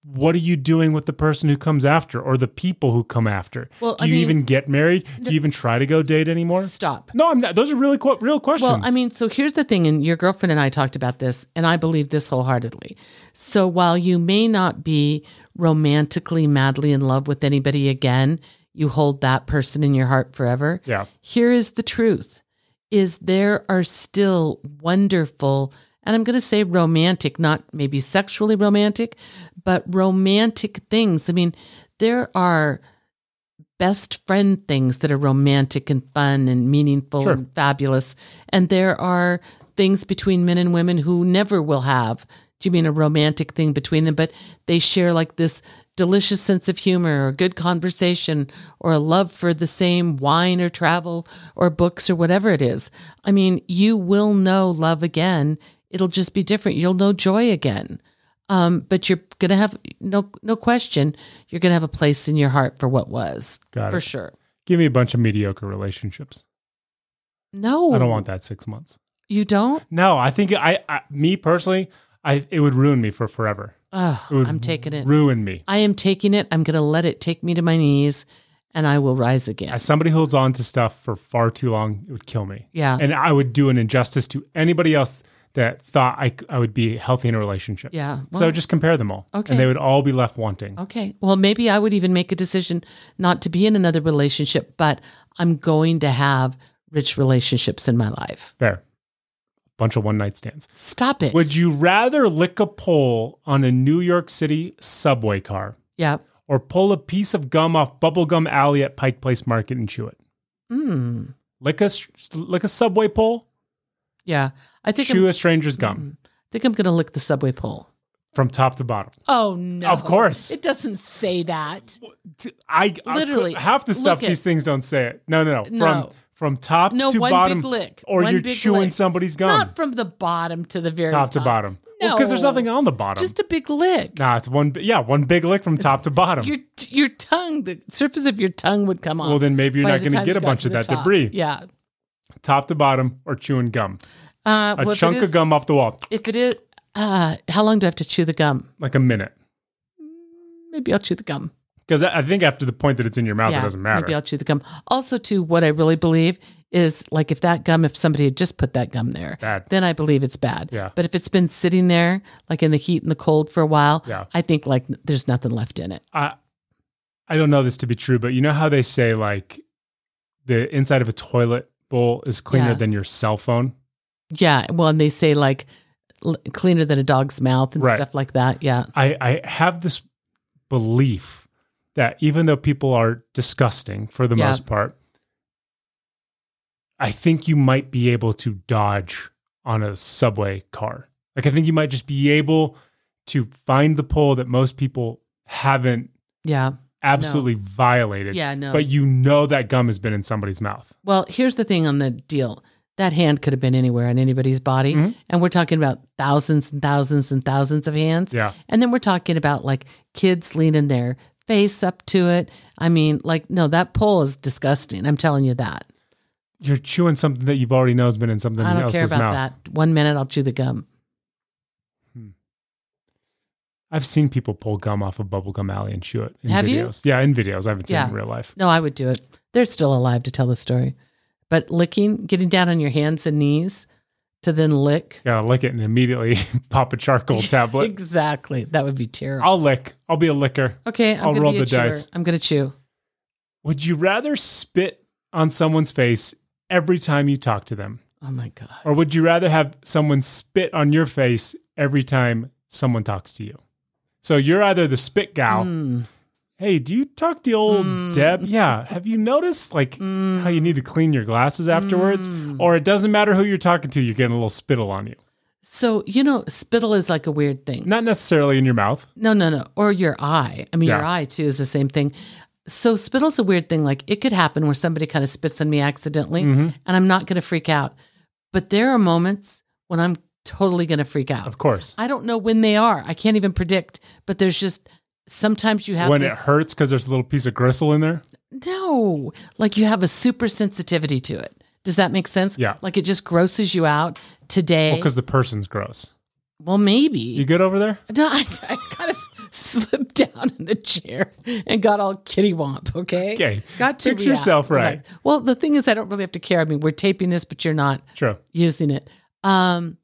A: what are you doing with the person who comes after or the people who come after?
B: Well,
A: Do
B: I
A: you
B: mean-
A: even get married? Do you even try to go date anymore?
B: Stop.
A: No, I'm not. Those are really qu- real questions.
B: Well, I mean, so here's the thing, and your girlfriend and I talked about this, and I believe this wholeheartedly. So while you may not be romantically madly in love with anybody again, you hold that person in your heart forever.
A: Yeah.
B: Here is the truth is there are still wonderful and I'm going to say romantic, not maybe sexually romantic, but romantic things. I mean, there are best friend things that are romantic and fun and meaningful
A: Sure.
B: and fabulous. And there are things between men and women who never will have, do you mean a romantic thing between them? But they share like this delicious sense of humor or good conversation or a love for the same wine or travel or books or whatever it is. I mean, you will know love again. It'll just be different. You'll know joy again. Um, but you're gonna have no no question. You're gonna have a place in your heart for what was
A: Got
B: for
A: it.
B: sure.
A: give me a bunch of mediocre relationships.
B: No,
A: I don't want that six months.
B: You don't.
A: No, I think I, I me personally, I it would ruin me for forever.
B: Oh,
A: It would
B: I'm taking it.
A: Ruin me.
B: I am taking it. I'm gonna let it take me to my knees, and I will rise again.
A: As somebody who holds on to stuff for far too long, it would kill me.
B: Yeah.
A: and I would do an injustice to anybody else that thought I c- I would be healthy in a relationship.
B: Yeah,
A: so
B: well-
A: just compare them all.
B: Okay. Oh.
A: And they would all be left wanting.
B: Okay. Well, maybe I would even make a decision not to be in another relationship, but I'm going to have rich relationships in my life.
A: Fair. Bunch of one night stands.
B: Stop it.
A: Would you rather lick a pole on a New York City subway car
B: yeah.
A: or pull a piece of gum off Bubblegum Alley at Pike Place Market and chew it?
B: Mm.
A: Lick a, s- lick a subway pole,
B: Yeah. I think
A: chew
B: I'm,
A: a stranger's gum
B: think I'm going to lick the subway pole.
A: from top to bottom.
B: Oh no.
A: Of course.
B: It doesn't say that.
A: T- I I-
B: Literally,
A: half the stuff
B: look it.
A: these things don't say it. No, no, no. From
B: No.
A: from top
B: No,
A: to
B: one
A: bottom,
B: big lick.
A: or
B: One
A: you're
B: big
A: chewing
B: lick.
A: somebody's gum.
B: Not from the bottom to the very
A: top to bottom. because there's
B: No.
A: nothing on the bottom.
B: Just a big lick.
A: nah, it's one. bi- Yeah, one big lick from top to bottom.
B: Your your tongue, the surface of your tongue would come off.
A: well, then maybe you're
B: by
A: not
B: the
A: going to
B: time
A: get
B: you
A: a
B: got
A: bunch
B: to
A: of
B: the
A: that
B: top.
A: debris.
B: Yeah.
A: Top to bottom or chewing gum.
B: Uh,
A: A
B: well, if it
A: chunk
B: is-
A: of gum off the wall,
B: If it is, uh, how long do I have to chew the gum?
A: like a minute.
B: Maybe I'll chew the gum.
A: Because I I think after the point Oh, that it's in your mouth, it doesn't matter.
B: Maybe I'll chew the gum. Also, too, what I really believe is like if that gum, if somebody had just put that gum there,
A: Bad.
B: then I believe it's bad.
A: Yeah.
B: But if it's been sitting there, like in the heat and the cold for a while,
A: Yeah.
B: I think like n- there's nothing left in it.
A: I I don't know this to be true, but you know how they say like the inside of a toilet bowl is cleaner
B: Yeah.
A: than your cell phone.
B: Yeah. Well, and they say like l- cleaner than a dog's mouth and
A: Right.
B: stuff like that. Yeah.
A: I, I have this belief that even though people are disgusting for the
B: Yeah.
A: most part, I think you might be able to dodge on a subway car. Like I think you might just be able to find the pole that most people haven't
B: Yeah.
A: absolutely violated.
B: Yeah. No.
A: But you know that gum has been in somebody's mouth.
B: Well, here's the thing on the deal. That hand could have been anywhere on anybody's body.
A: Mhm.
B: And we're talking about thousands and thousands and thousands of hands.
A: Yeah.
B: And then we're talking about like kids leaning their face up to it. I mean, like, no, that pole is disgusting. I'm telling you that.
A: You're chewing something that you've already know has been in somebody
B: I don't
A: else's
B: care about
A: mouth.
B: that. One minute, I'll chew the gum.
A: I've seen people pull gum off of Bubblegum Alley and chew it in
B: Have you?
A: videos. Yeah, in videos. I haven't seen it in
B: Yeah.
A: real life.
B: No, I would do it. They're still alive to tell the story. But licking, getting down on your hands and knees, to then lick.
A: Gotta lick it and immediately pop a charcoal tablet.
B: Exactly. That would be terrible.
A: I'll lick. I'll be a licker.
B: okay, I'm
A: I'll
B: gonna
A: roll
B: be a
A: the
B: chewer.
A: dice.
B: I'm gonna chew.
A: Would you rather spit on someone's face every time you talk to them?
B: Oh my god.
A: Or would you rather have someone spit on your face every time someone talks to you? So you're either the spit gal.
B: Mm.
A: Hey, do you talk to old Deb? Yeah. Have you noticed like how you need to clean your glasses afterwards?
B: Mm.
A: Or it doesn't matter who you're talking to, you're getting a little spittle on you.
B: So you know, spittle is like a weird thing.
A: Not necessarily in your mouth.
B: No, no, no. Or your eye. I mean, your
A: Yeah.
B: eye too is the same thing. So spittle's a weird thing. Like it could happen where somebody kind of spits on me accidentally,
A: Mm-hmm.
B: and I'm not going to freak out. But there are moments when I'm totally going to freak out.
A: Of course.
B: I don't know when they are. I can't even predict. But there's just sometimes you have
A: When
B: this,
A: it hurts because there's a little piece of gristle in there.
B: No, like you have a super sensitivity to it. Does that make sense?
A: Yeah.
B: Like it just grosses you out today.
A: Well,
B: Well,
A: because the person's gross.
B: maybe
A: You good over there?
B: No, I, I kind of slipped down in the chair and got all kitty womp. Okay.
A: Okay.
B: Got to
A: Fix
B: react.
A: yourself right.
B: Okay. Well, the thing is, I don't really have to care. I mean, we're taping this, but you're not
A: True.
B: using it. Um.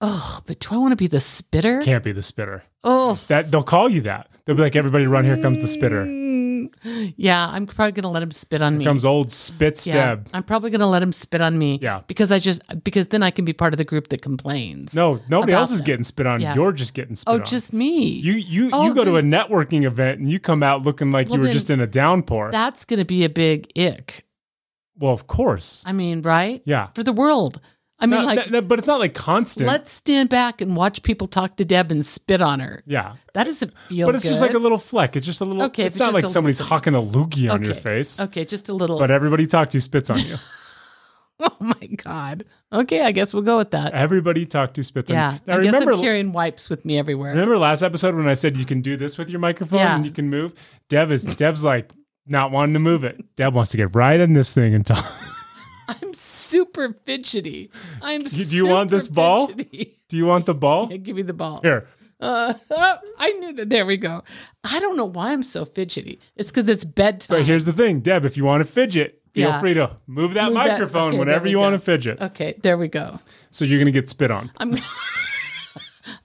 B: Oh, but do I want to be the spitter?
A: Can't be the spitter.
B: Oh,
A: That they'll call you that. They'll be like, everybody run, here comes the spitter.
B: mm, yeah. I'm probably gonna let him spit on me.
A: Comes old spits
B: yeah,
A: Deb.
B: I'm probably gonna let him spit on me.
A: Yeah.
B: Because I just because then I can be part of the group that complains.
A: No, nobody
B: About
A: else is
B: them.
A: getting spit on.
B: Yeah.
A: You're just getting spit
B: Oh,
A: on.
B: just me.
A: you you
B: Oh,
A: you go to a
B: then-
A: networking event and you come out looking like
B: Well,
A: you were
B: then
A: just in a downpour.
B: That's gonna be a big ick.
A: well, of course.
B: I mean, right?
A: yeah.
B: For the world. I mean,
A: Not-
B: like,
A: that- that- but it's not like constant.
B: let's stand back and watch people talk to Deb and spit on her.
A: yeah.
B: That doesn't feel
A: But it's
B: good.
A: just like a little fleck. It's just a little.
B: Okay,
A: it's
B: but
A: not
B: just
A: like
B: a
A: somebody's
B: little-
A: hawking a loogie on your
B: Okay.
A: face.
B: Okay, just a little.
A: But uh, everybody you talk to spits on you.
B: oh my God. Okay, I guess we'll go with that.
A: everybody you talk to spits on
B: yeah.
A: you. Now
B: I guess
A: remember,
B: I'm carrying wipes with me everywhere.
A: remember last episode when I said you can do this with your microphone
B: Yeah.
A: and you can move. Dev is Dev's like not wanting to move it. Deb wants to get right in this thing and talk.
B: I'm super fidgety. I'm
A: You- do you want
B: super
A: this ball?
B: fidgety.
A: Do you want the ball?
B: Yeah, give me the ball.
A: Here,
B: Uh, oh, I knew that. There we go. I don't know why I'm so fidgety. It's because it's bedtime.
A: But here's the thing, Deb, if you want to fidget, feel
B: Yeah.
A: free to move that
B: Move that-
A: microphone
B: okay, there
A: whenever
B: we
A: you
B: go.
A: want to fidget.
B: okay, there we go.
A: So you're going to get spit on.
B: I'm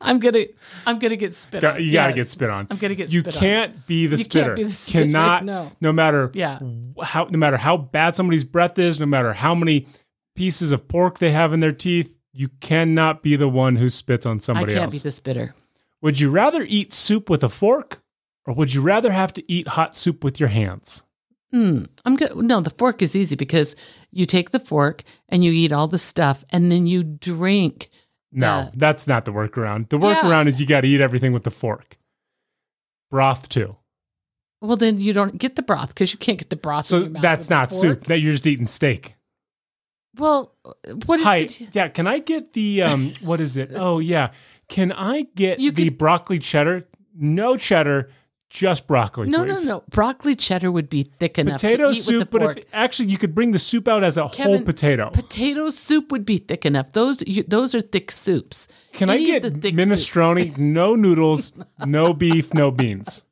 B: I'm gonna I'm gonna get spit
A: Go-
B: on.
A: You got to
B: Yes.
A: get spit on.
B: I'm gonna get
A: You
B: spit on.
A: can't be the
B: You can't
A: spitter.
B: be the spitter,
A: Cannot
B: no.
A: matter
B: Yeah.
A: wh- how no matter how bad somebody's breath is, no matter how many pieces of pork they have in their teeth, you cannot be the one who spits on
B: I
A: somebody
B: can't
A: else.
B: be the spitter.
A: would you rather eat soup with a fork or would you rather have to eat hot soup with your hands?
B: Hmm. I'm gonna no, the fork is easy because you take the fork and you eat all the stuff and then you drink.
A: No,
B: Uh,
A: that's not the workaround. The
B: Yeah.
A: workaround is you got to eat everything with the fork. Broth too.
B: Well then you don't get the broth because you can't get the broth. in
A: So
B: your mouth
A: that's
B: with a
A: not
B: fork.
A: soup. That you're just eating steak.
B: Well what is
A: Hi.
B: the-
A: Yeah. Can I get the um? What is it? Oh yeah. Can I get
B: You
A: the
B: could-
A: broccoli cheddar? No cheddar, just broccoli.
B: no,
A: please.
B: no, no. Broccoli cheddar would be thick enough
A: Potato
B: to eat
A: soup,
B: with the
A: but
B: fork.
A: if actually you could bring the soup out as a whole
B: Kevin,
A: potato.
B: potato soup would be thick enough. Those you, those are thick soups.
A: Can
B: Any
A: I
B: of
A: get
B: the thick soups.
A: minestrone? no noodles, no beef, no beans.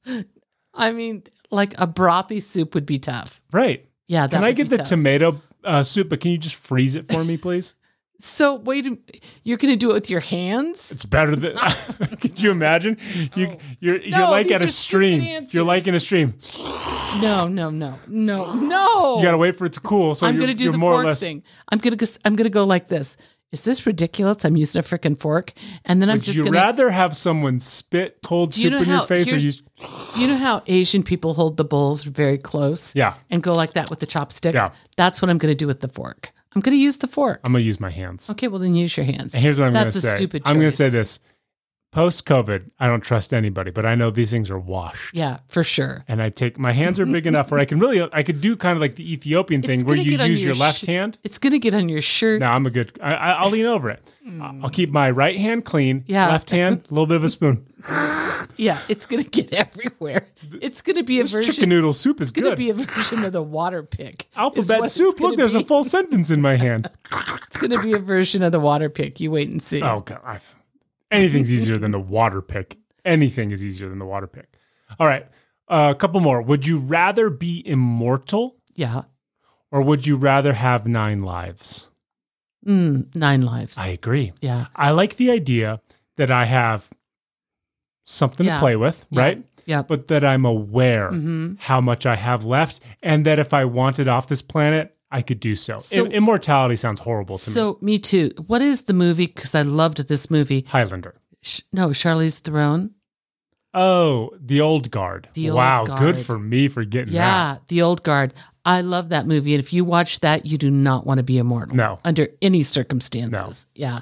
B: I mean, like a brothy soup would be tough.
A: Right.
B: Yeah. That
A: Can I
B: would
A: get
B: be
A: the
B: tough.
A: tomato uh, soup? But can you just freeze it for me, please?
B: So wait, a- you're going to do it with your hands?
A: It's better than. could you imagine? You you're you're
B: Oh. No,
A: like
B: these
A: at a
B: are stupid
A: stream. You're like
B: answers.
A: in a stream.
B: No, no, no, no, no.
A: You gotta wait for it to cool. So
B: I'm
A: you're,
B: going to do
A: you're
B: the
A: more
B: fork
A: or less.
B: thing. I'm going to I'm going to go like this. Is this ridiculous? I'm using a freaking fork, and then I'm
A: Would
B: just
A: you
B: going to.
A: rather have someone spit cold
B: you
A: soup
B: know
A: in your
B: how-
A: face, or you?
B: here's- Do you know how Asian people hold the bowls very close?
A: Yeah,
B: And go like that with the chopsticks.
A: Yeah.
B: That's what I'm going to do with the fork. I'm going to use the fork.
A: I'm gonna use my hands.
B: okay, well then use your hands.
A: And here's what I'm
B: That's
A: gonna say.
B: a stupid.
A: I'm gonna
B: choice.
A: say this. Post COVID, I don't trust anybody, but I know these things are washed.
B: Yeah, for sure.
A: And I take my hands are big enough where I can really I could do kind of like the Ethiopian thing where
B: gonna
A: you
B: get on
A: use your,
B: your
A: left
B: sh-
A: hand.
B: It's going to get on your shirt.
A: No, I'm a good. I, I- I'll lean over it. I'll keep my right hand clean.
B: Hmm. Yeah.
A: Left hand, a little bit of a spoon.
B: Yeah, it's going to get everywhere. It's going to be a
A: Chicken
B: version.
A: noodle soup is
B: It's going
A: good.
B: to be a version of the water pick. is what
A: Alphabet
B: it's
A: soup.
B: gonna
A: Look, there's a
B: be.
A: full sentence in my hand.
B: It's going to be a version of the water pick. You wait and see.
A: Oh god, I've, anything's easier than the water pick. Anything is easier than the water pick. All right, uh, a couple more. Would you rather be immortal
B: Yeah.
A: or would you rather have nine lives?
B: Mm, nine lives.
A: I agree.
B: yeah.
A: I like the idea that I have something
B: Yeah.
A: to play with,
B: Yeah.
A: right?
B: Yeah. Mm-hmm.
A: But that I'm aware how much I have left and that if I wanted off this planet, I could do so.
B: So-
A: Im- immortality sounds horrible to me.
B: so me too. What is the movie? Because I loved this movie.
A: Highlander.
B: Sh- no, Charlie's Throne.
A: Oh, the old guard.
B: The Old
A: wow,
B: Guard.
A: good for me for getting that.
B: Yeah, The Old Guard. I love that movie. And if you watch that, you do not want to be immortal.
A: No.
B: Under any circumstances. Yeah.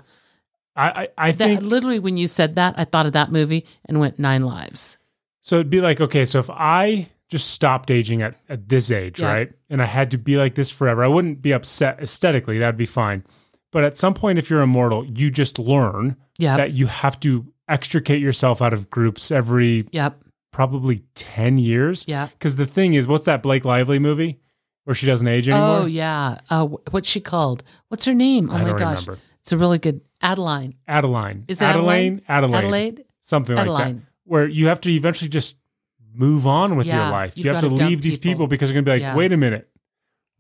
A: I I, I
B: That,
A: think
B: literally, when you said that, I thought of that movie and went nine lives.
A: so. It'd be like okay, so if I just stopped aging at at this age,
B: Yeah.
A: right, and I had to be like this forever, I wouldn't be upset aesthetically. That'd be fine. But at some point, if you're immortal, you just learn
B: Yep.
A: that you have to extricate yourself out of groups every
B: yep.
A: probably ten years.
B: Yeah.
A: Because the thing is, what's that Blake Lively movie where she doesn't age anymore?
B: Oh, yeah. Uh, wh- what's she called? What's her name? Oh,
A: I
B: my
A: don't
B: gosh.
A: remember.
B: It's a really good Adeline.
A: Adeline.
B: Is it
A: Adeline? Adeline.
B: Adelaide?
A: Something like that.
B: Adeline.
A: where you have to eventually just move on with
B: Yeah,
A: your life.
B: you've
A: You have to
B: gotta dump
A: leave these
B: people.
A: people, because they're going to be like,
B: Yeah.
A: wait a minute,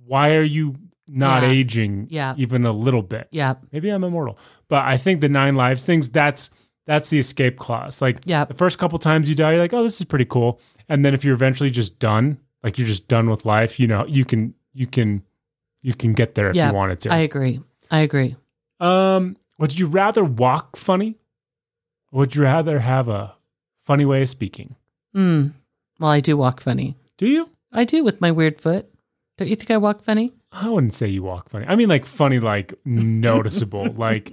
A: why are you not
B: Yeah.
A: aging
B: Yeah.
A: even a little bit?
B: Yep.
A: Maybe I'm immortal, but I think the nine lives things that's that's the escape clause. Like
B: Yep.
A: the first couple times you die, you're like, oh, this is pretty cool, and then if you're eventually just done, like you're just done with life, you know, you can you can you can get there if
B: Yeah,
A: you wanted to.
B: I agree. I agree.
A: um, would you rather walk funny? Or would you rather have a funny way of speaking?
B: Mm. Well, I do walk funny.
A: Do you?
B: I do with my weird foot. Don't you think I walk funny?
A: I wouldn't say you walk funny. I mean, like funny, like noticeable, like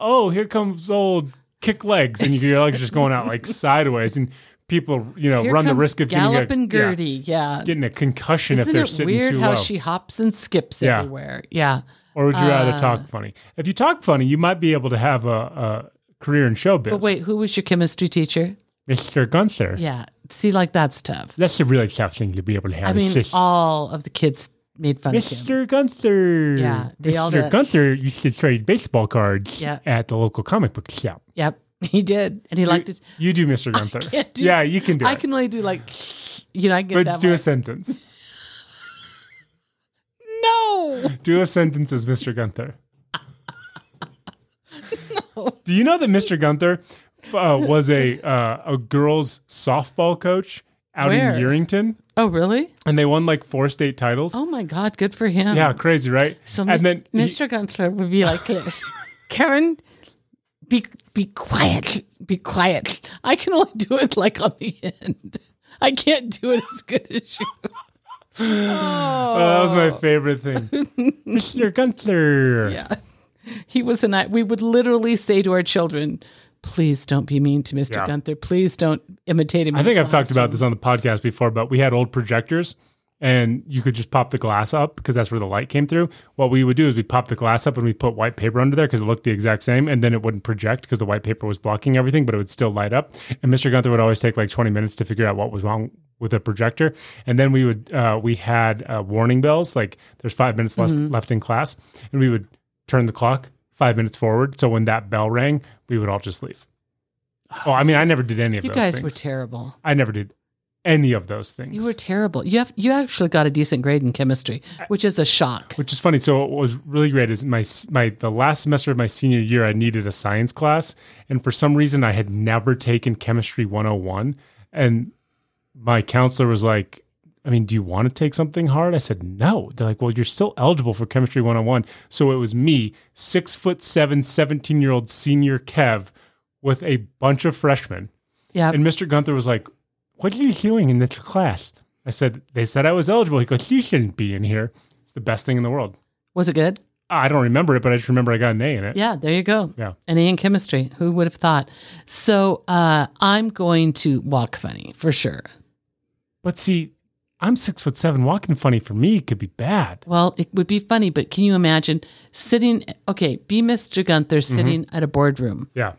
A: oh, here comes old kick legs, and your legs are just going out like sideways, and people, you know,
B: Here
A: run the
B: comes
A: risk of getting a,
B: Gallop and
A: yeah,
B: Gertie. Yeah.
A: getting a concussion
B: Isn't
A: if they're
B: it
A: sitting
B: weird
A: too
B: how
A: low.
B: she hops and skips
A: Yeah.
B: everywhere? Yeah.
A: or would you
B: uh,
A: rather talk funny? If you talk funny, you might be able to have a, a career in showbiz.
B: But wait, who was your chemistry teacher?
A: Mr. Gunther,
B: Yeah. See, like that's tough.
A: that's a really tough thing to be able to have.
B: I
A: is
B: mean,
A: just,
B: all of the kids made fun of him.
A: Mr. Gunther.
B: Yeah, they all
A: Mr.
B: did.
A: Gunther used to trade baseball cards
B: Yeah.
A: at the local comic book shop.
B: Yep. He did. And he liked it.
A: You do Mr. Gunther.
B: can't do-
A: yeah, you can do
B: I
A: it.
B: can only do like, you know, I can get
A: but
B: that
A: do a
B: much.
A: sentence.
B: No.
A: Do a sentence as Mr. Gunther. Do you know that Mr. Gunther uh, was a uh, a girls softball coach out
B: Where?
A: in Yerington,
B: Oh, really?
A: and they won like four state titles?
B: Oh, my God. Good for him.
A: Yeah, crazy, right?
B: So
A: and
B: Mr.
A: then he-
B: Mr. Gunther would be like this. Karen, be be quiet. Be quiet. I can only do it like on the end. I can't do it as good as you.
A: oh, that was my favorite thing. Mr. Gunther.
B: Yeah. He was an we would literally say to our children, please don't be mean to Mr.
A: Yeah.
B: Gunther. Please don't imitate him.
A: I
B: in
A: think
B: the
A: I've talked about
B: classroom."
A: this on the podcast before, but we had old projectors and you could just pop the glass up because that's where the light came through. What we would do is we pop the glass up and we put white paper under there because it looked the exact same and then it wouldn't project because the white paper was blocking everything, but it would still light up. And Mr. Gunther would always take like 20 minutes to figure out what was wrong with the projector. And then we would, uh, we had uh, warning bells like there's five minutes less,
B: Mm-hmm.
A: left in class and we would turn the clock five minutes forward. So when that bell rang, we would all just leave. Oh, I mean, I never did any of
B: You
A: those
B: guys
A: things.
B: were terrible.
A: I never did any of those things.
B: You were terrible. You have you actually got a decent grade in chemistry, which is a shock.
A: which is funny. So what was really great is my my the last semester of my senior year, I needed a science class, and for some reason, I had never taken chemistry 101, and my counselor was like. I mean, do you want to take something hard? I said, no. They're like, well, you're still eligible for Chemistry 101. So it was me, six foot seven, 17 year old senior Kev with a bunch of freshmen.
B: Yeah.
A: And Mr. Gunther was like, What are you doing in this class? I said, They said I was eligible. He goes, You shouldn't be in here. It's the best thing in the world.
B: Was it good?
A: I don't remember it, but I just remember I got an A in it.
B: Yeah, there you go.
A: Yeah.
B: An A in chemistry. Who would have thought? So uh, I'm going to walk funny for sure.
A: But see, I'm six foot seven. Walking funny for me could be bad.
B: Well, it would be funny, but can you imagine sitting? Okay, be Mr. Gunther sitting
A: Mm-hmm.
B: at a boardroom.
A: Yeah.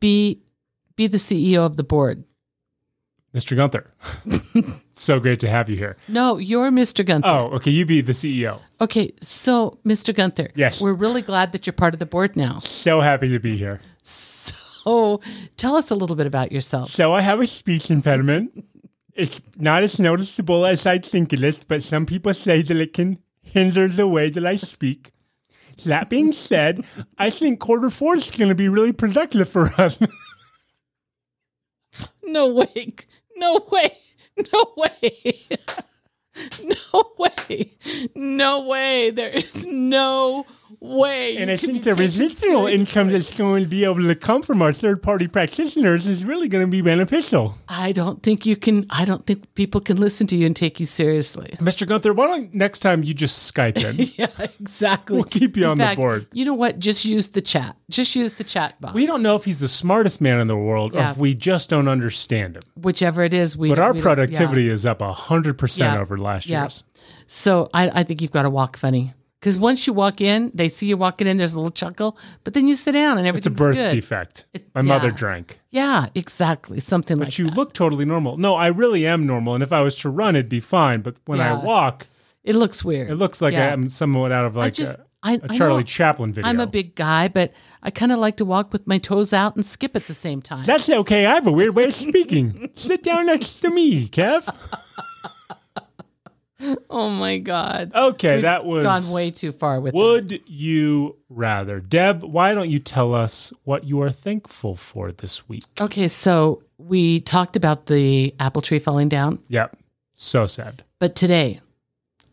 B: Be be the CEO of the board.
A: Mr. Gunther, so great to have you here.
B: No, you're Mr. Gunther.
A: Oh, okay. You be the CEO.
B: Okay, so Mr. Gunther,
A: Yes.
B: we're really glad that you're part of the board now.
A: So happy to be here.
B: So tell us a little bit about yourself.
A: So I have a speech impediment. It's not as noticeable as I think it is, but some people say that it can hinder the way that I speak. That being said, I think quarter four is going to be really productive for us.
B: No way. No way. No way. No way. No way. There is no way.
A: and
B: you
A: I
B: can
A: think
B: be
A: the
B: taken
A: residual
B: seriously.
A: income that's going to be able to come from our third party practitioners is really going to be beneficial.
B: I don't think you can. I don't think people can listen to you and take you seriously.
A: Mr. Gunther, why don't next time you just Skype in?
B: Yeah, exactly.
A: We'll keep you
B: In
A: on the
B: fact,
A: board.
B: You know what? Just use the chat. Just use the chat box.
A: we don't know if he's the smartest man in the world or
B: Yeah.
A: if we just don't understand him.
B: Whichever it is, we.
A: But our
B: we don't- yeah.
A: productivity is up 100%
B: Yeah.
A: over last
B: Yeah.
A: year's.
B: So I, I think you've got to walk funny because once you walk in, they see you walking in. There's a little chuckle, but then you sit down and
A: It's a
B: everything's
A: birth
B: good.
A: defect.
B: It-
A: My mother
B: yeah.
A: drank.
B: Yeah, exactly. Something
A: But
B: like
A: you
B: that.
A: look totally normal. No, I really am normal. And if I was to run, it'd be fine. But when I
B: Yeah.
A: walk,
B: It looks weird.
A: it looks like
B: Yeah.
A: I'm somewhat out of like
B: just-
A: a,
B: I-
A: a
B: I
A: Charlie
B: know-
A: Chaplin video.
B: I'm a big guy, but I kind of like to walk with my toes out and skip at the same time.
A: That's okay. I have a weird way of speaking. Sit down next to me, Kev.
B: oh my god.
A: Okay,
B: We've
A: that was
B: gone way too far with that.
A: Would you rather? Deb, why don't you tell us what you are thankful for this week?
B: Okay, so we talked about the apple tree falling down,
A: Yep. So sad.
B: but today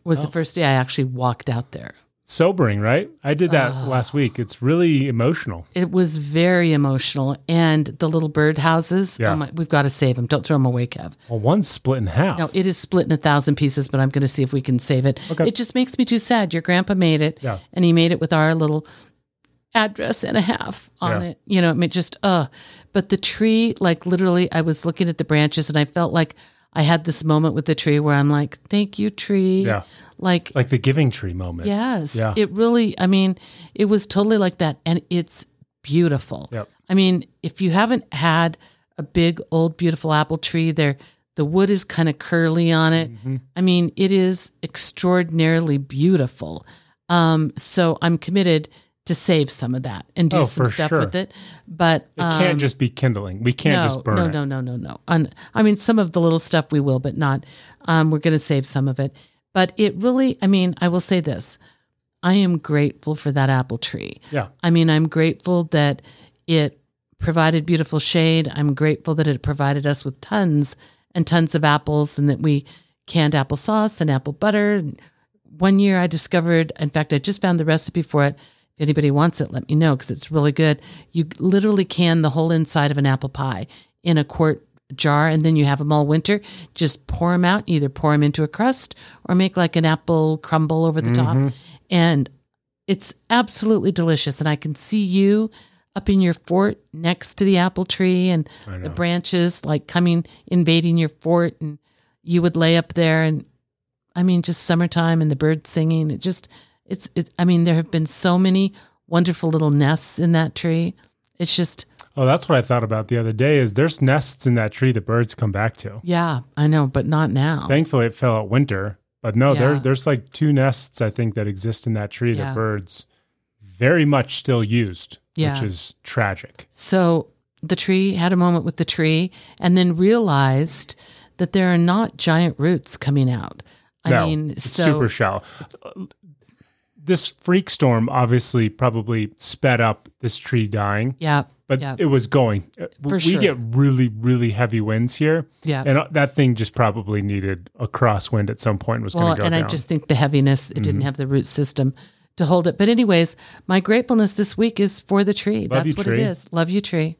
B: was
A: Oh.
B: the first day I actually walked out there.
A: Sobering, right? I did that last week. It's really emotional.
B: It was very emotional, and the little bird houses.
A: Yeah.
B: Oh my, we've got to save them. Don't throw them away, Kev.
A: Well, one's split in half.
B: No, it is split in a thousand pieces, but I'm going to see if we can save it.
A: Okay.
B: It just makes me too sad. Your grandpa made it,
A: Yeah.
B: and he made it with our little address and a half on
A: Yeah.
B: it. You know, it made just uh. But the tree, like literally, I was looking at the branches, and I felt like I had this moment with the tree where I'm like, "Thank you, tree."
A: Yeah.
B: Like,
A: like the giving tree moment.
B: yes,
A: Yeah.
B: it really. I mean, it was totally like that, and it's beautiful.
A: Yep.
B: I mean, if you haven't had a big old beautiful apple tree, there the wood is kind of curly on it.
A: Mm-hmm.
B: I mean, it is extraordinarily beautiful. Um, so I'm committed to save some of that and do
A: Oh,
B: some
A: for
B: stuff
A: sure.
B: with it. But
A: It can't
B: um,
A: just be kindling. We can't
B: no,
A: just burn
B: no,
A: it.
B: no, no, no, no. Un- I mean, some of the little stuff we will, but not. Um, we're going to save some of it. But it really, I mean, I will say this: I am grateful for that apple tree.
A: Yeah.
B: I mean, I'm grateful that it provided beautiful shade. I'm grateful that it provided us with tons and tons of apples and that we canned applesauce and apple butter. And One year I discovered, in fact, I just found the recipe for it. If anybody wants it, let me know because it's really good. You literally can the whole inside of an apple pie in a quart jar and then you have them all winter. Just pour them out, either pour them into a crust or make like an apple crumble over the top. And it's absolutely delicious and i can see you up in your fort next to the apple tree and the branches like coming invading your fort and you would lay up there and i mean just summertime and the birds singing it just it's it, i mean there have been so many wonderful little nests in that tree it's just
A: Oh, that's what I thought about the other day is there's nests in that tree that birds come back to.
B: yeah i know but not now
A: Thankfully it fell out winter. But no, there
B: Yeah.
A: there's like two nests I think that exist in that tree
B: Yeah.
A: that birds very much still used,
B: Yeah.
A: which is tragic.
B: So the tree had a moment with the tree and then realized that there are not giant roots coming out. I
A: no,
B: mean,
A: it's
B: so
A: super shallow. This freak storm obviously probably sped up this tree dying,
B: yeah,
A: but
B: yeah,
A: it was going. Uh, we
B: sure.
A: get really, really heavy winds here,
B: yeah.
A: and uh, that thing just probably needed a crosswind at some point. and Was
B: well,
A: going to go
B: and
A: down. Mm-hmm.
B: I just think the heaviness, it didn't have the root system to hold it. But anyways, my gratefulness this week is for the tree. That's
A: you,
B: what
A: tree.
B: it is. Love you, tree.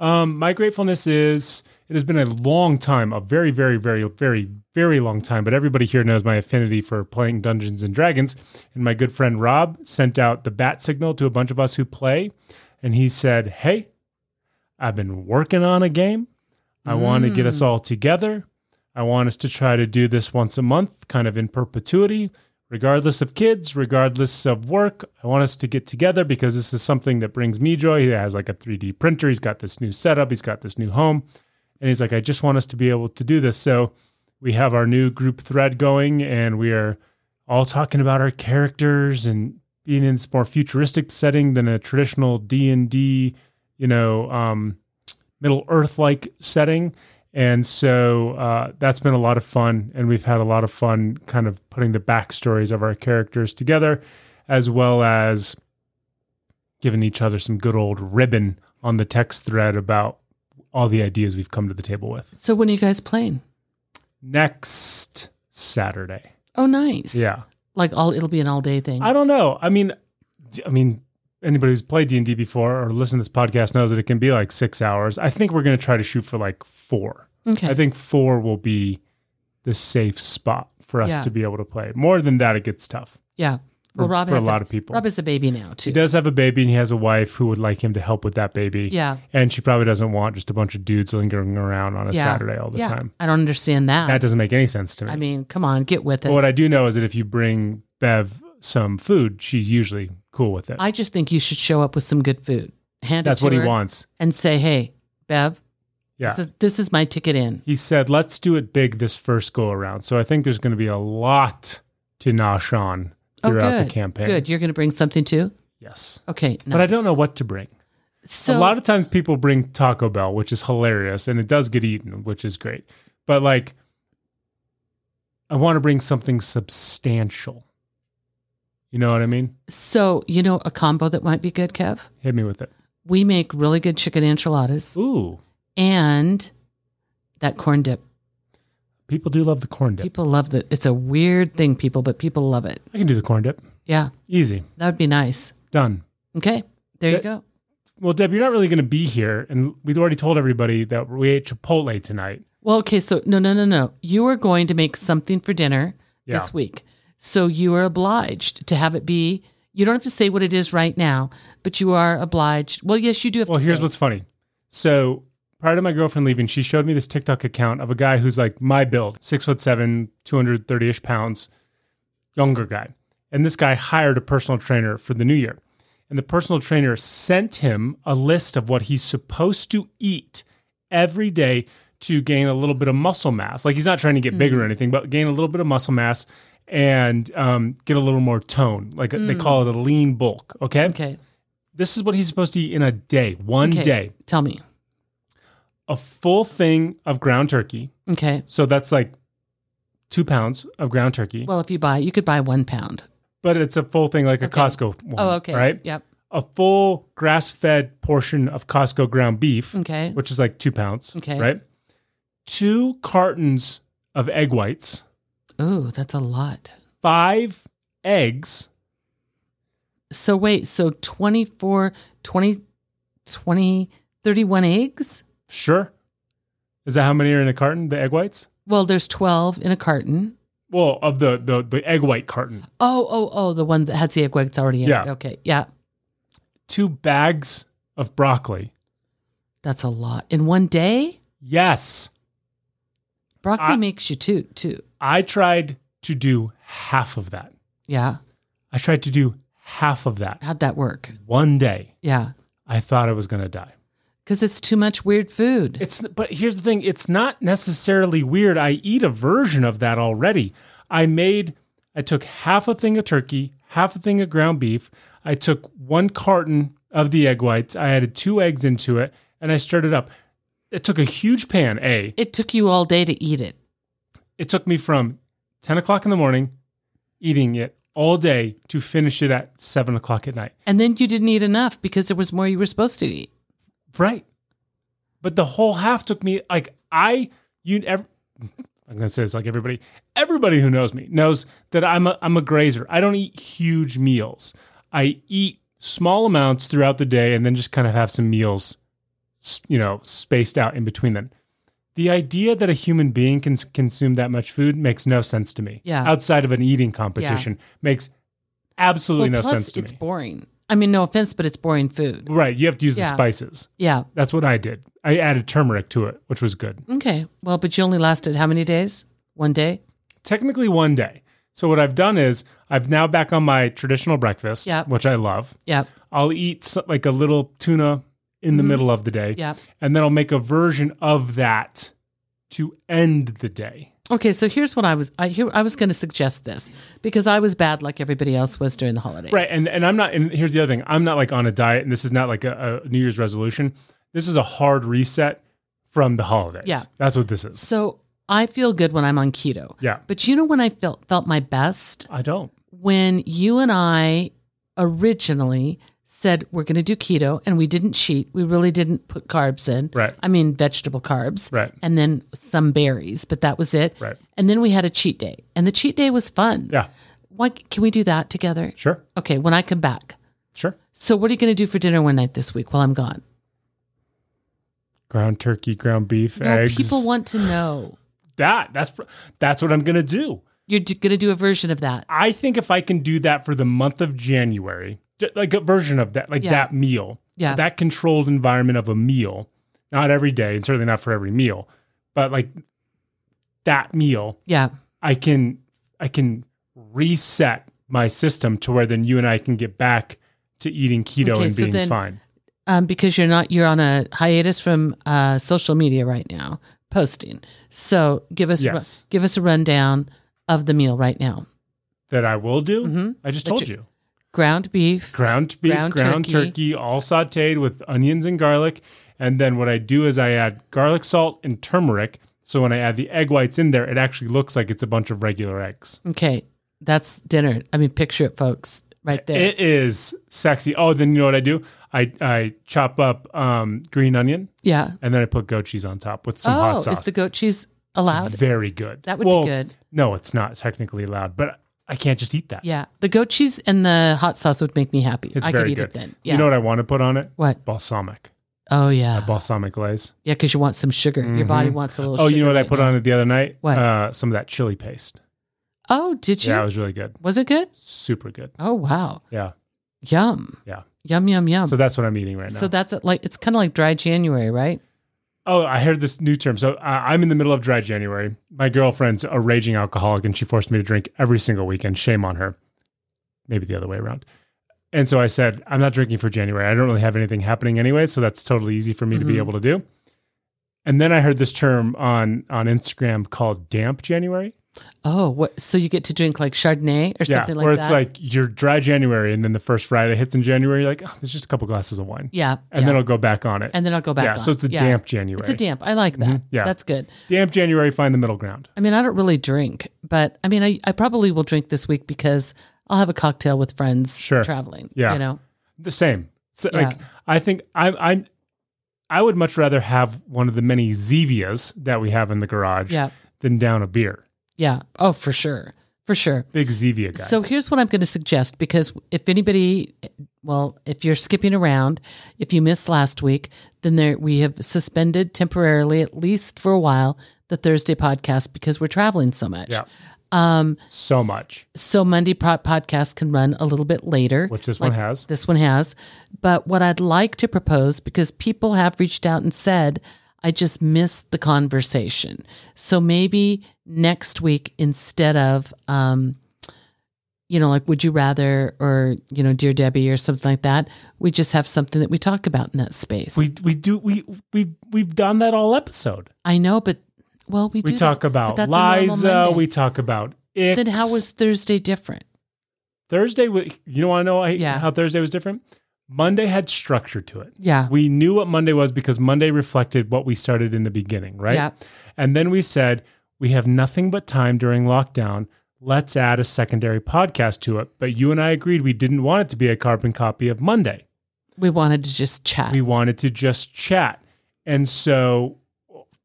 A: Um, my gratefulness is it has been a long time, a very, very, very, very, very long time. But everybody here knows my affinity for playing Dungeons and Dragons. And my good friend Rob sent out the bat signal to a bunch of us who play. And he said, Hey, I've been working on a game. I want to get
B: Mm.
A: us all together. I want us to try to do this once a month, kind of in perpetuity, regardless of kids, regardless of work. I want us to get together because this is something that brings me joy. He has like a 3D printer, he's got this new setup, he's got this new home. And he's like, I just want us to be able to do this. So we have our new group thread going and we are all talking about our characters and being in this more futuristic setting than a traditional D&D, you know, um, Middle Earth like setting. And so uh, that's been a lot of fun. And we've had a lot of fun kind of putting the backstories of our characters together. as well as giving each other some good old ribbon on the text thread about all the ideas we've come to the table with.
B: So when are you guys playing?
A: Next Saturday.
B: Oh, nice.
A: Yeah.
B: Like all it'll be an all day thing.
A: I don't know. I mean, d- I mean, anybody who's played D and D before or listened to this podcast knows that it can be like six hours. I think we're going to try to shoot for like four.
B: okay.
A: I think four will be the safe spot for us
B: Yeah.
A: to be able to play. More than that, it gets tough
B: yeah.
A: for,
B: Well, Rob
A: for a
B: has
A: lot of people.
B: Rob is a baby now too.
A: he does have a baby and he has a wife who would like him to help with that baby.
B: Yeah.
A: And she probably doesn't want just a bunch of dudes lingering around on a
B: Yeah.
A: Saturday all the
B: yeah.
A: time.
B: I don't understand that.
A: That doesn't make any sense to me.
B: I mean, come on, get with it.
A: But what I do know is that if you bring Bev some food, she's usually cool with it.
B: I just think you should show up with some good food. Hand it
A: That's
B: to
A: what he
B: her
A: wants.
B: and say, "Hey, Bev,
A: Yeah.
B: this, is, this is my ticket in."
A: he said, let's do it big this first go around. So I think there's going to be a lot to nosh on
B: Oh,
A: throughout
B: good.
A: the campaign.
B: Good. You're going to bring something too.
A: Yes.
B: Okay. Nice.
A: But I don't know what to bring.
B: So
A: a lot of times people bring Taco Bell, which is hilarious and it does get eaten, which is great. But like, I want to bring something substantial. You know what I mean?
B: so you know a combo that might be good, Kev.
A: Hit me with it.
B: We make really good chicken enchiladas
A: Ooh,
B: and that corn dip.
A: people do love the corn dip.
B: People love the. It's a weird thing, people, but people love it.
A: I can do the corn dip.
B: Yeah,
A: Easy.
B: that would be nice.
A: Done.
B: Okay, there
A: That-
B: you go.
A: Well, Deb, you're not really going to be here. And we've already told everybody that we ate Chipotle tonight.
B: Well, okay, so no, no, no, no. You are going to make something for dinner
A: Yeah.
B: this week. So you are obliged to have it be. You don't have to say what it is right now, but you are obliged. Well, yes, you do have
A: Well,
B: to.
A: here's
B: say.
A: what's funny. So prior to my girlfriend leaving, she showed me this TikTok account of a guy who's like my build, six foot seven, 230 ish pounds, younger guy. And this guy hired a personal trainer for the new year. And the personal trainer sent him a list of what he's supposed to eat every day to gain a little bit of muscle mass. Like he's not trying to get
B: Mm.
A: big or anything, but gain a little bit of muscle mass and um, get a little more tone. Like they
B: Mm.
A: call it a lean bulk. Okay.
B: Okay.
A: This is what he's supposed to eat in a day, one
B: okay.
A: day
B: Tell me.
A: a full thing of ground turkey.
B: Okay.
A: So that's like two pounds of ground turkey,
B: Well, if you buy, you could buy one pound.
A: but it's a full thing like a
B: Okay.
A: Costco one.
B: Oh, okay.
A: Right?
B: Yep.
A: A full grass fed portion of Costco ground beef,
B: Okay.
A: which is like two pounds.
B: Okay.
A: Right? Two cartons of egg whites,
B: Oh, that's a lot.
A: five eggs.
B: So wait, so 24, 20, 20, 31 eggs?
A: Sure. Is that how many are in a carton? The egg whites?
B: Well, there's 12 in a carton.
A: Well, of the, the, the egg white carton.
B: Oh, oh, oh, the one that has the egg whites already in
A: Yeah.
B: it. Okay. Yeah.
A: Two bags of broccoli.
B: That's a lot. In one day?
A: Yes.
B: Broccoli
A: I-
B: makes you toot, too.
A: I tried to do half of that.
B: Yeah.
A: I tried to do half of that.
B: How'd that work?
A: One day,
B: Yeah.
A: I thought I was going to die.
B: Because it's too much weird food.
A: It's but here's the thing, it's not necessarily weird. I eat a version of that already. I made I took half a thing of turkey, half a thing of ground beef. I took one carton of the egg whites. I added two eggs into it and I stirred it up. It took a huge pan, A.
B: It took you all day to eat it.
A: It took me from 10 o'clock in the morning eating it all day to finish it at 7 o'clock at night.
B: And then you didn't eat enough because there was more you were supposed to eat.
A: Right. But the whole half took me like I you ev- I'm gonna say this like everybody everybody who knows me knows that I'm a I'm a grazer. I don't eat huge meals. I eat small amounts throughout the day and then just kind of have some meals, s- you know, spaced out in between them. The idea that a human being can s- consume that much food makes no sense to me.
B: Yeah.
A: Outside of an eating competition, makes absolutely
B: Well,
A: no
B: plus,
A: sense to
B: it's
A: me.
B: boring. I mean, no offense, but it's boring food.
A: right. You have to use the
B: Yeah.
A: spices.
B: Yeah.
A: That's what I did. I added turmeric to it, which was good.
B: Okay. Well, but you only lasted how many days? One day?
A: Technically, one day. So what I've done is I've now back on my traditional breakfast,
B: Yep.
A: which I love.
B: Yeah.
A: I'll eat so- like a little tuna in the middle of the day,
B: Mm-hmm. Yep.
A: and then I'll make a version of that to end the day.
B: Okay, so here's what I was I here I was going to suggest this because I was bad like everybody else was during the holidays.
A: Right. And and I'm not. And here's the other thing. I'm not like on a diet, and this is not like a, a New Year's resolution. This is a hard reset from the holidays.
B: Yeah.
A: That's what this is.
B: So I feel good when I'm on keto.
A: Yeah.
B: But you know when I felt felt my best
A: I don't.
B: when you and I originally said we're going to do keto and we didn't cheat. We really didn't put carbs in.
A: Right.
B: I mean vegetable carbs.
A: Right.
B: And then some berries, but that was it.
A: Right.
B: And then we had a cheat day. And the cheat day was fun.
A: Yeah.
B: Why can we do that together?
A: Sure.
B: Okay, when I come back.
A: Sure.
B: So what are you going to do for dinner one night this week while I'm gone?
A: Ground turkey, ground beef,
B: No,
A: eggs.
B: people want to know.
A: that. That's that's what I'm gonna do.
B: You're going to do a version of that.
A: I think if I can do that for the month of January, j- like a version of that, like
B: Yeah.
A: that meal,
B: Yeah.
A: that controlled environment of a meal, not every day, and certainly not for every meal, but like that meal,
B: Yeah.
A: I can I can reset my system to where then you and I can get back to eating keto
B: Okay,
A: and
B: so
A: being
B: then-
A: fine.
B: um, because you're not you're on a hiatus from uh, social media right now posting. So give us
A: Yes.
B: give us a rundown of the meal right now.
A: That I will do.
B: Mhm.
A: I just
B: But
A: told
B: you-
A: you.
B: Ground beef.
A: ground beef,
B: Ground
A: ground,
B: turkey.
A: turkey. all sauteed with onions and garlic. And then what I do is I add garlic salt and turmeric. So when I add the egg whites in there, it actually looks like it's a bunch of regular eggs.
B: Okay, that's dinner. I mean, picture it, folks, right there.
A: It is sexy. Oh, then you know what I do? I, I chop up um, green onion
B: yeah.
A: and then I put goat cheese on top with some
B: Oh,
A: hot
B: is
A: sauce.
B: the goat cheese allowed?
A: Very good.
B: That would be good.
A: No, it's not technically allowed, but I can't just eat that.
B: Yeah, the goat cheese and the hot sauce would make me happy.
A: It's
B: I
A: very
B: could eat
A: good.
B: it then. Yeah.
A: You know what I want to put on it?
B: what?
A: Balsamic.
B: Oh yeah,
A: Balsamic glaze.
B: yeah. Because you want some sugar. Your body wants a little.
A: Oh,
B: sugar
A: you know what I
B: right
A: put
B: now.
A: on it the other night?
B: What?
A: Uh, some of that chili paste.
B: Oh, did you?
A: Yeah, it was really good.
B: was it good?
A: Super good.
B: Oh wow,
A: Yeah,
B: yum,
A: yeah.
B: yum, yum, yum.
A: So that's what I'm eating right now.
B: Um, So that's it, like it's kind of like dry January, right?
A: oh, I heard this new term. So uh, I'm in the middle of dry January. My girlfriend's a raging alcoholic, and she forced me to drink every single weekend. Shame on her. Maybe the other way around. And so I said, I'm not drinking for January. I don't really have anything happening anyway, so that's totally easy for me to
B: Mhm.
A: be able to do. And then I heard this term on on Instagram called damp January.
B: Oh, what? So you get to drink like Chardonnay or something like
A: where
B: that.
A: it's like you're dry January, and then the first Friday hits in January, you're like, oh, there's just a couple glasses of wine.
B: yeah,
A: And
B: yeah.
A: then I'll go back on it.
B: and then I'll go back.
A: yeah,
B: on.
A: so it's a damp January. Mm-hmm.
B: It's a damp. I like that.
A: yeah.
B: that's good.
A: Damp January, find the middle ground.
B: I mean, I don't really drink, but I mean, I, I probably will drink this week because I'll have a cocktail with friends
A: Sure.
B: traveling.
A: Yeah.
B: you know.
A: The same. So,
B: Yeah.
A: Like I think I'm I'm I would much rather have one of the many Zevias that we have in the garage
B: Yeah,
A: than down a beer.
B: yeah. Oh, for sure, for sure.
A: Big Zevia guy.
B: So here's what I'm going to suggest because if anybody, well, if you're skipping around, if you missed last week, then there we have suspended temporarily, at least for a while, the Thursday podcast because we're traveling so much.
A: Yeah.
B: Um,
A: so much.
B: so Monday pro- podcast can run a little bit later,
A: Which this
B: like
A: one has.
B: This one has. But what I'd like to propose, because people have reached out and said, I just missed the conversation. So maybe next week, instead of, um, you know, like, would you rather, or, you know, Dear Debbie, or something like that, we just have something that we talk about in that space.
A: We we do we we we've done that all episode.
B: I know, but, well, we do.
A: We talk
B: that,
A: about
B: but that's a normal
A: Liza.
B: Monday.
A: We talk about it.
B: Then how was Thursday different?
A: Thursday? wa- You don't want to know I-
B: Yeah.
A: how Thursday was different. Monday had structure to it.
B: Yeah.
A: We knew what Monday was because Monday reflected what we started in the beginning, right?
B: Yeah.
A: And then we said, we have nothing but time during lockdown. Let's add a secondary podcast to it. But you and I agreed we didn't want it to be a carbon copy of Monday.
B: We wanted to just chat.
A: We wanted to just chat. And so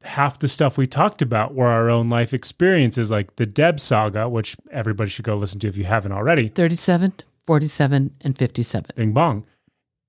A: half the stuff we talked about were our own life experiences, like the Deb saga, which everybody should go listen to if you haven't already.
B: 37, 47, and 57.
A: bing bong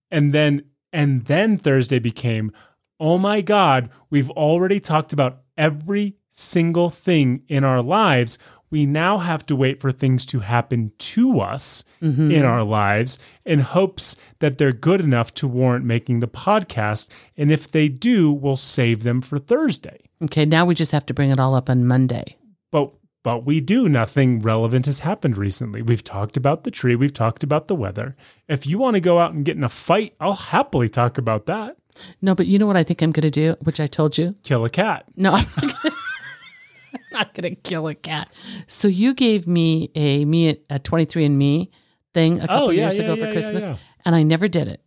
A: and then and then thursday became oh my god we've already talked about every single thing in our lives we now have to wait for things to happen to us in our lives in hopes that they're good enough to warrant making the podcast and if they do we'll save them for thursday
B: Okay, now we just have to bring it all up on Monday.
A: but but we do nothing relevant has happened recently we've talked about the tree we've talked about the weather if you want to go out and get in a fight i'll happily talk about that
B: No, but you know what I think I'm going to do, which I told you?
A: kill a cat
B: No, I'm not gonna- I'm not going to kill a cat. So you gave me a me a 23andMe thing a couple
A: Oh, yeah,
B: years
A: yeah,
B: ago
A: yeah,
B: for
A: yeah,
B: Christmas,
A: yeah.
B: and I never did it.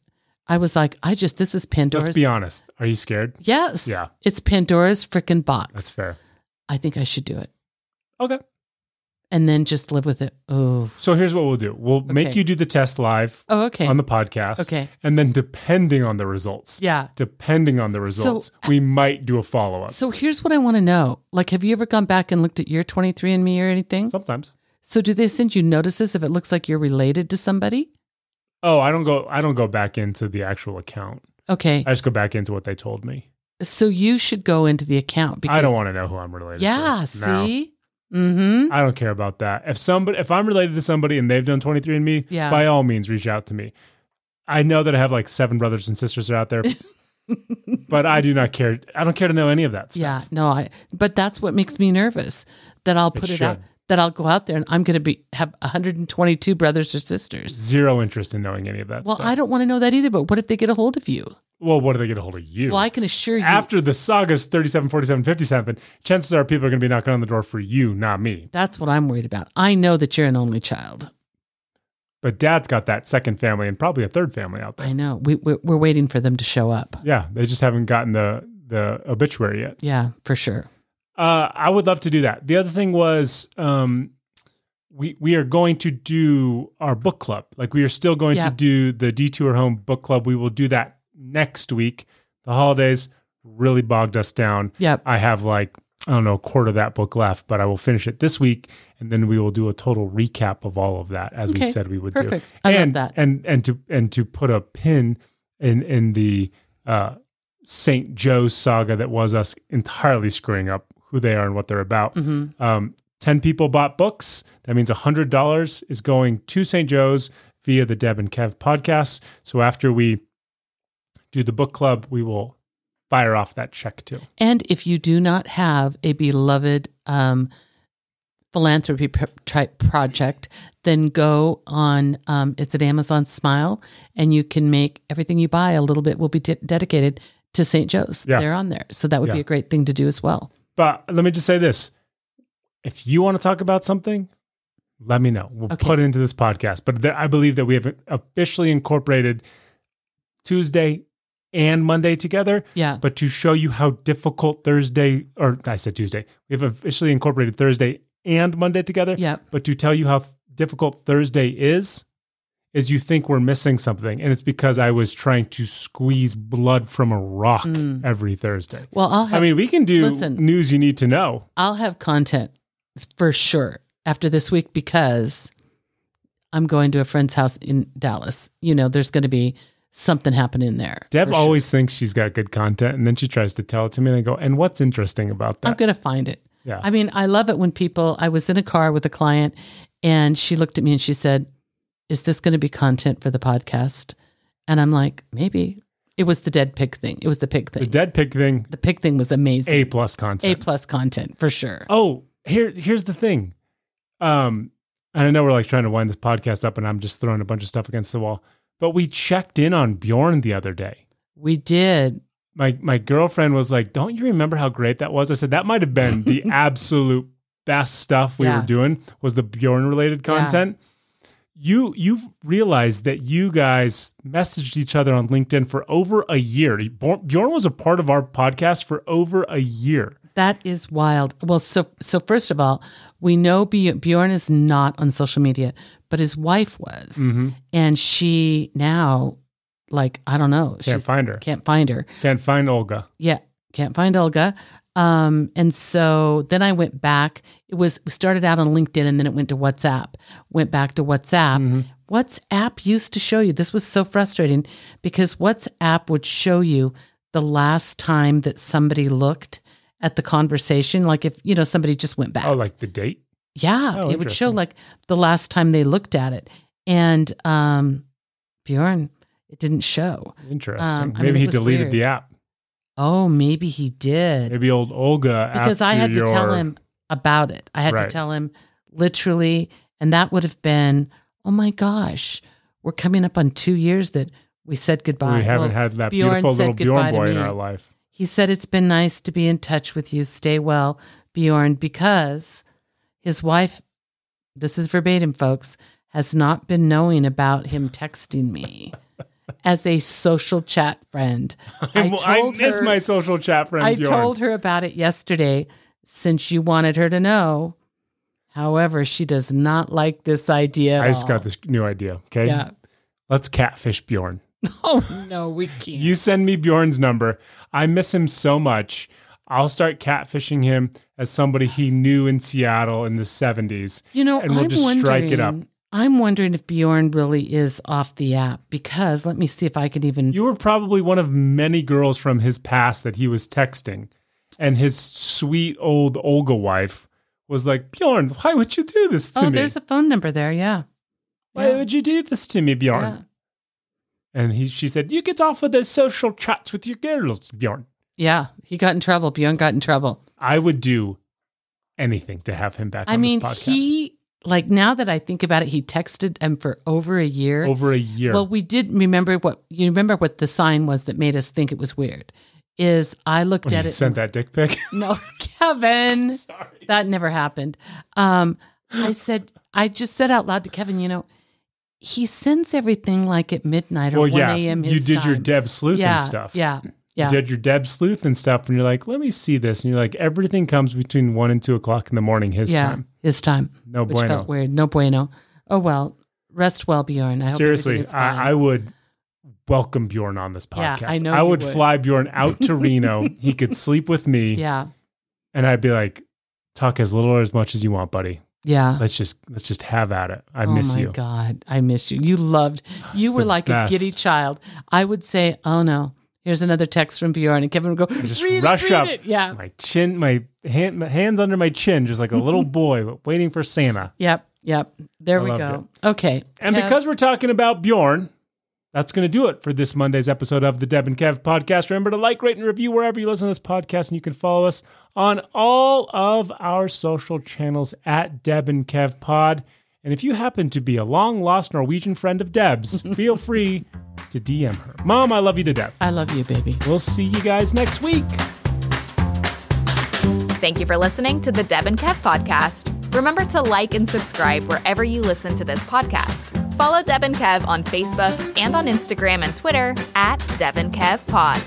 B: I was like, I just this is Pandora's.
A: let's be honest are you scared
B: Yes,
A: Yeah.
B: it's Pandora's freaking box.
A: that's fair
B: I think I should do it.
A: okay
B: and then just live with it. Oh,
A: So here's what we'll do. We'll make
B: Okay.
A: you do the test live
B: oh okay.
A: on the podcast.
B: Okay.
A: And then depending on the results.
B: yeah.
A: Depending on the results, we might do a follow up.
B: So here's what I want to know. Like, have you ever gone back and looked at your 23andMe or anything?
A: Sometimes.
B: So do they send you notices if it looks like you're related to somebody?
A: Oh, I don't go I don't go back into the actual account.
B: Okay.
A: I just go back into what they told me.
B: so you should go into the account because
A: I don't want to know who I'm related
B: Yeah,
A: to. No.
B: see? Mm-hmm.
A: I don't care about that. If somebody if I'm related to somebody and they've done 23andme,
B: Yeah.
A: by all means reach out to me. I know that I have like seven brothers and sisters that are out there, but I do not care. I don't care to know any of that stuff.
B: Yeah, no, I but that's what makes me nervous that I'll put it, out
A: should.
B: that I'll go out there and I'm going to be have 122 brothers or sisters.
A: Zero interest in knowing any of that
B: Well,
A: stuff.
B: I don't want to know that either, but what if they get a hold of you?
A: well, what do they get a hold of you?
B: Well, I can assure you
A: After the sagas 37, 47, 57, chances are people are going to be knocking on the door for you, not me.
B: that's what I'm worried about. I know that you're an only child.
A: But dad's got that second family and probably a third family out there.
B: I know. We we're, we're waiting for them to show up.
A: Yeah, they just haven't gotten the the obituary yet.
B: Yeah, for sure.
A: Uh, I would love to do that. The other thing was, um, we we are going to do our book club. Like we are still going
B: Yeah.
A: to do the detour home book club. We will do that next week. The holidays really bogged us down.
B: Yep.
A: I have like I don't know a quarter of that book left, but I will finish it this week, and then we will do a total recap of all of that as we
B: Okay,
A: said we would
B: perfect.
A: do.
B: I love
A: and,
B: that.
A: And and to and to put a pin in in the uh, Saint Joe saga that was us entirely screwing up who they are and what they're about.
B: Mm-hmm.
A: Um, Ten people bought books. That means hundred dollars is going to St. Joe's via the Deb and Kev podcast. So after we do the book club, we will fire off that check too.
B: And if you do not have a beloved um, philanthropy pr- type project, then go on. Um, it's an Amazon Smile, and you can make everything you buy a little bit will be de- dedicated to St. Joe's.
A: Yeah.
B: They're on there, so that would be
A: Yeah.
B: a great thing to do as well.
A: But let me just say this: if you want to talk about something, let me know. We'll
B: Okay.
A: put it into this podcast. But there, I believe that we have officially incorporated Tuesday and Monday together.
B: Yeah,
A: But to show you how difficult Thursday, or I said Tuesday, we have officially incorporated Thursday and Monday together.
B: yeah,
A: But to tell you how difficult Thursday is, is you think we're missing something. And it's because I was trying to squeeze blood from a rock
B: Mm.
A: every Thursday.
B: Well, I'll have
A: I mean, we can do
B: Listen.
A: news you need to know.
B: I'll have content for sure after this week because I'm going to a friend's house in Dallas. You know, there's going to be something happening there.
A: Deb
B: for sure.
A: always thinks she's got good content, and then she tries to tell it to me, and I go, "And what's interesting about
B: I'm
A: that?"
B: going to find it.
A: Yeah.
B: I mean, I love it when people, I was in a car with a client and she looked at me and she said, Is this going to be content for the podcast? And I'm like, Maybe. It was the dead pig thing. It was the pig
A: The
B: thing.
A: dead pig thing,
B: The pig thing was amazing.
A: A plus
B: A
A: content.
B: plus content for sure.
A: Oh, here, here's the thing. Um, and I know we're like trying to wind this podcast up, and I'm just throwing a bunch of stuff against the wall. But we checked in on Bjorn the other day.
B: We did.
A: my my girlfriend was like, "Don't you remember how great that was?" I said, "That might have been the absolute best stuff we
B: Yeah.
A: were doing was the Bjorn related
B: Yeah.
A: content." You you realized that you guys messaged each other on LinkedIn for over a year. Bjorn Bjorn was a part of our podcast for over a year.
B: That is wild. Well, so so first of all, we know Bj- Bjorn is not on social media, but his wife was,
A: Mm-hmm.
B: and she now, like I don't know,
A: Can't
B: she
A: find her.
B: can't find her.
A: Can't find Olga.
B: Yeah, can't find Olga. Um, and so then I went back. It was we started out on LinkedIn and then it went to WhatsApp. Went back to WhatsApp.
A: Mm-hmm.
B: WhatsApp used to show you. This was so frustrating because WhatsApp would show you the last time that somebody looked at the conversation. Like if you know somebody just went back.
A: Oh, like the date?
B: Yeah,
A: Oh,
B: it would show
A: interesting.
B: like the last time they looked at it. And um, Bjorn, it didn't show.
A: Interesting.
B: Um, I mean,
A: Maybe
B: it
A: he
B: was
A: deleted
B: weird.
A: the app.
B: Oh, maybe he did.
A: Maybe old Olga.
B: because I
A: after
B: had to tell
A: your-
B: him about it. I had
A: Right.
B: to tell him literally, and that would have been, oh my gosh, we're coming up on two years that we said goodbye.
A: we haven't
B: Well,
A: had that
B: Bjorn
A: beautiful
B: said
A: little Bjorn
B: goodbye to
A: boy in
B: me.
A: our life.
B: He said it's been nice to be in touch with you. Stay well, Bjorn, because his wife, this is verbatim, folks, has not been knowing about him texting me. As a social chat friend,
A: I,
B: told
A: miss
B: her-
A: my social chat friend.
B: I
A: Bjorn.
B: told her about it yesterday since you wanted her to know However, she does not like this idea. at
A: I just
B: all.
A: got this new idea. Okay.
B: Yeah.
A: Let's catfish Bjorn.
B: Oh no, we can't.
A: You send me Bjorn's number. I miss him so much. I'll start catfishing him as somebody he knew in Seattle in the 70s.
B: You know,
A: and we'll
B: I'm
A: just
B: wondering,
A: strike it up.
B: I'm wondering if Bjorn really is off the app because let me see if I can even.
A: You were probably one of many girls from his past that he was texting. And his sweet old Olga wife was like, Bjorn, why would you do this to
B: oh,
A: me?
B: there's a phone number there. Yeah.
A: why
B: yeah,
A: would you do this to me, Bjorn?
B: Yeah.
A: And he, she said, You get off of those social chats with your girls, Bjorn.
B: Yeah, he got in trouble. Bjorn got in trouble.
A: I would do anything to have him back
B: I
A: on
B: mean,
A: this podcast.
B: he like now that I think about it, he texted him for over a year.
A: Over a year.
B: Well, we did remember what you remember what the sign was that made us think it was weird. Is I looked
A: when
B: at
A: he
B: it.
A: sent that dick pic.
B: No, Kevin.
A: Sorry.
B: that never happened. Um, I said, I just said out loud to Kevin, you know, he sends everything like at midnight or
A: Well,
B: 1
A: yeah.
B: a.m.
A: You
B: his
A: did your
B: time.
A: Deb sleuthing
B: yeah,
A: stuff.
B: Yeah.
A: You
B: Yeah.
A: did your Deb sleuth and stuff, and you're like, let me see this. And you're like, everything comes between one and two o'clock in the morning his
B: yeah.
A: time.
B: His time.
A: No
B: Which
A: bueno.
B: felt weird. No bueno. Oh, well. Rest well, Bjorn. I hope
A: Seriously, I, I
B: I,
A: would welcome Bjorn on this
B: Yeah,
A: podcast.
B: I know
A: I
B: you
A: would,
B: would.
A: fly Bjorn out to Reno. He could sleep with me,
B: yeah.
A: and I'd be like, talk as little or as much as you want, buddy.
B: Yeah.
A: Let's just let's just have at it. I
B: oh
A: miss
B: my
A: you.
B: God. I miss you. You loved, you
A: It's
B: were
A: the
B: like
A: best.
B: a giddy child. I would say, oh no, here's another text from Bjorn. And Kevin would go,
A: just
B: read
A: rush
B: it, read
A: up.
B: It. Yeah.
A: My chin, my, hand, my hands under my chin, just like a little boy waiting for Santa.
B: Yep. Yep. There
A: I
B: we
A: loved
B: go. Okay.
A: And
B: Kev-
A: because we're talking about Bjorn, that's going to do it for this Monday's episode of the Deb and Kev podcast. Remember to like, rate, and review wherever you listen to this podcast. And you can follow us on all of our social channels at Deb and Kev Pod. And if you happen to be a long lost Norwegian friend of Deb's, feel free to DM her. Mom, I love you to death.
B: I love you, baby.
A: We'll see you guys next week.
C: Thank you for listening to the Deb and Kev podcast. Remember to like and subscribe wherever you listen to this podcast. Follow Deb and Kev on Facebook and on Instagram and Twitter at Deb and Kev Pod.